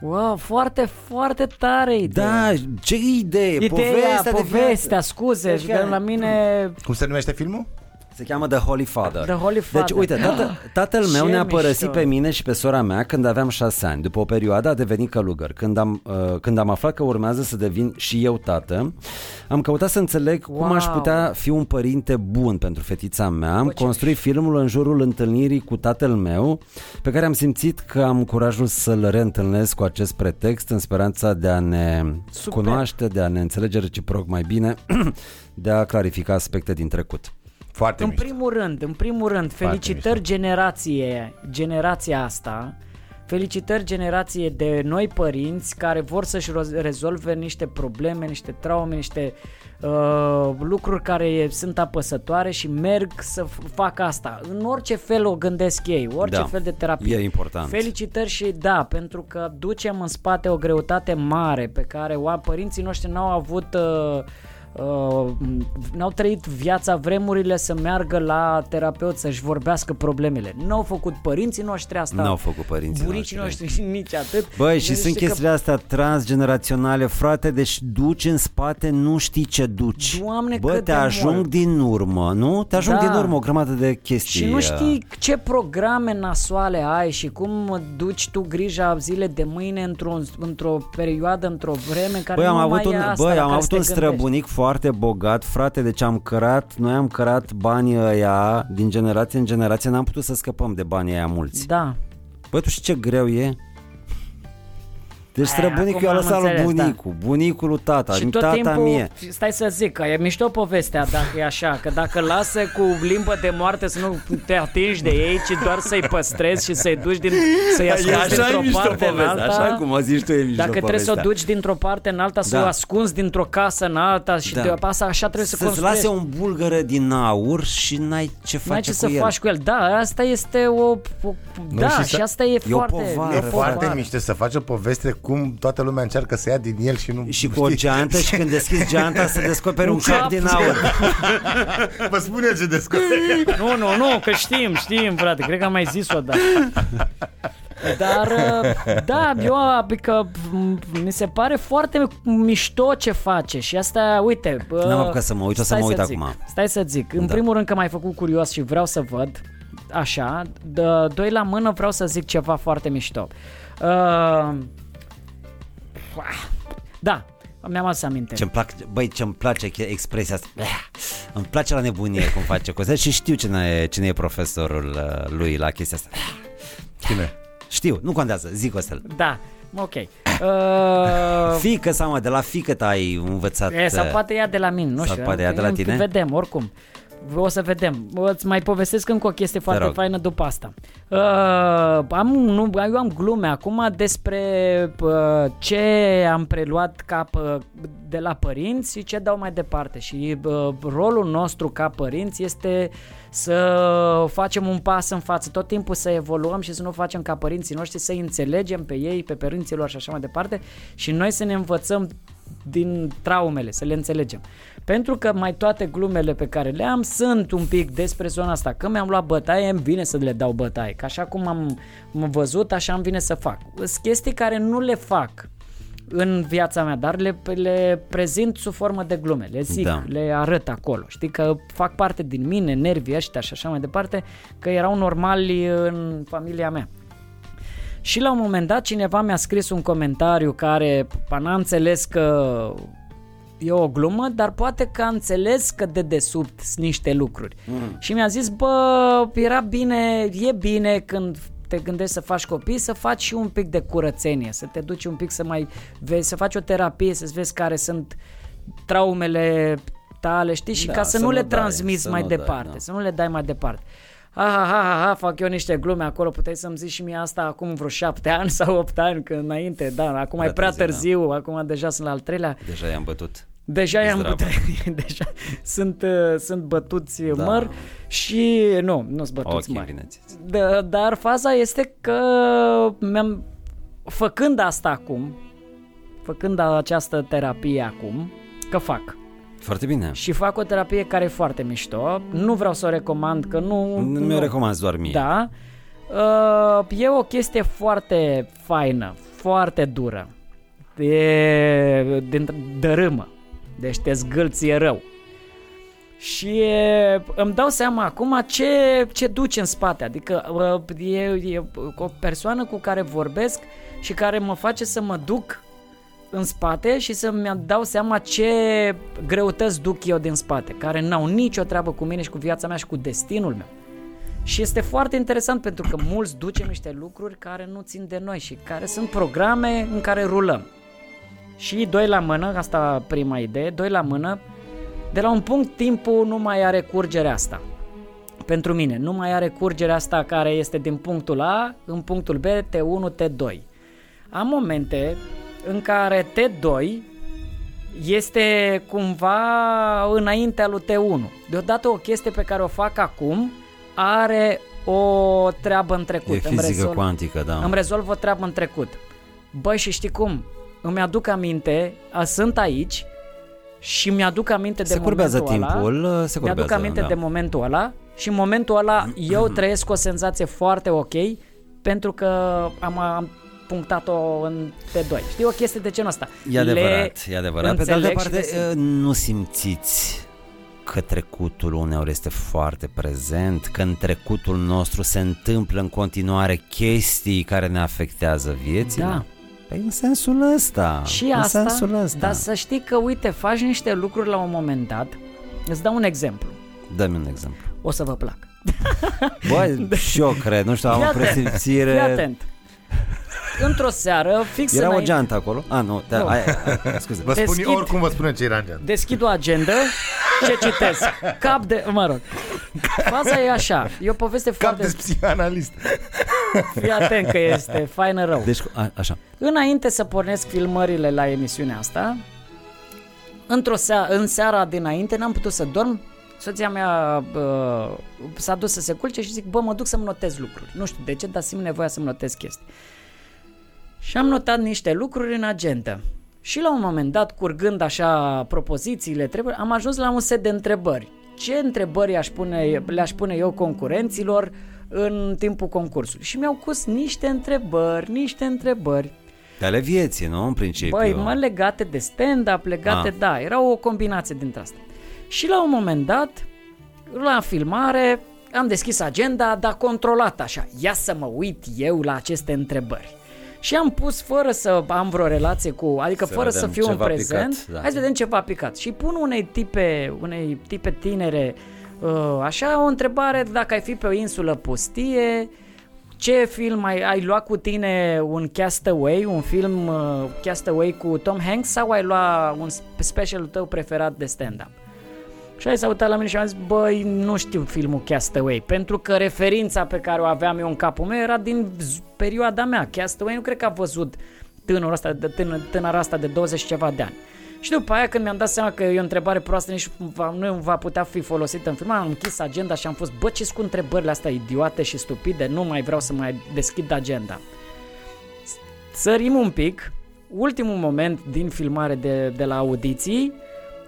Wow, foarte, foarte tare idee. Da, ce idee, Ideea, povestea, povestea, de viață. povestea scuze, Deci deci, că chiar- la mine Cum se numește filmul? Se cheamă The Holy Father. The Holy Father. Deci, uite, tată, tatăl meu Ce ne-a părăsit mișto. pe mine și pe sora mea când aveam șase ani. După o perioadă a devenit călugăr. Când am, uh, când am aflat că urmează să devin și eu tată, am căutat să înțeleg wow. cum aș Wow. putea fi un părinte bun pentru fetița mea. Am construit filmul în jurul întâlnirii cu tatăl meu, pe care am simțit că am curajul să-l reîntâlnesc cu acest pretext în speranța de a ne Super. Super. cunoaște, de a ne înțelege reciproc mai bine, de a clarifica aspecte din trecut. Foarte În mișto. primul rând, în primul rând, felicitări generație, generația asta, felicitări generație de noi părinți care vor să-și roz- rezolve niște probleme, niște traume, niște uh, lucruri care e- sunt apăsătoare și merg să f- facă asta. În orice fel o gândesc ei, orice Da. fel de terapie. E important. Felicitări și da, pentru că ducem în spate o greutate mare pe care oa, părinții noștri n-au avut... Uh, Uh, n-au trăit viața, vremurile să meargă la terapeut să-și vorbească problemele. N-au făcut părinții noștri asta. N-au făcut părinții Buricii noștri. Da. noștri, nici atât. Băi, Deci și sunt că chestiile astea transgeneraționale, frate, deci duci în spate, nu știi ce duci. Doamne, Bă, cât te de ajung mult. din urmă, nu? Te ajung Da. din urmă o grămadă de chestii. uh. Și nu știi ce programe nasoale ai și cum duci tu grija zile de mâine într-o, într-o perioadă, într-o vreme în care Băi, nu am avut mai un, e asta băi, la am care avut să un te gândești. străbunic foarte bogat, frate, deci am cărat, noi am cărat banii ăia din generație în generație, n-am putut să scăpăm de banii ăia mulți. Da, Bă, tu știi ce greu e? Deci Aia, străbunicul acum i-a am lăsat lui înțeles, da. bunicul, bunicul lui tata, și din tot tata timpul, mie. stai să zic, că e mișto povestea dacă e așa, că dacă lasă cu limbă de moarte să nu te atingi de ei, ci doar să-i păstrezi și să-i duci din, să-i ascunzi dintr-o parte în alta. o zici tu e mișto dacă trebuie să o duci dintr-o parte în alta, să Da. o ascunzi dintr-o casă în alta și Da. de asta așa trebuie să Să-ți construiești. lase un bulgăre din aur și n-ai ce face N-ai ce cu să el. faci cu el. Da, asta este o... o da, și și, să- asta e, e o foarte... povară, E Are foarte mișto să faci o poveste cum toată lumea încearcă să ia din el și nu Și nu cu o știi. geantă și când deschizi geanta să descoperi un, cap, cap. din aur. Vă spune ce descoperi. Nu, nu, nu, că știm, știm, frate. Cred că am mai zis-o, da. Dar, uh, da, eu, adică, m- mi se pare foarte mișto ce face și asta, uite... uh, N-am apucat să mă uit, o să stai mă uit zic, acum. Stai să zic, în Da. primul rând că m-ai făcut curios și vreau să văd, așa, dă- doi la mână vreau să zic ceva foarte mișto. Uh, da, mi-am adus aminte. Ce-mi plac, băi, ce-mi place che- expresia asta. Blah! Îmi place la nebunie cum face Costel și știu cine e, cine e profesorul uh, lui la chestia asta. Cine? Știu, nu contează, zic Costel. Da, ok. Uh, Fică sau mă, de la fică ai învățat. E, sau uh, poate ea de la mine, nu Sau știu. poate ea de la tine? Vedem, oricum. O să vedem. O Îți mai povestesc încă o chestie foarte rog. faină după asta. Uh, am, nu, eu am glume acum despre uh, ce am preluat ca pă, de la părinți și ce dau mai departe. Și uh, rolul nostru ca părinți este să facem un pas în față, tot timpul să evoluăm și să nu facem ca părinții noștri, să înțelegem pe ei, pe părinților și așa mai departe și noi să ne învățăm din traumele, să le înțelegem. Pentru că mai toate glumele pe care le am sunt un pic despre zona asta. Când mi-am luat bătaie, îmi vine să le dau bătaie. Că așa cum am am văzut, așa îmi vine să fac. Sunt chestii care nu le fac în viața mea, dar le, le prezint sub formă de glume, le zic, Da. da. le arăt acolo. Știi că fac parte din mine, nervii ăștia și așa mai departe, că erau normali în familia mea. Și la un moment dat cineva mi-a scris un comentariu care pa, n-a înțeles că e o glumă, dar poate că a înțeles că de desubt sunt niște lucruri. Mm. Și mi-a zis, bă, era bine, e bine când te gândești să faci copii, să faci și un pic de curățenie, să te duci un pic să mai vezi, să faci o terapie, să-ți vezi care sunt traumele tale, știi, și Da, ca să, să nu nu le dai, transmiți să mai nu dai, departe, da. să nu le dai mai departe. Ha, ha, ha, ha, ha, fac eu niște glume acolo, puteai să-mi zici și mie asta acum vreo șapte ani sau opt ani, că înainte, da, acum e prea târziu, târziu, acum deja sunt la al treilea. Deja i-am bătut. Deja i-am Zdravă. bătut, deja sunt, uh, sunt bătuți da. măr și nu, nu sunt bătuți Ok, măr. bine ți- Da, dar faza este că mi-am, făcând asta acum, făcând această terapie acum, că fac. Foarte bine. Și fac o terapie care e foarte mișto. Nu vreau să o recomand, că nu... Nu mi-o recomand doar mie. Da. Uh, E o chestie foarte faină, foarte dură. E din dărâmă. Deci te zgâlție rău. Și e, îmi dau seama acum ce, ce duce în spate. Adică uh, e, e o persoană cu care vorbesc și care mă face să mă duc în spate și să-mi dau seama ce greutăți duc eu din spate, care n-au nicio treabă cu mine și cu viața mea și cu destinul meu. Și este foarte interesant pentru că mulți ducem niște lucruri care nu țin de noi și care sunt programe în care rulăm. Și doi la mână, asta prima idee, doi la mână, de la un punct timpul nu mai are curgerea asta. Pentru mine, nu mai are curgerea asta care este din punctul A în punctul B, T1, T2. Am momente în care T2 este cumva înaintea lui T1. Deodată o chestie pe care o fac acum are o treabă în trecut. E Îmi fizică rezolv- cuantică, da. Îmi rezolv o treabă în trecut. Băi, și știi cum? Îmi aduc aminte, a, sunt aici și mi-aduc aminte de Se curbează momentul timpul, ăla, se Mi-aduc curbează, aminte da. de momentul ăla și în momentul ăla Mhm. eu trăiesc o senzație foarte ok pentru că am, am punctat-o în T2. Știi, o chestie de genul ăsta. E adevărat, Le e adevărat. Pe de altă înțeleg și parte, le simt. eh, nu simțiți că trecutul uneori este foarte prezent, că în trecutul nostru se întâmplă în continuare chestii care ne afectează viețile? Da. Păi în sensul ăsta. Și în asta, sensul ăsta. dar să știi că, uite, faci niște lucruri la un moment dat. Îți dau un exemplu. Dă-mi un exemplu. O să vă plac. Bă, și eu cred, nu știu, am Fii o atent, Fii presimțire... atent. Într-o seară, fix Era o înainte, geantă acolo? A, nu, da, Nu. Ai, ai, scuze. Vă spun, Deschid. oricum vă spune ce era în geantă. deschid o agendă, ce citesc? Cap de... Mă rog. Faza e așa, e o poveste Cap foarte... de psihanalist. Fii atent că este faină rău. Deci, a, așa. Înainte să pornesc filmările la emisiunea asta, într-o sea- în seara dinainte n-am putut să dorm, soția mea uh, s-a dus să se culce și zic, bă, mă duc să-mi notez lucruri. Nu știu de ce, dar simt nevoia să-mi notez chestii. Și am notat niște lucruri în agenda. Și la un moment dat, curgând așa propozițiile, trebuie, am ajuns la un set de întrebări. Ce întrebări aș pune, le-aș pune eu concurenților în timpul concursului? Și mi-au cus niște întrebări, niște întrebări. De ale vieții, nu? În principiu. Băi, mă, legate de stand-up, legate, Ah. da, era o combinație dintre astea. Și la un moment dat, la filmare, am deschis agenda, dar controlat așa. Ia să mă uit eu la aceste întrebări. Și am pus fără să am vreo relație cu, adică Să fără să vedem fiu în ceva prezent, picat, da. hai să vedem ceva picat. Și pun unei tipe, unei tipe tinere, uh, așa, o întrebare, dacă ai fi pe o insulă pustie, ce film ai, ai luat cu tine un Castaway, un film uh, Castaway cu Tom Hanks sau ai luat un sp- specialul tău preferat de stand-up? Și aia s-a uitat la mine și am zis, băi, nu știu filmul Castaway, pentru că referința pe care o aveam eu în capul meu era din z- perioada mea. Castaway nu cred că a văzut tânărul asta, de, tână, tânăra asta de 20 și ceva de ani. Și după aia când mi-am dat seama că e o întrebare proastă, nici va, nu va putea fi folosită în film, am închis agenda și am fost, bă, ce cu întrebările astea idiote și stupide, nu mai vreau să mai deschid agenda. S- Sărim un pic, ultimul moment din filmare de, de la audiții,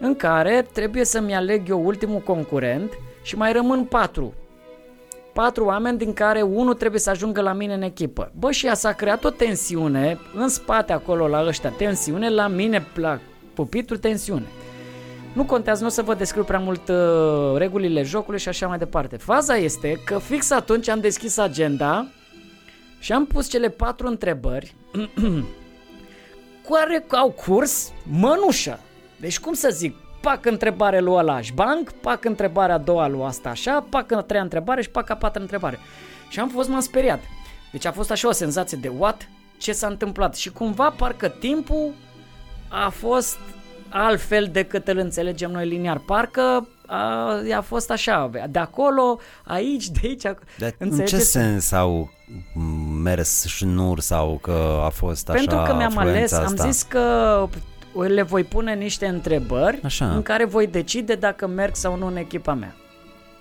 în care trebuie să-mi aleg eu ultimul concurent și mai rămân patru. Patru oameni din care unul trebuie să ajungă la mine în echipă. Bă, și ea s-a creat o tensiune în spate acolo la ăștia, tensiune la mine, la pupitru, tensiune. Nu contează, nu o să vă descriu prea mult uh, regulile jocului și așa mai departe. Faza este că fix atunci am deschis agenda și am pus cele patru întrebări care au curs mănușă. Deci cum să zic, pac întrebare lui ăla aș banc, pac întrebarea a doua lui asta așa, pac a treia întrebare și pac a patra întrebare. Și am fost, m-am speriat. Deci a fost așa o senzație de what, ce s-a întâmplat și cumva parcă timpul a fost altfel decât îl înțelegem noi liniar. Parcă a, a fost așa, de acolo, aici, de aici, ac- Dar în ce înțelegeți? sens au mers șnur sau că a fost așa Pentru că mi-am ales, afluența am asta? zis că le voi pune niște întrebări Așa. în care voi decide dacă merg sau nu în echipa mea.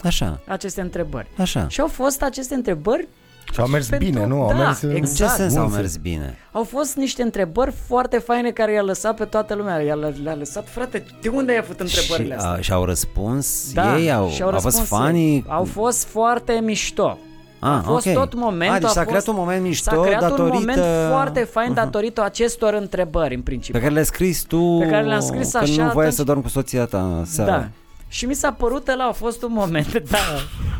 Așa, Aceste întrebări. așa. Și au fost aceste întrebări Și au mers Pentru- bine, nu? Au da, mers uh, exact. În ce sens bun au film. mers bine? Au fost niște întrebări foarte faine care i-a lăsat pe toată lumea. I-a, le-a lăsat, frate, de unde ai avut întrebările Și, astea? a, și-au răspuns ei? Au, și-au au fost răspuns fanii? ei. Au fost foarte mișto. Ah, a fost ok. tot momentul. Ah, deci a s-a fost, creat un moment mișto S-a creat un datorită- Uh-huh. moment foarte fain datorită acestor întrebări, în Pe principiu. care le-ai scris tu Pe care le-am scris că așa nu voia atunci- să dorm cu soția ta seara. Da. Și mi s-a părut ăla a fost un moment, da.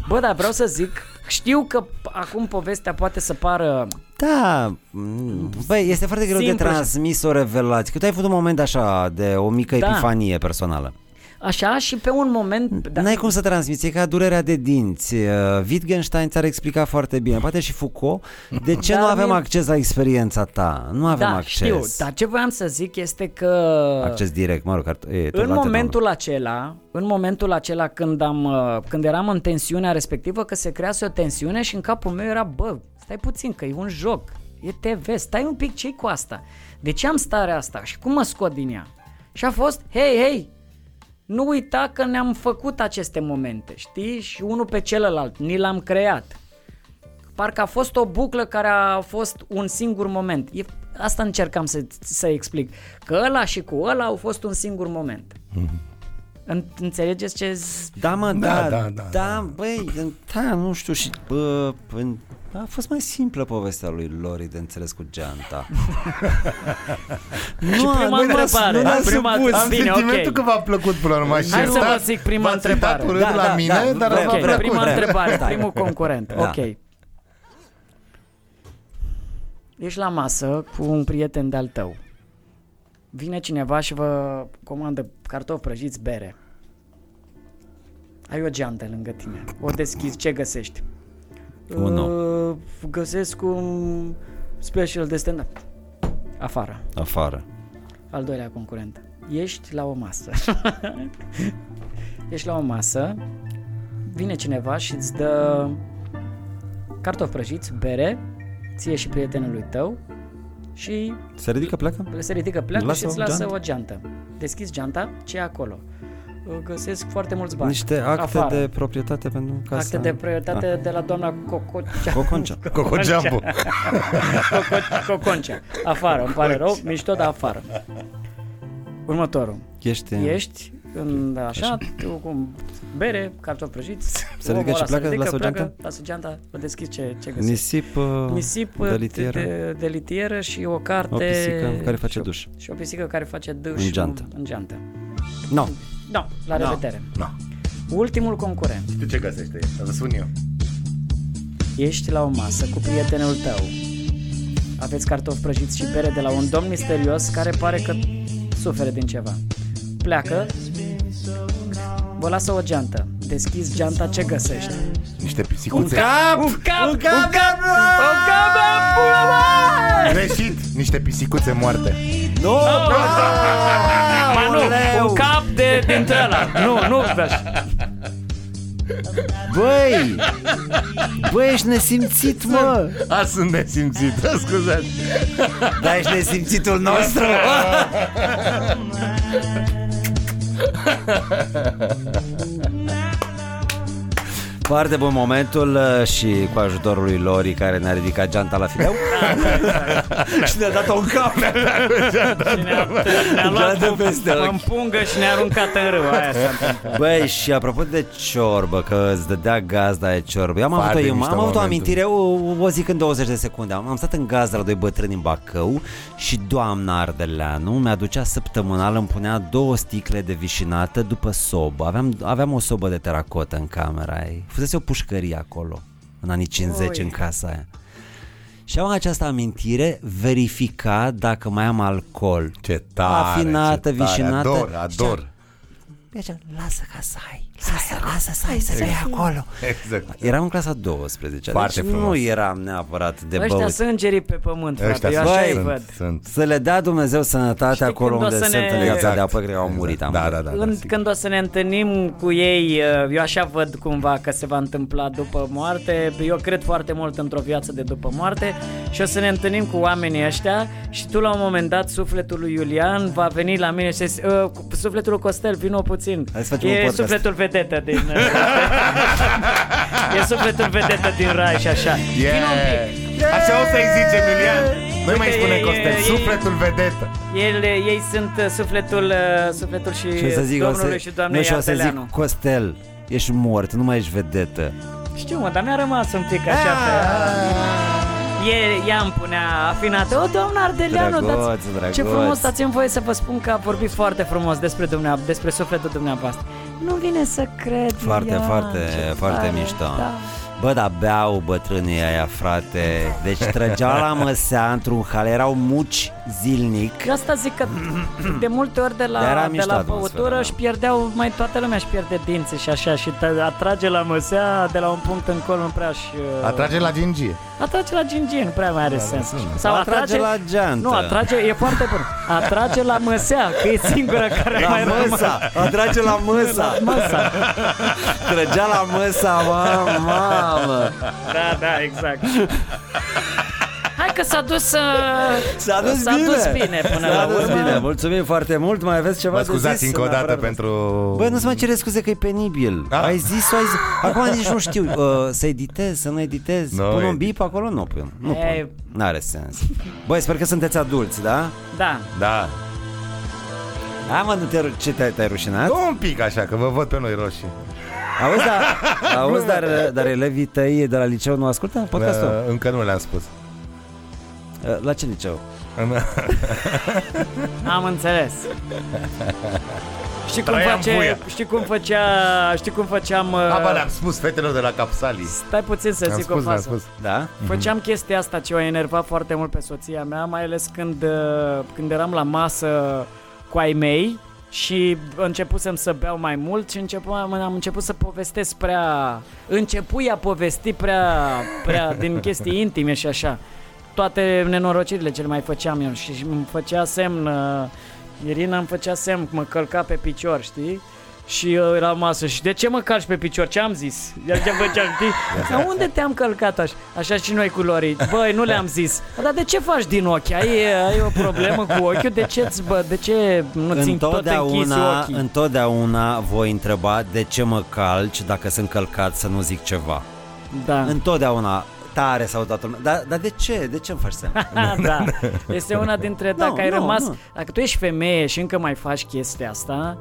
Bă, dar vreau să zic, știu că acum povestea poate să pară Da, mm, băi, este foarte greu Simplu de și- transmis o revelație. Că tu ai avut un moment așa, de o mică Da. epifanie personală. așa și pe un moment... Da. N-ai cum să transmiți, e ca durerea de dinți. Uh, Wittgenstein ți-ar explica foarte bine, poate și Foucault, de ce Dar nu avem mie- acces la experiența ta? Nu avem da, acces. știu, dar ce voiam să zic este că... Acces direct, mă rog, ar- e, tot În la momentul acela, în momentul acela când am uh, când eram în tensiunea respectivă că se crease o tensiune și în capul meu era, bă, stai puțin că e un joc, e TV, stai un pic, ce cu asta? De ce am starea asta și cum mă scot din ea? Și a fost, hei, hei, nu uita că ne-am făcut aceste momente, știi? Și unul pe celălalt, ni l-am creat. Parcă a fost o buclă care a fost un singur moment. E, asta încercam să, să explic. Că ăla și cu ăla au fost un singur moment. În, înțelegeți ce... z- Da, mă, Da, da, da, da, da. da, băi, da, nu știu și, bă, în- a fost mai simplă povestea lui Lori de înțeles cu geanta. nu, Și prima nu ne-a- întrebare. nu ne-a Am prima- supus. Bine, Am sentimentul ok. că v-a plăcut până la urmă. și Hai să vă iertați, zic prima v-ați citat întrebare. urât Da, la da, mine, da, dar vrem, v-a Ok, vrem. plăcut. prima Da. întrebare, Da. primul concurent. Da. Ok. Ești la masă cu un prieten de-al tău. Vine cineva și vă comandă cartofi prăjiți, bere. Ai o geantă lângă tine. O deschizi, ce găsești? Un om. Uh, Găsesc un special de stand-up. Afară. Afară. Al doilea concurent. Ești la o masă. Ești la o masă, vine cineva și îți dă cartofi prăjiți, bere, ție și prietenului tău și Se ridică, pleacă? se ridică, pleacă Lasă și îți o lasă geantă. o geantă. Deschizi geanta, ce e acolo? Găsesc foarte mulți bani. Niște acte afară. de Da. proprietate pentru casa. Acte de proprietate de la doamna Cococea. Coconcea. Cocogeambu. Coco- Coconcea. Afară, îmi pare rău, mișto, dar afară. Următorul. Ești, Ești în, da, așa, tu cu bere, cartofi prăjiți, Se ridică și omul ăla pleacă, lasă o pleacă, geantă? Lasă geanta, îl deschizi ce, ce găsești. Nisip, uh, Nisip de litieră, de, de litieră și o carte o pisică care face și, o- duș. și o pisică care face duș În geantă. În geantă. No. Da, la revedere. No. Ultimul concurent. Tu ce găsește? Îl sun eu. Ești la o masă cu prietenul tău. Aveți cartofi prăjiți și bere de la un domn misterios care pare că suferă din ceva. Pleacă, vă lasă o geantă. Deschizi geanta, ce găsești? Niște pisicuțe. Un cap! Un cap! Un cap! Greșit! Niște pisicuțe moarte. No! Ba nu, un cap de, dintre ăla. Nu, nu, da. Băi! Băi, ești nesimțit, mă! A, sunt nesimțit, scuzați. Da, ești nesimțitul nostru! Foarte bun momentul uh, și cu ajutorul lui Lori care ne-a ridicat geanta la fileu și ne-a dat-o în cap. Ne-a luat Geantă peste ochi. în pungă și ne-a aruncat în râu. Aia s-a întâmplat. Băi, și apropo de ciorbă, că îți dădea gazda de ciorbă. Eu am Foarte avut, o, mișto am avut o momentul. amintire, o, o zic în 20 de secunde. Am, am stat în gazda la doi bătrâni în Bacău și doamna Ardeleanu mi-aducea săptămânal, îmi punea două sticle de vișinată după sobă. Aveam, aveam o sobă de teracotă în camera ei. Fusese o pușcărie acolo, în anii 50, în casa aia. Și am această amintire, verifica dacă mai am alcool. Ce tare, Afinată, ce tare. vișinată. Ador, Și ador. Păi așa, lasă ca să ai, lasă, lasă să ai, să bei acolo. Exact. Eram în clasa 12, Foarte deci nu frumos. eram neapărat de Ăștia băut. sunt îngerii pe pământ, frate. Ăștia Eu sunt, așa îi sunt, văd. sunt. Să le dea Dumnezeu sănătate Știi acolo când o unde să sunt ne- în viața de apă, cred că au Exact. murit. Am Da, murit. da, da. da Când, sigur. când o să ne întâlnim cu ei, uh, eu așa văd cumva că se va întâmpla după moarte. Eu cred foarte mult într-o viață de după moarte și o să ne întâlnim cu oamenii ăștia și tu la un moment dat "Uh, sufletul lui Iulian va veni la mine și zice, sufletul lui Costel, vino puțin. Hai să facem e un podcast." sufletul vedetă din... uh, e sufletul vedetă din Rai și așa. Yeah. Vino un pic. Așa o să-i zicem, Iulian. Noi Uite, mai spune e- Costel, e- sufletul vedetă. El, ei sunt uh, sufletul, uh, sufletul și, Și o să zic, o domnului să, și nu, doamnei și o să Ardeleanu. zic, Costel, ești mort, nu mai ești vedetă. Știu, mă, dar mi-a rămas un pic așa pe... E, ea îmi punea afinată O, doamna Ardeleanu, Ah. Drăguț, dați, drăguț. ce frumos Dați-mi voie să vă spun că a vorbit foarte frumos Despre, dumnea, despre sufletul dumneavoastră Nu vine să cred Foarte, Iulian, foarte, ce foarte tare, mișto. da. Bă, dar beau bătrânii aia, frate. Deci trăgeau la măsea într-un hal, erau muci zilnic. Eu asta zic că de multe ori de Dar era la, de mișto la atmosfera, da. băutură își pierdeau, mai toată lumea își pierde dinții și așa și te atrage la măsea de la un punct încolo nu prea și... Atrage la gingie. Atrage la gingie, nu prea mai are sens. Sau Da, Atrage la geantă. Nu, atrage, e foarte bun. Atrage la măsea, că e singura care La mai rămâne. măsa, atrage la măsa. Măsa. Trăgea la măsa, mamă, mamă. Da, da, exact. Hai că s-a dus, uh, S-a dus bine. dus bine până la S-a dus urmă. bine, mulțumim foarte mult. Mai aveți ceva Mă de scuzați zis încă o în dată afară de- pentru... Bă, nu-ți mai cere scuze că e penibil. Ah. Ai zis-o, ai zis. Acum nici nu știu. Uh, să editez, să nu editez. Nu pun un editez. bip acolo? Nu pun. Nu Ei. pun. N-are sens. Băi, sper că sunteți adulți, da? Da. Da. Hai mă, nu te ru- ce te-ai, te-ai rușinat? Dă un pic așa, că vă văd pe noi roșii. Auzi, dar, auzi dar, dar elevii tăi de la liceu nu ascultă podcastul? Uh, Încă nu le-am spus. Da. Uh, La ce liceu? În- Am înțeles. Știi cum, Traian face, Buia. știi cum făcea, știi cum făceam... uh, Aba, le-am spus fetelor de la Capsali. Stai puțin să Am zic o spus, le-am fază. spus. Da? Mhm. Făceam chestia asta ce o enerva foarte mult pe soția mea, mai ales când, uh, când eram la masă cu ai mei și începusem să beau mai mult și începeam, am început să povestesc prea... Începui a povesti prea, prea din chestii intime și așa. Toate nenorocirile ce le mai făceam eu și și îmi făcea semn... uh, Irina îmi făcea semn, mă călca pe picior, știi? Și eu era masă și de ce mă calci pe picior? Ce am zis? Iar ce făceam, știi? Dar unde te-am călcat așa? Așa și noi cu Lori. Băi, nu le-am zis. Dar de ce faci din ochi? Ai, ai o problemă cu ochiul? De ce, ți bă, de ce nu ți tot închizi Întotdeauna, ochii? întotdeauna voi întreba de ce mă calci dacă sunt călcat să nu zic ceva. Da. Întotdeauna tare sau toată lumea. Dar, dar de ce? De ce îmi faci semn? Ah, da. Este una dintre dacă Nu, ai nu, rămas, nu. dacă tu ești femeie și încă mai faci chestia asta,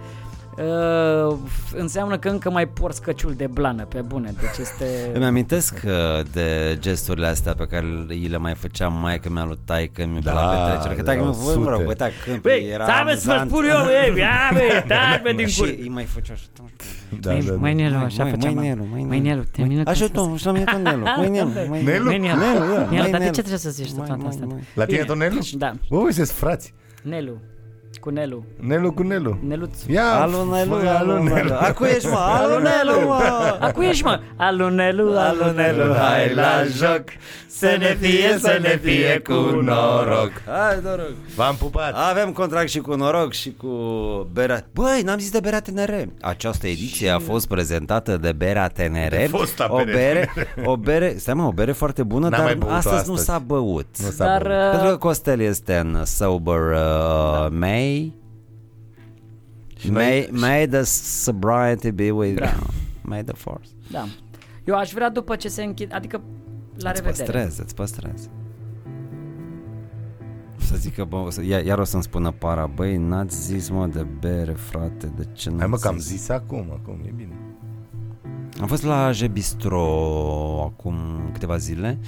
Uh, înseamnă că încă mai porți căciul de blană pe bune Deci este... Îmi amintesc uh, de gesturile astea pe care i le mai făceam mai că mi-a lui taică mi da, Da, la petrecere. Că erau taică mi voi mă sute. rog, uita când Băi, era stai mă să vă amuzant. spun eu, ei, ia bă, da, bă, din Și cur. îi mai făceau așa. Da, Mai- da, da. mai Nelu, Măi, așa măi, făceam. Măi, Nelu, măi, Măi, Nelu, termină cu Ajută-mă, și la mine cu Nelu. Măi, Nelu, măi, Nelu? Măi, Nelu, Nelu, ia, Nelu, măi, dar de Nelu. ce trebuie să zici tu Măi, toată măi, asta? măi. La tine Bine. tot Nelu? Da, Bă, voi sunteți frați. Nelu, cu Nelu, Nelu cu Nelu. Neluț. Ia, Alu Nelu, fă, alu Nelu. Acu ești, mă, alu Nelu, mă. Acu ești, mă, alu Nelu, alu Nelu, hai la joc, să ne fie, să ne fie cu noroc. Hai, noroc. V-am pupat. Avem contract și cu noroc și cu Berea. Băi, n-am zis de Berea Tenere. Această ediție a fost prezentată de Berea Tenere. De fosta o Berea bere, o bere, stai mă, o bere foarte bună, N-am dar mai băut-o astăzi, nu astăzi. s-a băut. Nu s-a Dar, băut. Pentru că uh, Costel este în sober uh, May. May, may the sobriety be with Da. you. May the force. da. Eu aș vrea după ce se închid, adică la Îți revedere. păstrez, îți păstrez. Să zic că, bă, o să, iar, iar o să-mi spună para, băi, n-ați zis, mă, de bere, frate, de ce n-ați Hai mă, că am zis acum, acum, e bine. Am fost la Aje Bistro acum câteva zile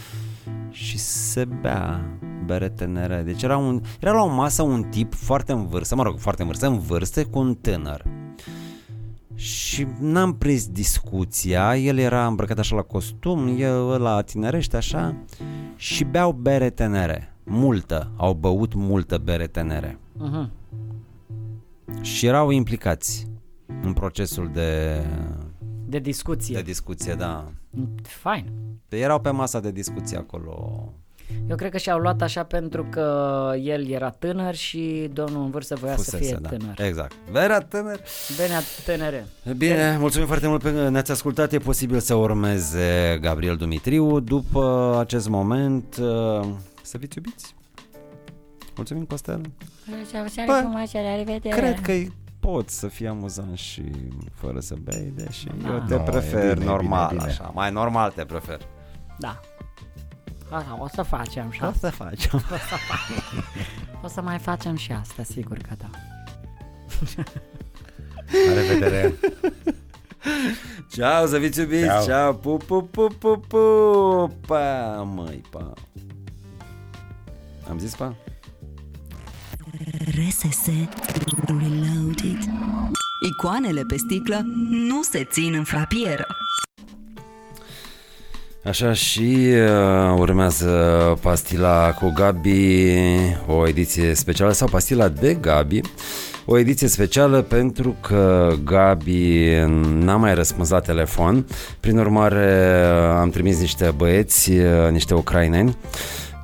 și se bea bere tenere. Deci era, un, era la o masă un tip foarte în vârstă, mă rog, foarte în vârstă, în vârstă, cu un tânăr. Și n-am prins discuția, el era îmbrăcat așa la costum, eu la tinerește așa și beau bere tenere, multă, au băut multă bere tenere Mhm. și erau implicați în procesul de, De de discuție. discuție, da. Fain. Păi erau pe masa de discuții acolo. Eu cred că și-au luat așa pentru că el era tânăr și domnul în vârstă voia să fie da. tânăr. Exact. Vera tânăr. Benea tânere. Bine, mulțumim foarte mult pentru că ne-ați ascultat. E posibil să urmeze Gabriel Dumitriu. După acest moment, uh, să fiți iubiți. Mulțumim, Costel. Ciao, ciao, frumos, la revedere. Cred că e poți să fii amuzant și fără să bei, deși da. eu te Nu, e bine, e prefer bine, e normal, bine. așa, mai normal te prefer. Da. Asta o să facem Da? și asta. să facem? O să mai facem și asta, sigur că da. La revedere. Ceau, să fiți iubiți, Ceau. ceau, ceau. pu, pu, pu, pu, pu, pa, măi, pa. Am zis pa? RSS Reloaded Icoanele pe sticlă nu se țin în frapieră. Așa și uh, urmează pastila cu Gabi, o ediție specială sau pastila de Gabi, o ediție specială pentru că Gabi n-a mai răspuns la telefon, prin urmare uh, am trimis niște băieți, uh, niște ucraineni,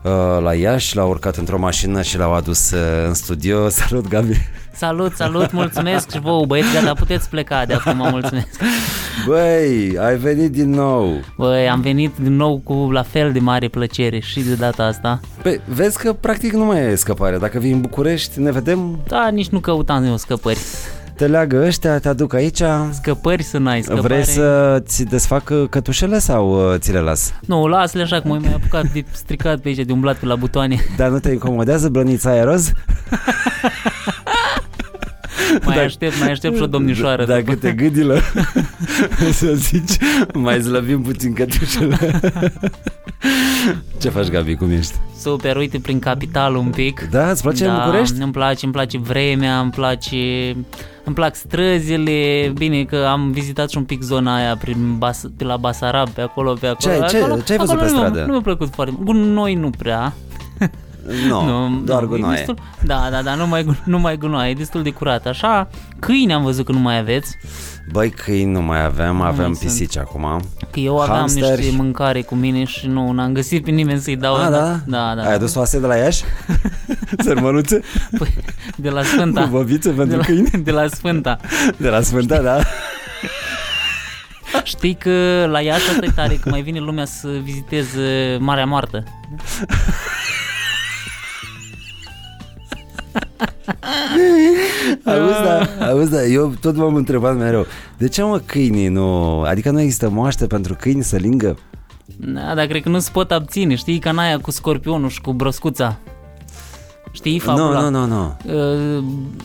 uh, la Iași, l-au urcat într-o mașină și l-au adus uh, în studio. Salut, Gabi! Salut, salut, mulțumesc și vouă, băieți, gata, puteți pleca de acum, mulțumesc. Băi, ai venit din nou! Băi, am venit din nou cu la fel de mare plăcere și de data asta. Păi, vezi că practic nu mai e scăpare. Dacă vii în București, ne vedem, Da, nici nu căutam eu scăpări. te leagă ăștia, te aduc aici. Scăpări să n-ai scăpare. Vrei să ți desfac cătușele sau uh, ți le las? Nu, lasă-le așa, cum ai mai apucat de stricat pe aici, de umblat pe la butoane. Dar nu te incomodează blănița aia roz? Mai Da. aștept, mai aștept și o domnișoară. Dacă te Da, gâdilă să zici, mai slăbim puțin cătușele. Ce faci, Gabi, cum ești? Super, uite, prin capital un pic. Da, îți place da, București? îmi place, îmi place vremea, îmi place... Îmi plac străzile, bine că am vizitat și un pic zona aia prin Bas- pe la Basarab, pe acolo, pe acolo. Ce ai- ce- acolo, ce ai văzut acolo pe nu mi-a- stradă? Nu mi-a plăcut foarte mult. Gunoi nu prea. No, nu, Oh, doar nu, e gunoaie. Destul, da, da, da, nu mai, gun- nu mai gunoaie, e destul de curat. Așa, câini am văzut că nu mai aveți, Băi, câini nu mai avem, avem mai sunt. pisici acum. că eu aveam Hamsteri. niște mâncare cu mine și nu n-am găsit pe nimeni să-i dau. Ah, da? Da, da. Ai adus oase de la Iași? Sărmănuțe? Păi, de la Sfânta. Cu băbițe Da. de pentru la, câini? de la Sfânta. De la Sfânta, da? Știi că la Iași asta e tare, că mai vine lumea să viziteze Marea Moartă. Auzi, Ah. da, auzi, da, eu tot m-am întrebat mereu De ce mă câinii nu... Adică nu există moaște pentru câini să lingă? Da, dar cred că nu-ți pot abține, știi, ca în aia cu scorpionul și cu broscuța. Știi Nu, fabula? nu, nu, nu Uh,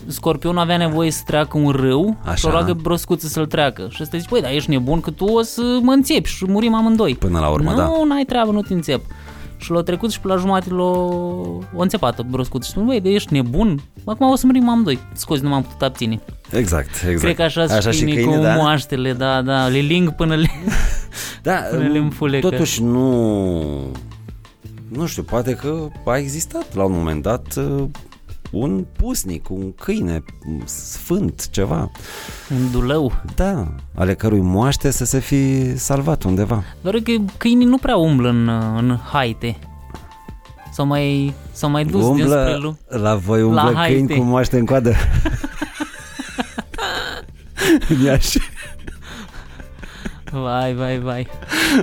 Scorpionul avea nevoie să treacă un râu Așa. și o roagă broscuță să-l treacă. Și ăsta zice, păi, dar ești nebun că tu o să mă înțepi și murim amândoi. Până la urmă, nu, da. Nu, n-ai treabă, nu te înțep. Și l-a trecut și pe la jumătate l-a o înțepat broscuță. Și spune, băi, dar ești nebun? Acum o să murim amândoi. Scuzi, nu m-am putut abține. Exact. Exact, exact Cred că așa, așa și câinii, cu da? moaștele, da, da, le ling până le... da, Pune-le în fulecă. Totuși nu... Nu știu, poate că a existat la un moment dat uh, un pusnic, un câine un sfânt, ceva Un dulău. Da, ale cărui moaște să se fi salvat undeva Doar că câinii nu prea umblă în, în haite. S-au mai, s-au mai dus dinspre Umblă, lume. la voi la umblă câini haite. cu moaște în coadă În Iași Vai, vai, vai.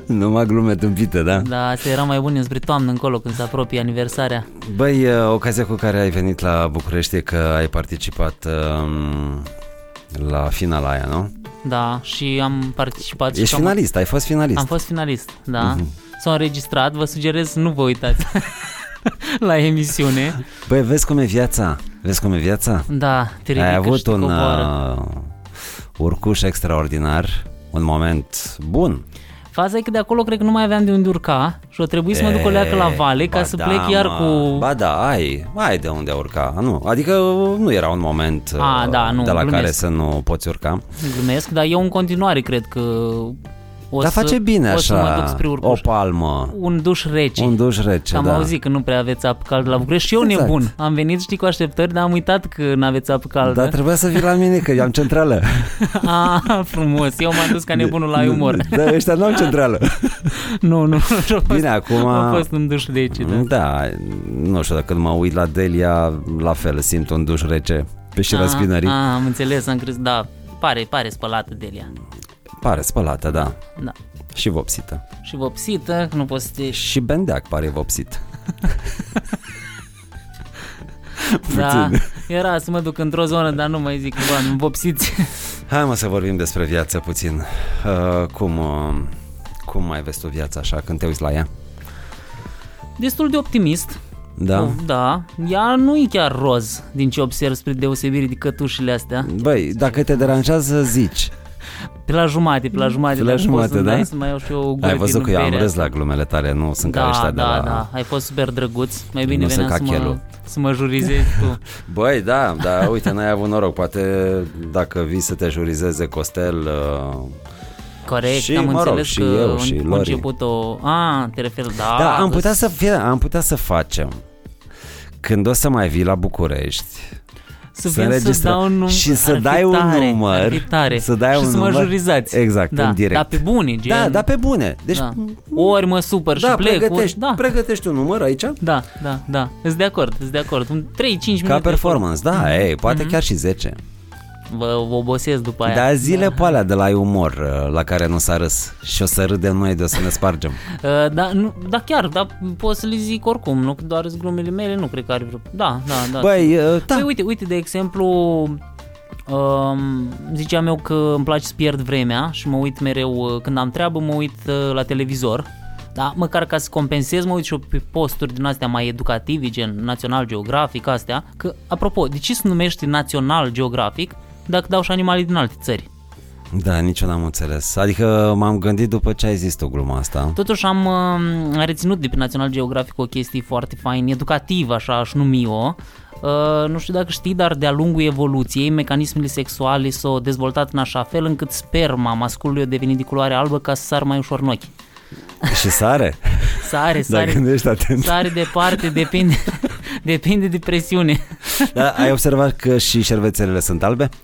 Numai glume tâmpite, da? Da, asta era mai bun spre toamnă încolo când se apropie aniversarea. Băi, uh, ocazia cu care ai venit la București e că ai participat um, la finala aia, nu? Da, și am participat și Ești am, finalist, Mhm. ai fost finalist. am fost finalist, da. Uh-huh. S-au înregistrat, vă sugerez să nu vă uitați la emisiune. Băi, vezi cum e viața? Vezi cum e viața? Da, te ridică ai și avut te un coboară. uh, urcuș extraordinar, un moment bun. Faza e că de acolo cred că nu mai aveam de unde urca și o trebuie să mă duc o leacă la vale ca ba să da, plec iar mă. cu... Ba da, ai, ai de unde urca. Nu, adică nu era un moment uh, A, da, nu, de la glumesc. care să nu poți urca. Glumesc, dar eu în continuare cred că o Dar să, face bine o așa, să mă duc spre urcuș. o palmă, Un duș rece. un duș rece, Am da. auzit că nu prea aveți apă caldă la București și eu Exact. exact. nebun. Am venit, știi, cu așteptări, dar am uitat că nu aveți apă caldă. Dar trebuia să vii la mine, că eu am centrală. A, frumos, eu m-am dus ca nebunul la umor. Da, ăștia nu au centrală. nu, nu, nu. Bine, acum- A fost un duș de aici, da. Da, nu știu, dacă mă uit la Delia, la fel, simt un duș rece pe Ah, șira spinării. A, am înțeles, am crezut, da. Pare, pare spălată de ea. Pare spălată, da. Da. Și vopsită. Și vopsită, că nu poți să te... Și bendeac pare vopsit. Da. Era să mă duc într-o zonă, dar nu mai zic bani, vopsiți. Hai mă să vorbim despre viață puțin. Uh, cum, uh, cum mai vezi tu viața așa când te uiți la ea? Destul de optimist. Da? Da. Ea nu e chiar roz, din ce observ spre deosebire de cătușile astea. Băi, dacă te deranjează, zici. Pe la jumate, pe la jumate. Pe la dacă pot jumate, să-mi da? dai Să mai iau și eu o gură Ai din văzut că eu am bere. râs la glumele tale, nu sunt ca da, ăștia da, de la... da, ai fost super drăguț. Mai bine Nu sunt veneam ca să mă, chelul. să mă jurizezi tu. Băi, da, dar uite, n-ai avut noroc. Poate dacă vii să te jurizeze Costel... Uh... Corect, Și, am mă rog, înțeles și că eu, în- și a Lori. început o... A, te referi, da. Da, am putea îs- să fie, am putea să facem. Când o să mai vii la București, să să, vin să înregistrăm dau un număr. și să ar fi dai un tare, număr, ar fi tare. să dai și un să mă număr, jurizați. exact, da, în direct. Dar pe bune, gen. Da, dar pe bune. Deci, da. Ori mă supăr da, și plec, pregătești, ori... Da, pregătești un număr aici? da, da, da. Îți de acord, îți de acord. Un 3-5 minute. Ca performance, Mhm. da, ei, poate chiar și 10. Vă obosesc după aia. Dar Da, zile pe alea de la ai umor uh, la care nu s-a râs și o să râdem noi de o să ne spargem. Uh, da, nu, da, chiar, da, pot să le zic oricum, nu doar sunt glumele mele, nu cred că are vreo... Da, da, da. Băi, uh, Păi da, uite, uite, de exemplu, um, ziceam eu că îmi place să pierd vremea și mă uit mereu, uh, când am treabă, mă uit uh, la televizor. Da, măcar ca să compensez, mă uit și eu pe posturi din astea mai educative, gen Național Geografic, astea. Că, apropo, de ce se numește Național Geografic dacă dau și animale din alte țări? da, nici eu n-am înțeles. Adică m-am gândit după ce ai zis tu gluma asta. Totuși am, uh, am reținut de pe Național Geographic o chestie foarte fain, educativă, așa aș numi-o. Uh, nu știu dacă știi, dar de-a lungul evoluției, mecanismele sexuale s-au dezvoltat în așa fel încât sperma masculului a devenit de culoare albă ca să sar mai ușor în ochi. Și sare? Sare, Da, sare, gândești atent. sare departe, depinde, depinde de presiune. Da, ai observat că și șervețelele sunt albe?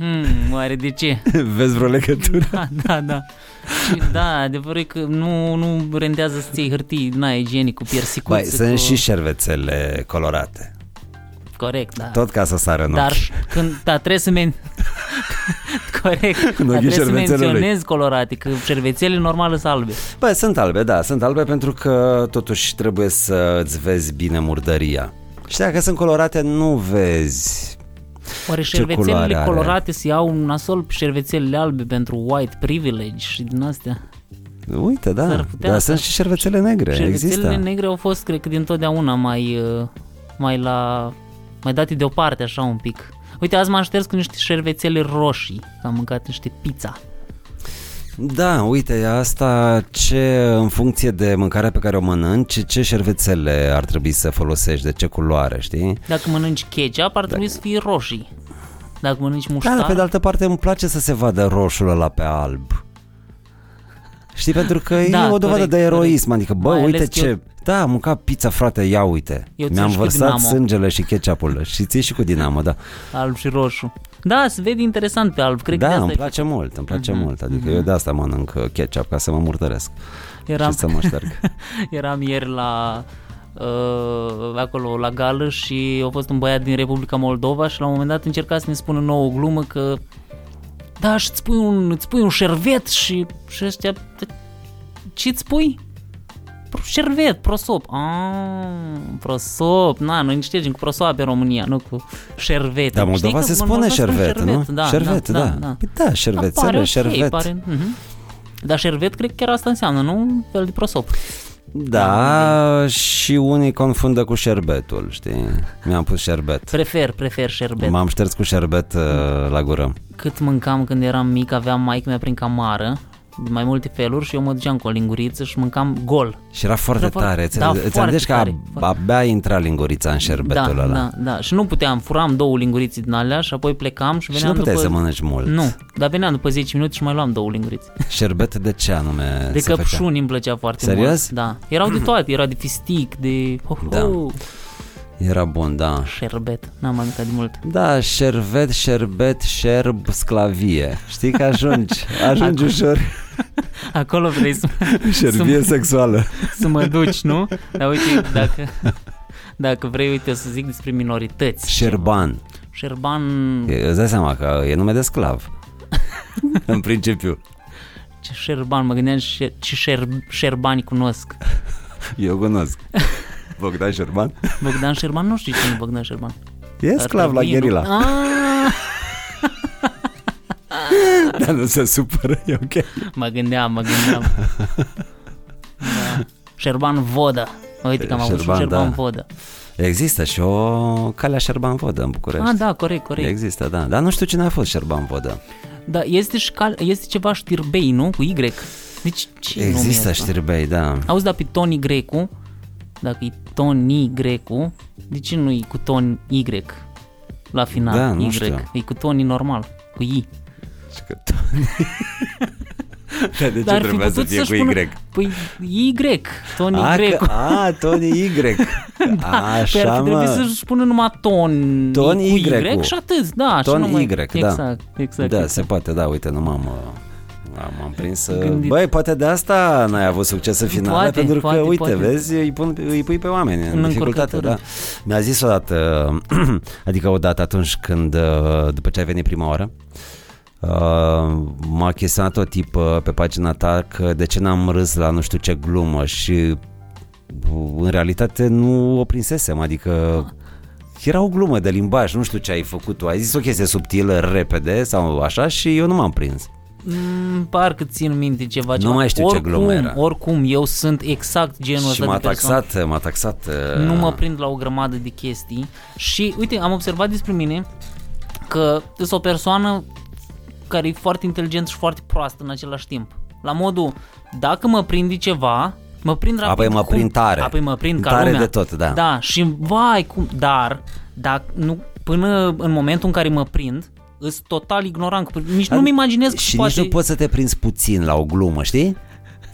Hmm, oare de ce? Vezi vreo legătură? Da, da, da. Și da, adevărul e că nu, nu rendează să-ți iei hârtii din aia igienic cu piersicuțe. Băi, sunt cu... și șervețele colorate. Corect, da. Tot ca să sară în Dar ochi. când, dar trebuie să men... Corect, dar trebuie să șervețelului. menționez colorate, că șervețele normale sunt albe. Băi, sunt albe, da, sunt albe pentru că totuși trebuie să îți vezi bine murdăria. Și dacă sunt colorate, nu vezi. culoare Oare șervețelele are? colorate se iau un nasol pe șervețelele albe pentru white privilege și din astea? Uite, da, S-ar dar putea da, să- sunt și șervețele negre, șervețelele există. negre au fost, cred că, dintotdeauna mai, uh, mai la... mai date deoparte așa un pic. Uite, azi m-am șters cu niște șervețele roșii, că am mâncat niște pizza. Da, uite, asta ce în funcție de mâncarea pe care o mănânci, ce șervețele ar trebui să folosești, de ce culoare, știi? Dacă mănânci ketchup, ar trebui să fie roșii. Dacă mănânci Da, muștar... dar pe de altă parte îmi place să se vadă roșul ăla pe alb. Știi, pentru că e Da, o dovadă corect, de eroism, corect. adică, bă, Mai uite ales că ce... eu- Da, am mâncat pizza, frate, ia uite. Eu țin Mi-am și cu vărsat Dinamo. sângele și ketchupul și ții și cu Dinamo, da. Alb și roșu. Da, se vede interesant pe alb. Cred da, că de îmi asta Mhm. place mult, îmi place mult. Adică eu de asta mănânc uh, ketchup, ca să mă murdăresc eram, și să mă șterg. eram ieri la uh, acolo la gală și a fost un băiat din Republica Moldova și la un moment dat încerca să ne spună nouă o glumă că da, și îți pui un, îți pui un șervet și, și ăștia, ce îți pui? Pro- Șervet, prosop. Ah, prosop. Na, noi ne ștergem cu prosoape în România, nu cu șervete. Dar Știi Da, Moldova că se în spune Moldova spun șervet, nu? Da, Șervet, da, da. da, da. Păi Da, șervețele, ok, șervet. Pare, uh-huh. Dar șervet cred că chiar asta înseamnă, nu? Un fel de prosop. Da, și unii confundă cu șerbetul, știi? Mi-am pus șerbet. Prefer, prefer șerbet. Ma- M-am șters cu șerbet uh, la gură. Cât mâncam când eram mic, aveam maică mea prin camară, de mai multe feluri și eu mă duceam cu o linguriță și mâncam gol. Și era foarte Era foarte- tare. Îți, da, da, îți foarte amintești că tare, tare, abia intra lingurița în Da, șerbetul ăla. da, da. Și nu puteam, furam două lingurițe din alea și apoi plecam și Și veneam nu puteai după... să mănânci mult. Nu, dar veneam după 10 minute și mai luam două lingurițe. Șerbet de ce anume De se făcea? căpșuni îmi plăcea foarte Serios? mult. Da. Erau de toate, era de fistic, de ho, ho, Da. Era bun, da. șerbet. N-am mai mâncat de mult. Da, șervet, șerbet, șerb, sclavie. Știi că ajungi, ajungi ușor Acolo vrei să, șerbie sexuală. să mă duci, nu? Dar uite, dacă, dacă vrei, uite, o să zic despre minorități. Șerban. Șerban, E, Îți dai seama că e nume de sclav. în principiu. ce șerban, mă gândeam ce, ce șer, șerbani cunosc. Eu cunosc. Bogdan Șerban? Bogdan Șerban, nu știu cine e Bogdan Șerban. E sclav la trebui, nu? gherila. Ah, Dar nu se supără, e ok. mă gândeam, mă gândeam. Da. Șerban Vodă. Uite că am avut și un Șerban, Șerban da. Vodă. Există și o calea Șerban Vodă în București. Ah, da, corect, corect. Există, da. Dar nu știu cine a fost Șerban Vodă. Da, este, și cal, este ceva știrbei, nu? Cu Y. Deci ce nume e Există ăsta? știrbei, da. Auzi, dar pe Tony Grecu, dacă e Tony Grecu, de ce nu e cu Tony Y la final? Da, nu y. știu. E cu Tony normal, cu I. Dar de ce Dar ar fi trebuia să putut fie să-și cu pună... Y? Păi Y, Tony A, Grecu. că- a, Tony Y. Păi Da, ar Așa, fi trebuit mă. să-și spună numai ton, Ton cu Y. y și atât, da. Ton și numai... Y, da. Exact, exact. Da, exact. se poate, da, uite, nu m-am... uh, am- M-am prins uh, Gândit. Băi, poate de asta n-ai avut succes în final Poate, Pentru poate, că, uite, poate. vezi, îi, pun, îi pui pe oameni în, În dificultate da. încurcătură. Mi-a zis odată Adică odată atunci când uh, După ce ai venit prima oară Uh, m-a chestionat o tipă pe pagina ta că de ce n-am râs la nu știu ce glumă și uh, în realitate nu o prinsesem, adică era o glumă de limbaj, nu știu ce ai făcut tu, ai zis o chestie subtilă, repede sau așa și eu nu m-am prins. Mm, parcă țin minte ceva. Nu ceva. mai știu ce oricum, glumă era. Oricum, eu sunt exact genul și ăsta m-a de persoană. taxat, m-a taxat. uh, nu mă prind la o grămadă de chestii și uite, am observat despre mine că sunt o persoană care e foarte inteligentă și foarte proastă în același timp. La modul, dacă mă prinde ceva, mă prind rapid. Apoi mă cum- prind tare. Apoi mă prind ca Tare lumea. de tot, da. Da, și vai cum, dar, dacă nu, până în momentul în care mă prind, sunt total ignorant, că nici nu-mi imaginez că și poate... nici nu poți să te prinzi puțin la o glumă, știi?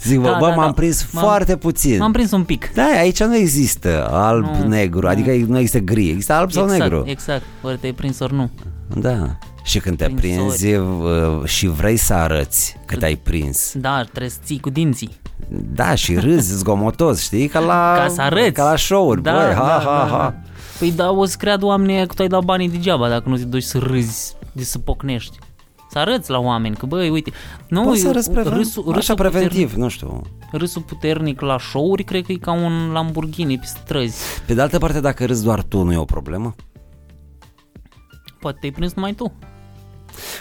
Zic, bă, Da, bă da, m-am da. prins M-am- foarte puțin. M-am prins un pic. Da, aici nu există alb, Nu, negru, adică nu există gri, există alb sau exact, negru. exact, ori te-ai prins, ori nu. Da. Și când te Prinsori. prinzi uh, și vrei să arăți cât ai prins. Da, trebuie să ții cu dinții. Da, și râzi zgomotos, știi? Ca la, Ca să arăți. Ca la show-uri, Da, băi, ha, da, ha, da, ha. da. Păi da, o să creadă oamenii aia că tu ai dat banii degeaba dacă nu te duci să râzi, de să pocnești. Să arăți la oameni că, băi, uite, nu, Poți să eu- râzi preven... râsul, așa râsul preventiv, Puternic, nu știu. râsul puternic la show-uri cred că e ca un Lamborghini pe străzi. Pe de altă parte, dacă râzi doar tu, nu e o problemă? Poate te-ai prins numai tu.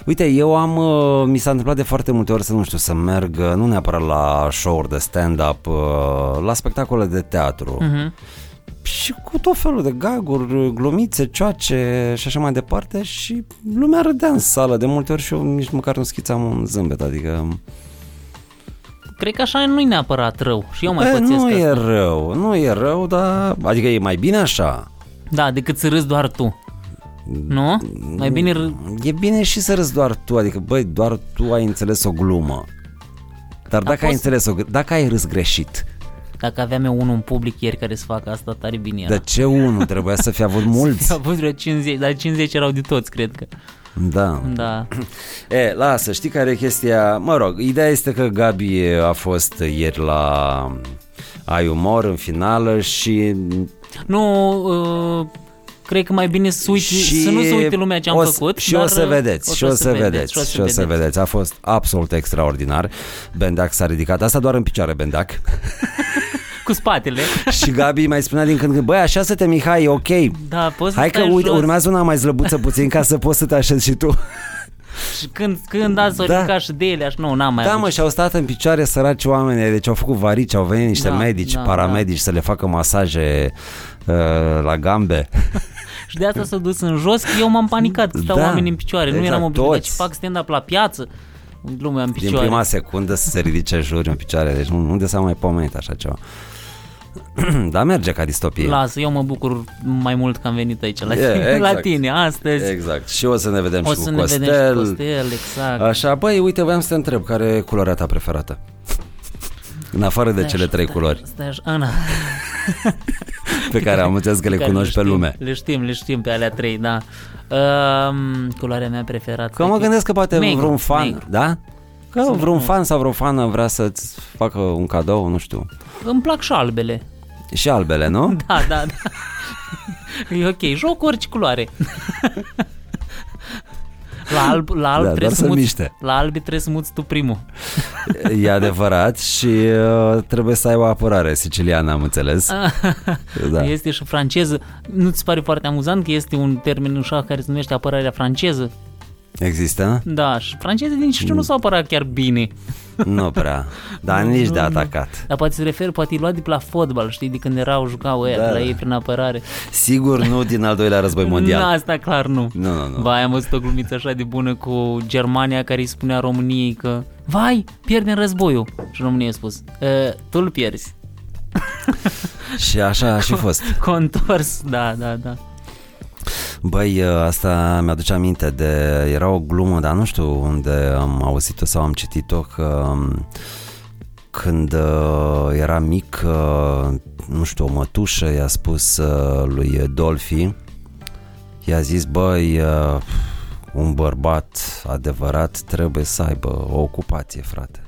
Uite, eu am, uh, mi s-a întâmplat de foarte multe ori să nu știu, să merg, uh, nu neapărat la show-uri de stand-up, uh, la spectacole de teatru. Mhm. și cu tot felul de gaguri, uh, glumițe, cioace și așa mai departe și lumea râdea în sală de multe ori și eu nici măcar nu schițam un zâmbet, adică Cred că așa nu-i neapărat rău și eu mai Bă, pățesc nu asta. e rău, nu e rău, dar adică e mai bine așa. Da, decât să râzi doar tu. Nu? Mai bine râ... E bine și să râzi doar tu, adică băi, doar tu ai înțeles o glumă. Dar dacă ai poți- înțeles o, gr- dacă ai râs greșit, Dacă aveam eu unul în public ieri care să facă asta, tare bine era. de ce unul trebuia să fi avut Au mulți? Da. avut vreo 50, dar 50 erau de toți, cred că. Da. Da. E, lasă, știi care e chestia? Mă rog, ideea este că Gabi a fost ieri la Ai Umor în finală și, Nu, uh, cred că mai bine să, uite, și să nu se uite lumea ce am o, să- făcut. Și dar, o să uh, vedeți, și o să vedeți, și o să vedeți. A fost absolut extraordinar. Bendac s-a ridicat, asta doar în picioare Bendac. Cu spatele. și Gabi mai spunea din când în când, băi, așa să te Mihai, e ok. Da, poți să Hai că stai uite, jos. urmează una mai slăbuță puțin ca să poți să te așezi și tu. Și când, când ați Da. da. și de ele, așa, nu, n-am mai Da, avut. mă, și-au stat în picioare săraci oameni, deci au făcut varici, au venit niște Da, medici, da, paramedici să le facă masaje uh, la gambe. Și de asta s-a dus în jos, că eu m-am panicat, că stau Da, oamenii în picioare. Nu exact, eram obișnuit, toți. deci fac stand-up la piață, lumea în Din picioare. prima secundă să se ridice jur în picioare, deci nu- unde s-a mai pomenit așa ceva. Dar merge ca distopie. Lasă, eu mă bucur mai mult că am venit aici la, E, tine, la exact. tine astăzi. Exact. Și o să ne vedem O și să cu ne Costel. vedem și cu Costel, exact. Așa, băi, uite, voiam să te întreb, care e culoarea ta preferată? În afară de cele trei culori Stai așa, Ana. pe care am înțeles că le care cunoști pe știm, lume. Le știm, le știm pe alea trei, da. Um, culoarea mea preferată. Că mă gândesc că poate Negru, vreun fan, negru. da? Că vreun fan sau vreo fană vrea să-ți facă un cadou, nu știu. Îmi plac și albele. Și albele, nu? Da, da, da. e ok, joc orice culoare. La alb, la alb Da, trebuie doar să să muți, miște. La albi trebuie să muți tu primul. E adevărat și uh, trebuie să ai o apărare siciliană, am înțeles. Da. Da. Este și franceză. Nu ți se pare foarte amuzant că este un termen în șah care se numește apărarea franceză? Există? Da, și francezii din Mm. știu nu s-au apărat chiar bine. Nu prea. Dar nici de atacat. Dar poate se refer, poate îi lua de pe la fotbal, știi, de când erau, jucau ăia Da, da. la da. ei prin apărare. Sigur nu din al doilea război Na, mondial. asta clar nu. Nu, nu, nu. Vai, am văzut o glumiță așa de bună cu Germania care îi spunea României că Vai, pierdem războiul. Și România a spus, "E, tu îl pierzi. Și așa a și fost. Contors, da, da, da. Băi, ă, asta mi-aduce aminte de... Era o glumă, dar nu știu unde am auzit-o sau am citit-o, că um, când uh, era mic, uh, nu știu, o mătușă i-a spus uh, lui Dolfi, i-a zis, băi, uh, un bărbat adevărat trebuie să aibă o ocupație, frate.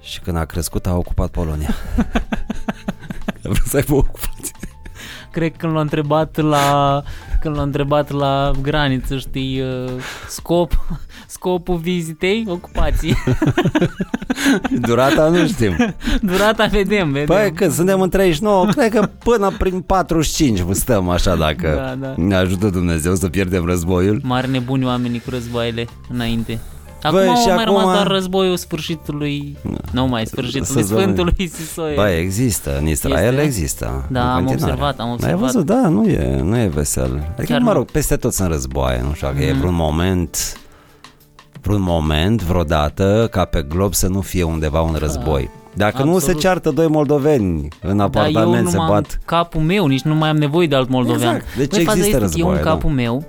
Și când a crescut, a ocupat Polonia. a vrut să aibă o ocupație. Cred că când l-a întrebat la când l-a întrebat la graniță, știi, e, scop, scopul vizitei, ocupații. Durata nu știm. Durata vedem, vedem. Păi că suntem în 39, cred că până prin 45 stăm așa dacă Da, da. ne ajută Dumnezeu să pierdem războiul. Mari nebuni oamenii cu războaiele înainte. Acum Băi, Băi, și și mai acum- rămas doar războiul sfârșitului, nu mai, sfârșitului Sezonul. Sfântului Sisoie. Băi, există, în Israel Păi, Este? există. Da, în am continuare. observat, am observat. Ai văzut, da, nu e, nu e vesel. Adică, Chiar mă nu. Mhm. rog, peste tot sunt războaie, nu știu, dacă e vreun moment vreun moment, vreodată, ca pe glob să nu fie undeva un război. Dacă nu se absolut. ceartă doi moldoveni în Dar eu apartament, nu se am bat. capul meu, nici nu mai am nevoie de alt moldovean. Exact. Deci Băi, faza există este că eu în războaie, capul meu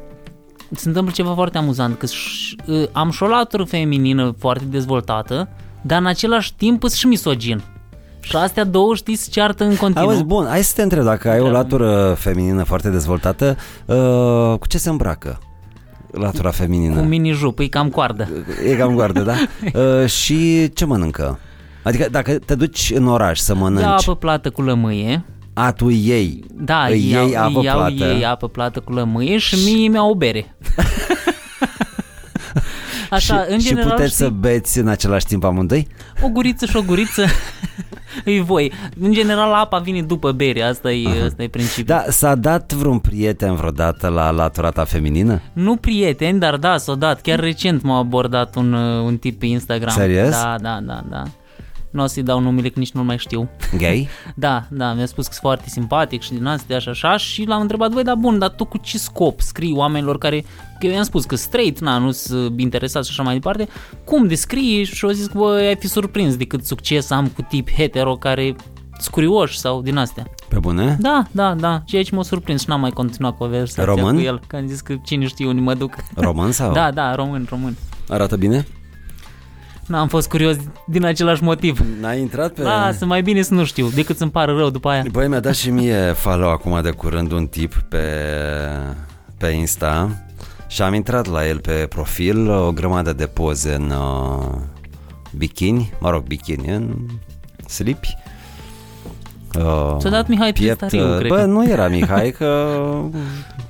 se întâmplă ceva foarte amuzant, că ș- ă, am și o latură feminină foarte dezvoltată, dar în același timp sunt și misogin. Și astea două știi se ceartă în continuu. Auzi, bun, hai să te întreb dacă ai o Da. latură feminină foarte dezvoltată, uh, cu ce se îmbracă latura feminină? cu mini-jup, e cam coardă. E cam goardă, da? Uh, și ce mănâncă? Adică dacă te duci în oraș să mănânci, Da, apă plată cu lămâie. a, tu ei, Da, îi iau, iei apă iau plată ei apă plată cu lămâie și mie mi-au o bere. Așa, și, în general, și puteți știi, să beți în același timp amândoi? o guriță și o guriță îi voi. În general, apa vine după bere, asta e, asta e principiul. Da, s-a dat vreun prieten vreodată la latura ta feminină? Nu prieteni, dar da, s-o dat. Chiar recent m-a abordat un, uh, un tip pe Instagram. Serios? Da, da, da, da. Nu o să-i dau numele, că nici nu mai știu. Gay? Da, da, mi-a spus că sunt foarte simpatic și din astea și așa și l-am întrebat, băi, dar bun, dar tu cu ce scop scrii oamenilor care, că eu i-am spus că straight, na, nu sunt interesați și așa mai departe, cum descrii și au zis că, băi, ai fi surprins de cât succes am cu tip hetero care sunt curioși sau din astea. Pe bune? Da, da, da, și aici m-a surprins și n-am mai continuat conversația Român? cu el, că am zis că cine știe unde mă duc. Român sau? Da, da, român, român. Arată bine? N-am fost curios din același motiv. N-ai intrat pe... Lasă, mai bine să nu știu, decât să-mi pară rău după aia. Băi, mi-a dat și mie follow acum de curând un tip pe, pe Insta și am intrat la el pe profil, o grămadă de poze în uh, bikini, mă rog, bikini, în slipi. Uh, Ți-a dat Mihai Pistariu, uh, cred Bă, că. nu era Mihai, că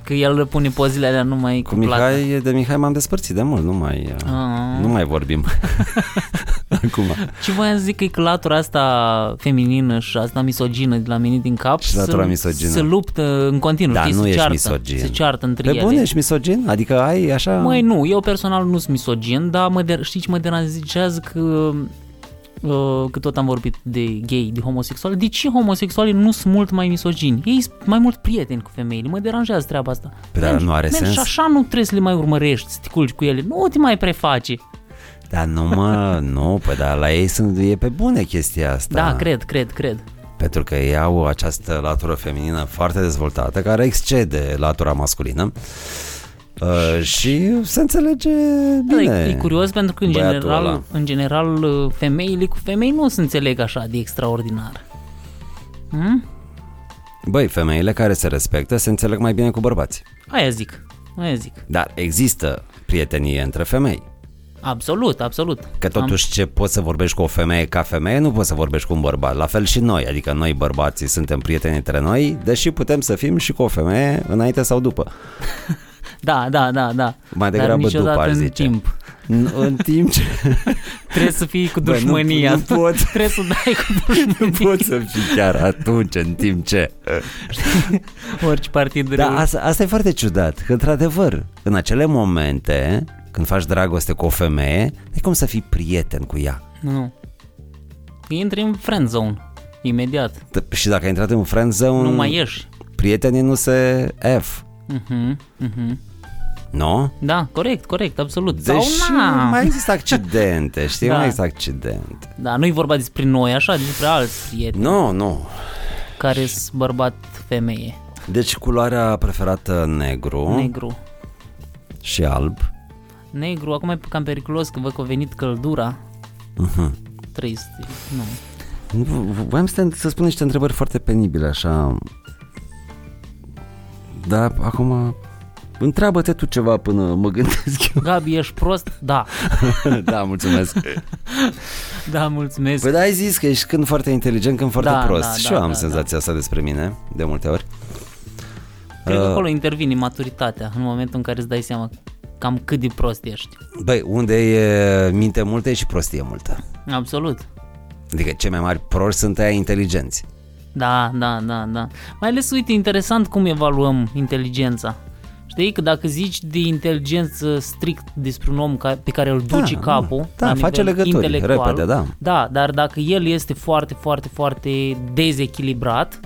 Că el pune pozele alea numai cu cu, plată. Mihai, de Mihai m-am despărțit de mult, nu mai, uh, Ah. nu mai vorbim acum. Ce voiam să zic că e că latura asta feminină și asta misogină de la mine din cap Și latura se, misogină. se luptă în continuu, Da, știi? nu se ești ceartă, misogin. Se ceartă între Pe ele. bune, ești misogin? Adică ai așa... Măi, nu, eu personal nu sunt misogin, dar mă der- știi ce mă deranjează că uh, că tot am vorbit de gay, de homosexuali, de ce homosexualii nu sunt mult mai misogini? Ei sunt mai mult prieteni cu femeile, mă deranjează treaba asta. Păi, dar Mergi- nu are mergi sens. Și așa nu trebuie să le mai urmărești, să te culci cu ele, nu te mai prefaci. Dar nu mă, nu, păi dar la ei sunt, e pe bune chestia asta. Da, cred, cred, cred. Pentru că ei au această latură feminină foarte dezvoltată, care excede latura masculină. Uh, și se înțelege bine. Da, e, e curios pentru că în băiatul general, ăla. în general uh, femeile cu femei nu se înțeleg așa de extraordinar. Hmm? Băi, femeile care se respectă se înțeleg mai bine cu bărbați. Aia zic. Aia zic. Dar există prietenie între femei. Absolut, absolut. Că totuși ce poți să vorbești cu o femeie ca femeie, nu poți să vorbești cu un bărbat. La fel și noi, adică noi bărbații suntem prieteni între noi, deși putem să fim și cu o femeie înainte sau după. Am, Da, da, da, da. Mai Dar degrabă niciodată după, aș în zice. timp. În, în timp ce Trebuie să fii cu Bă, nu- dușmânia. nu pot. Trebuie să dai cu dușmânia. nu poți să fii chiar atunci, în timp ce... Orice partid Da, da, asta, asta e foarte ciudat, că într-adevăr, în acele momente, când faci dragoste cu o femeie, e cum să fii prieten cu ea. Nu. Intri în friend zone. Imediat. T- Și dacă ai intrat în friend zone, Nu mai ieși. prietenii nu se F, Mhm, mhm. nu? Da, corect, corect, absolut. Deși Sau na. mai există accidente, știi, Da. mai există accidente. Da, nu-i vorba despre noi așa, despre alți prieteni Nu, no, nu. No. care sunt bărbat femeie, Deci culoarea preferată negru, negru negru. și alb. Negru, acum e cam periculos că văd că a venit căldura. Mhm. Trist, nu. V- v- Voiam să, te- să spun niște întrebări foarte penibile, așa. Dar acum... Întreabă-te tu ceva până mă gândesc eu. Gabi, ești prost? Da. da, mulțumesc. Da, mulțumesc. Păi da, ai zis că ești când foarte inteligent, când foarte Da, prost. da, și da, eu am da, senzația asta despre mine, de multe ori. Cred că uh, acolo intervine maturitatea în momentul în care îți dai seama cam cât de prost ești. Băi, unde e minte multă e și prostie multă. Absolut. Adică cei mai mari proști sunt aia inteligenți. Da, da, da, da. Mai ales, uite, interesant cum evaluăm inteligența. Știi că dacă zici de inteligență strict despre un om ca, pe care îl duci da, capul, da, la face nivel legături, intelectual, repede, da. Da, dar dacă el este foarte, foarte, foarte dezechilibrat,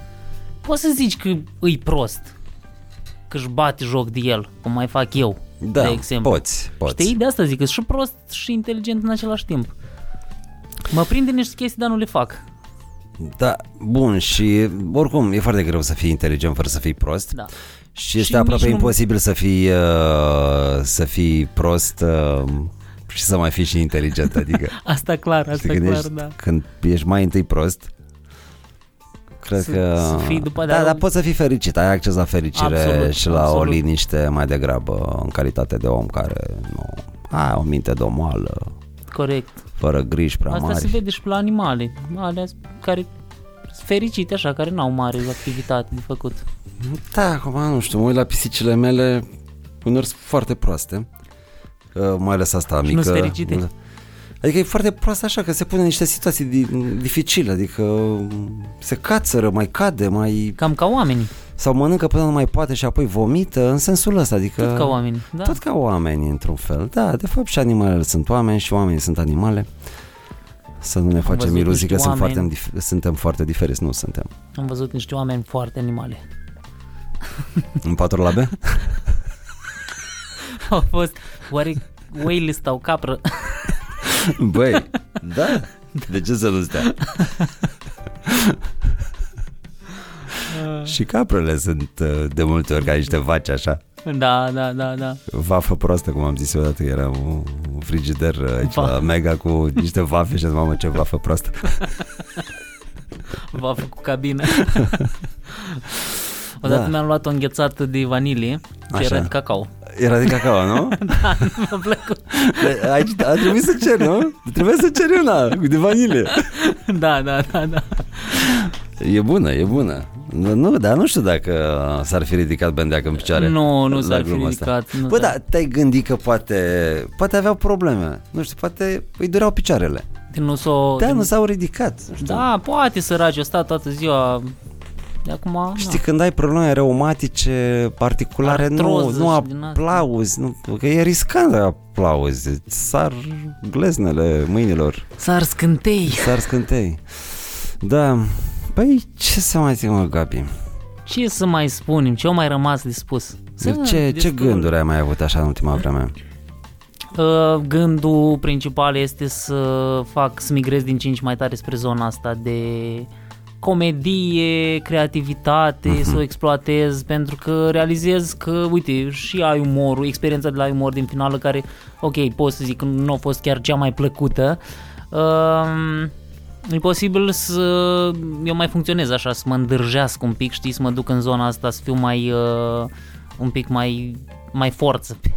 poți să zici că îi prost, că își bate joc de el, cum mai fac eu, Da, de exemplu. poți, poți. Știi? De asta zic, că sunt și prost și inteligent în același timp. Mă prinde niște chestii, dar nu le fac. Da, bun și oricum e foarte greu să fii inteligent fără să fii prost. Da. Și este nici aproape nu- imposibil să fii uh, să fii prost uh, și să mai fii și inteligent, adică. Asta clar, asta Știi, când, clar, ești, da. când ești mai întâi prost, cred Să- că... să fii după da, de-a dar lung. poți să fii fericit, ai acces la fericire Absolut, și la o absolut. liniște mai degrabă în calitate de om care nu... Ai o minte domoală, Corect. fără griji prea Asta mari. se vede și la animale, alea care sunt fericite așa, care n-au mare activitate de făcut. Da, acum nu știu, mă uit la pisicile mele, uneori sunt foarte proaste. Uh, mai ales asta Și mică. nu-s fericite? Adică e foarte proastă așa, că se pune în niște situații di- dificile, adică se cațără, mai cade, mai Cam ca oamenii, sau mănâncă până nu mai poate și apoi vomită în sensul ăsta, adică... tot ca oamenii. Da? Tot ca oameni, într-un fel. Da, de fapt și animalele sunt oameni și oamenii sunt animale. Să nu ne facem văzut iluzii că niște sunt foarte, oameni. dif- suntem foarte diferiți. Nu suntem. Am văzut niște oameni foarte animale. În patru la B? Au fost, oare oile stau capră? Băi, da. De ce să nu stea? și caprele sunt uh, de multe ori ca niște vaci așa. da, da, da, da. Vafă proastă, cum am zis eu odată, era un un frigider uh, aici la Mega cu niște vafe și am zis, mamă ce vafă proastă. Va cu cabină. Odată Da. mi-am luat o înghețată de vanilie și Așa. era de cacao. Era din cacao, Da, nu? Mi-a plăcut. De- Aici a trebuit să cer, nu? Trebuie să ceri una de vanilie. Da, da, da, da. E bună, e bună. Nu, nu, dar nu știu dacă s-ar fi ridicat bendeac în picioare. Nu, nu la s-ar fi gluma asta. ridicat, nu Bă, s-ar- da, te-ai gândit că poate, poate aveau probleme. Nu știu, poate îi dureau picioarele. Din nu s-o... Da, din- nu s-au ridicat. Nu știu. da, poate săraci, a stat toată ziua. De acum, Știi, când ai probleme reumatice, particulare, nu, Artroză nu și din astea. aplauzi, nu, că e riscant să aplauzi, Îți sar gleznele mâinilor, na. S-ar scântei. sar scântei. Da, păi ce să mai zic, mă, Gabi? Ce să mai spunem? Ce au mai rămas de spus? Deci Sunt ce, ce destul. gânduri ai mai avut așa în ultima vreme? Uh, Gândul principal este să fac, să migrez din ce în ce mai tare spre zona asta de comedie, creativitate, să o exploatez, pentru că realizez că, uite, și ai umorul, experiența de la umor din finală, care, ok, pot să zic că nu a fost chiar cea mai plăcută, um, E posibil să eu mai funcționez așa, să mă îndârjească un pic, știi, să mă duc în zona asta, să fiu mai, uh, un pic mai, mai forță pe,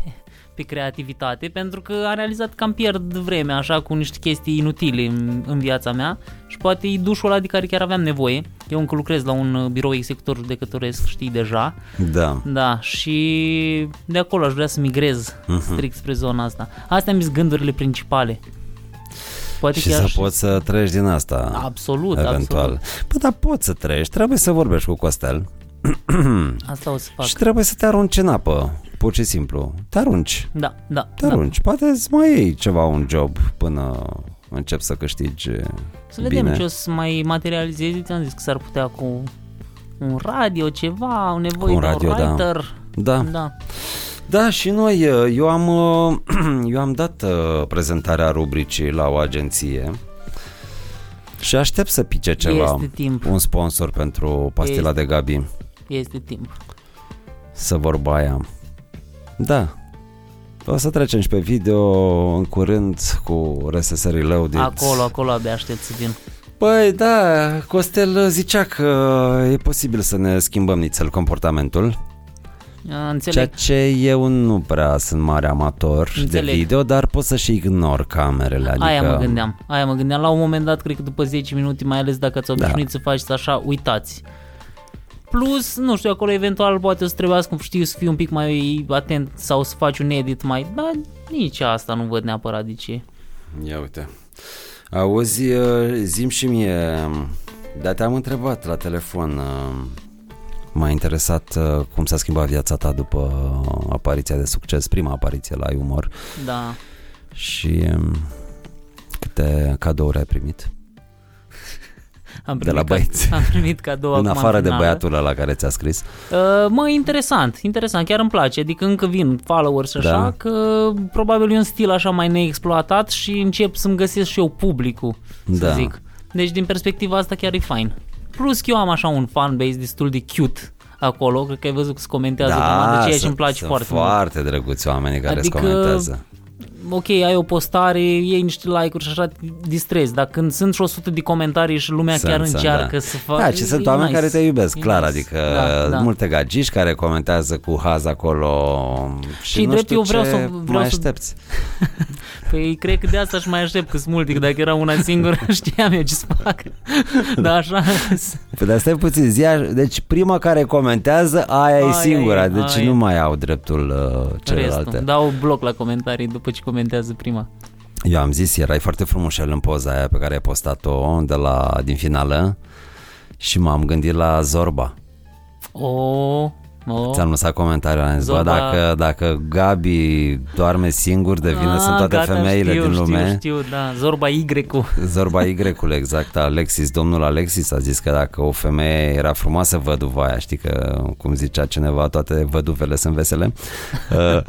pe creativitate pentru că am realizat că am pierd vremea așa cu niște chestii inutile în, în viața mea și poate e dușul ăla de care chiar aveam nevoie. Eu încă lucrez la un uh, birou executor judecătoresc, știi deja. Da. Da, și de acolo aș vrea să migrez uh-huh. Hmm. Mhm. strict spre zona asta. Astea mi-s gândurile principale. Poate Și chiar să poți să treci din asta. Da. Absolut, eventual. absolut. Bă, dar poți să treci, trebuie să vorbești cu Costel Asta o să fac. și trebuie să te arunci în apă, pur și simplu. Te arunci, Da, da. te da. arunci. Poate îți mai iei ceva un job până începi să câștigi Să vedem bine. ce o să mai materializez. Ți-am zis că s-ar putea cu un radio, ceva, o nevoie Cu un de radio, un da. writer. Da. da. Da, și noi, eu am, eh, eu am dat uh, prezentarea rubricii la o agenție și aștept să pice ceva, Este timp. un sponsor pentru pastila Este. de Gabi, Este timp. să vorba aia. Da, o să trecem și pe video în curând cu RSS Reloaded. Acolo, acolo abia aștept să vin. Păi da, Costel zicea că e posibil să ne schimbăm nițel comportamentul. A, Înțeleg. Ceea ce eu nu prea sunt mare amator de Înțeleg. video, dar pot să și ignor camerele. Adică... Aia mă gândeam, aia mă gândeam. La un moment dat, cred că după 10 minute, mai ales dacă ați obișnuit da. să faceți așa, uitați. Plus, nu știu, acolo eventual poate o să trebuiască, știu, să fii un pic mai atent sau să faci un edit mai... Dar nici asta nu văd neapărat de ce. Ia uite. Auzi, uh, zim și mie, um, dar te-am întrebat la telefon, uh, m-a interesat uh, cum s-a schimbat viața ta după apariția de succes, prima apariție la Humor Da. și um, câte cadouri ai primit? Am De la primit ca- băieți. Am primit cadou în acum afară de finală. băiatul ăla care ți-a scris. Uh, mă, interesant, interesant, chiar îmi place, adică încă vin followers și Da. așa, da. că probabil e un stil așa mai neexploatat și încep să-mi găsesc și eu publicul, să Da. zic. Deci din perspectiva asta chiar e fain. Plus că eu am așa un fanbase destul de cute acolo, cred că ai văzut că se comentează da, ceea ce sunt- îmi place sunt foarte, mult. foarte drăguți oamenii care Adică- îți comentează. Ok, ai o postare, iei niște like-uri și așa te distrezi, dar când sunt și 100 de comentarii și lumea Sunt, chiar sunt, încearcă da. să facă... Da, și sunt oameni nice. care te iubesc, clar, adică Păi, da, da. multe gagiși care comentează cu haz acolo și, Și nu drept, știu eu vreau ce să- vreau mai să- aștepți. Păi cred că de asta și mai aștept câți mulți, că dacă era una singură știam eu ce să fac. Dar așa... Păi, dar stai puțin, zia, deci prima care comentează, aia e Aia singura, e, deci aia e. nu mai au dreptul uh, celelalte. Restul. da. Dau bloc la comentarii după ce comentează prima. Eu am zis, erai foarte frumușel în poza aia pe care ai postat-o de la, din finală și m-am gândit la Zorba. O, o. Ți-am lăsat comentariul, am zis, bă, Oh. Zorba- dacă, dacă Gabi doarme singur de vină, Ah, sunt toate gata, femeile știu, din lume. Știu, știu, da, Zorba Y-ul. Zorba Y-ul exact, Alexis, domnul Alexis a zis că dacă o femeie era frumoasă văduva aia, știi că, cum zicea cineva, toate văduvele sunt vesele. Uh,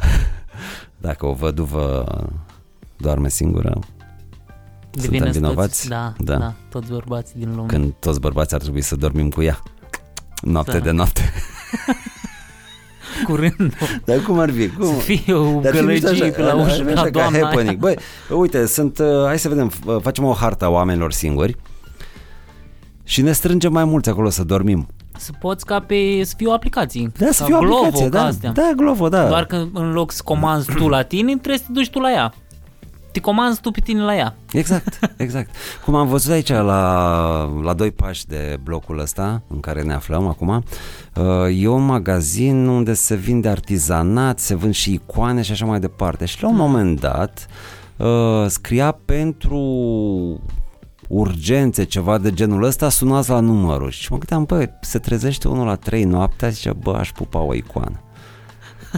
dacă o văduvă doarme singură, Devine suntem vinovați? Toți, da, Da. da, da, toți bărbații din lume. când toți bărbații ar trebui să dormim cu ea. Noapte Da. de noapte. Curând o Dar cum ar fi? Cum? să fie o Dar fi mișto gălăgie pe la așa, da, ușă așa ca ca doamna aia. happening. Băi, uite, sunt, uh, hai să vedem, f- uh, facem o hartă a oamenilor singuri și ne strângem mai mulți acolo să dormim. Să poți ca pe, să fie o aplicație. Da, să Ca fie o Glovo, aplicație, ca da, astea. da, Glovo, da. Doar că în loc să comanzi tu la tine, trebuie să te duci tu la ea. Te comanzi tu pe tine la ea. Exact, exact. Cum am văzut aici la, la doi pași de blocul ăsta în care ne aflăm acum, uh, e un magazin unde se vinde artizanat, se vând și icoane și așa mai departe. Și la Ah. un moment dat uh, scria pentru urgențe, ceva de genul ăsta, sunați la numărul. Și mă gândeam, bă, se trezește unul la 3 noaptea, zice, bă, aș pupa o icoană.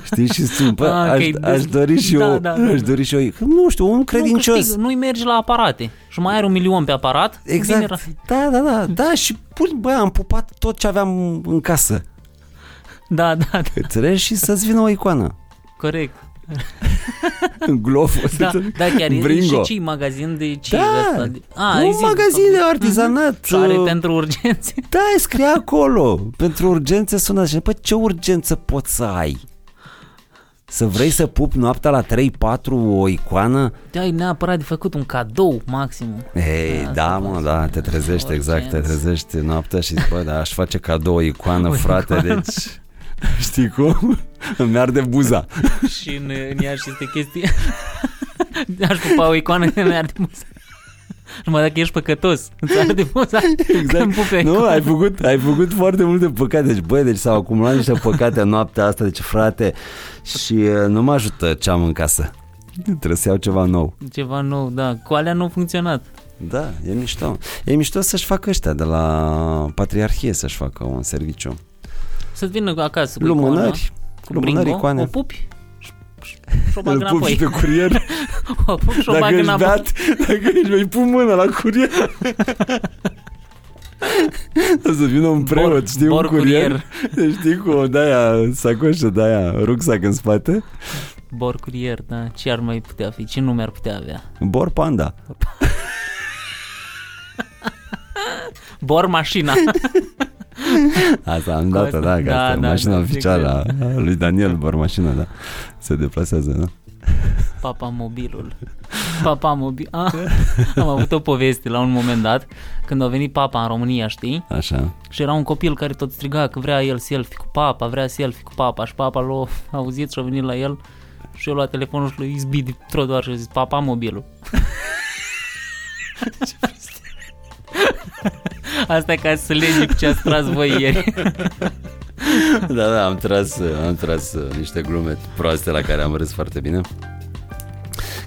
Știi, și sunt, bă, Ah, că aș, e des- aș, dori și Da, eu, da, da, aș da. dori și eu, nu știu, un Nu credincios. câștig, nu-i mergi la aparate. Și mai are un milion pe aparat. Exact. Vine, Da, da, da, da și pur- bă, am pupat tot ce aveam în casă. da, da, da, Înțelegi? Și să-ți vină o icoană. corect. În glov. Da, da chiar e Bringo. și ce magazin de ce Da, e ăsta? un ai zis, magazin de fapt. artizanat, Mhm. Și Are uh, pentru urgențe. Da, scrie acolo. Pentru urgențe sună și Păi ce urgență poți să ai? Să vrei să pup noaptea la 3-4 o icoană? Ai Da, neapărat de făcut un cadou maximum. Ei, Asta da, poți mă, să da, fie te trezești, urgență. exact, te trezești noaptea și zici, bă, da, aș face cadou o icoană, frate, deci... Știi cum? Îmi arde buza. și în, în Iași este chestie. Aș pupa o icoană de mi-ar de muza. Numai dacă ești păcătos, îți arde muza când pupe Exact. Nu, ai făcut, ai făcut foarte multe păcate. Deci, băi, deci s-au acumulat niște păcate în noaptea asta, deci frate, și uh, nu mă ajută ce am în casă. Trebuie să iau ceva nou. Ceva nou, da. Cu alea nu a funcționat. Da, e mișto. E mișto să-și facă ăștia de la Patriarhie să-și facă un serviciu. Să-ți vină acasă cu icoana, Lumânări. cu Lumânări, bringo, icoane. o pupi și- și o bag Îl pup și înapoi. pe curier. O pup și o Dacă bag ești înapoi. beat, dacă ești mai pun mâna la curier. o să vină un preot, Bor- știi, bor un curier. Deci curier. știi, cu o de-aia sacoșă, de-aia rucsac în spate. Bor curier, da. Ce ar mai putea fi? Ce nume ar putea avea? Bor panda. Bor mașina. Asta am Cu dat asta- da, că da, asta e da, mașina da, oficială a- a lui Daniel Bor mașina, da. Se deplasează, da. Papa mobilul. Papa mobil. Ah, am avut o poveste la un moment dat când a venit papa în România, știi? Așa. Și era un copil care tot striga că vrea el selfie cu papa, vrea selfie cu papa și papa l-a auzit și a venit la el și eu luat telefonul și l-a izbit de trotuar și a zis papa mobilul. Ce prostie. Asta e ca să legi cu ce ați tras voi ieri. Da, da, am tras, am tras uh, niște glume proaste la care am râs foarte bine.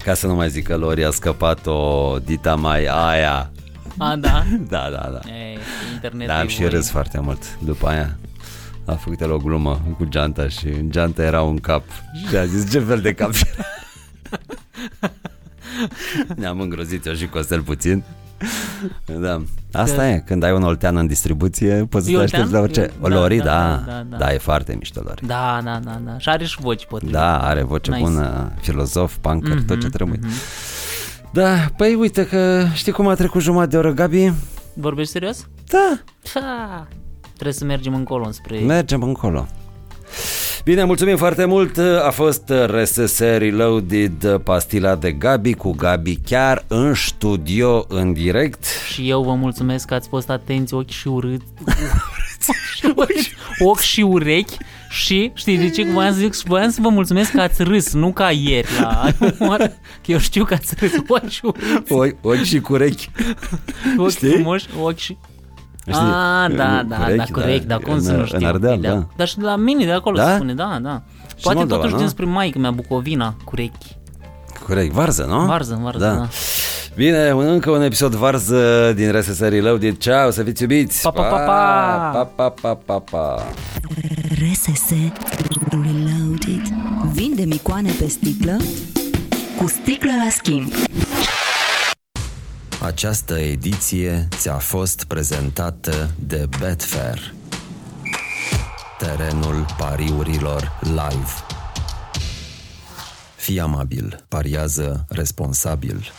Ca să nu mai zic că Lori a scăpat o dita mai aia. A, da. Da, da, da. E, internetul Da, am e și voie. râs foarte mult după aia. A făcut el o glumă cu geanta și în geanta era un cap. Și a zis, ce fel de cap era? Ne-am îngrozit eu și Costel puțin. Da. Asta Da. e, când ai un oltean în distribuție, poți să te E aștepți la oltean? orice. E- O da, Lori, da, da, da, da, da. e foarte mișto Lori. Da, da, da, da. Și are și voci potrivit. Da, are voce Nice. nice. bună, filozof, punker, mm-hmm, tot ce Mhm, trebuie. mhm. Mm-hmm. Da, păi uite că știi cum a trecut jumătate de oră, Gabi? Vorbești serios? Da, Ha. Trebuie să mergem încolo înspre... Mergem încolo. Bine, mulțumim foarte mult. A fost RSS Reloaded, pastila de Gabi cu Gabi chiar în studio, în direct. și eu vă mulțumesc că ați fost atenți ochi și urât. și urât. ochi și urechi și știi de ce voiam să zic și voiam să vă mulțumesc că ați râs, nu ca ieri la umor, că eu știu că ați râs ochi și urât, Oi, ochi și cu urechi. ochi Știi? frumoși, ochi și... Ah, da, da, da, corect, da, cum în, să nu știu. În Ardeal, Bine, da. Dar și de la mine de acolo Da? se spune, da, da. Poate Moldova, totuși nu? dinspre maică mea Bucovina, cu rechi. Corect, varză, nu? Varză, varză, da. Bine, un- încă un episod varză din RSS Reloaded. Ceau, să fiți iubiți! Pa, pa, pa, pa! Pa, pa, pa, pa, pa! RSS Reloaded Vindem icoane pe sticlă cu sticlă la schimb. Această ediție ți-a fost prezentată de Betfair, terenul pariurilor live. Fii amabil, pariază responsabil.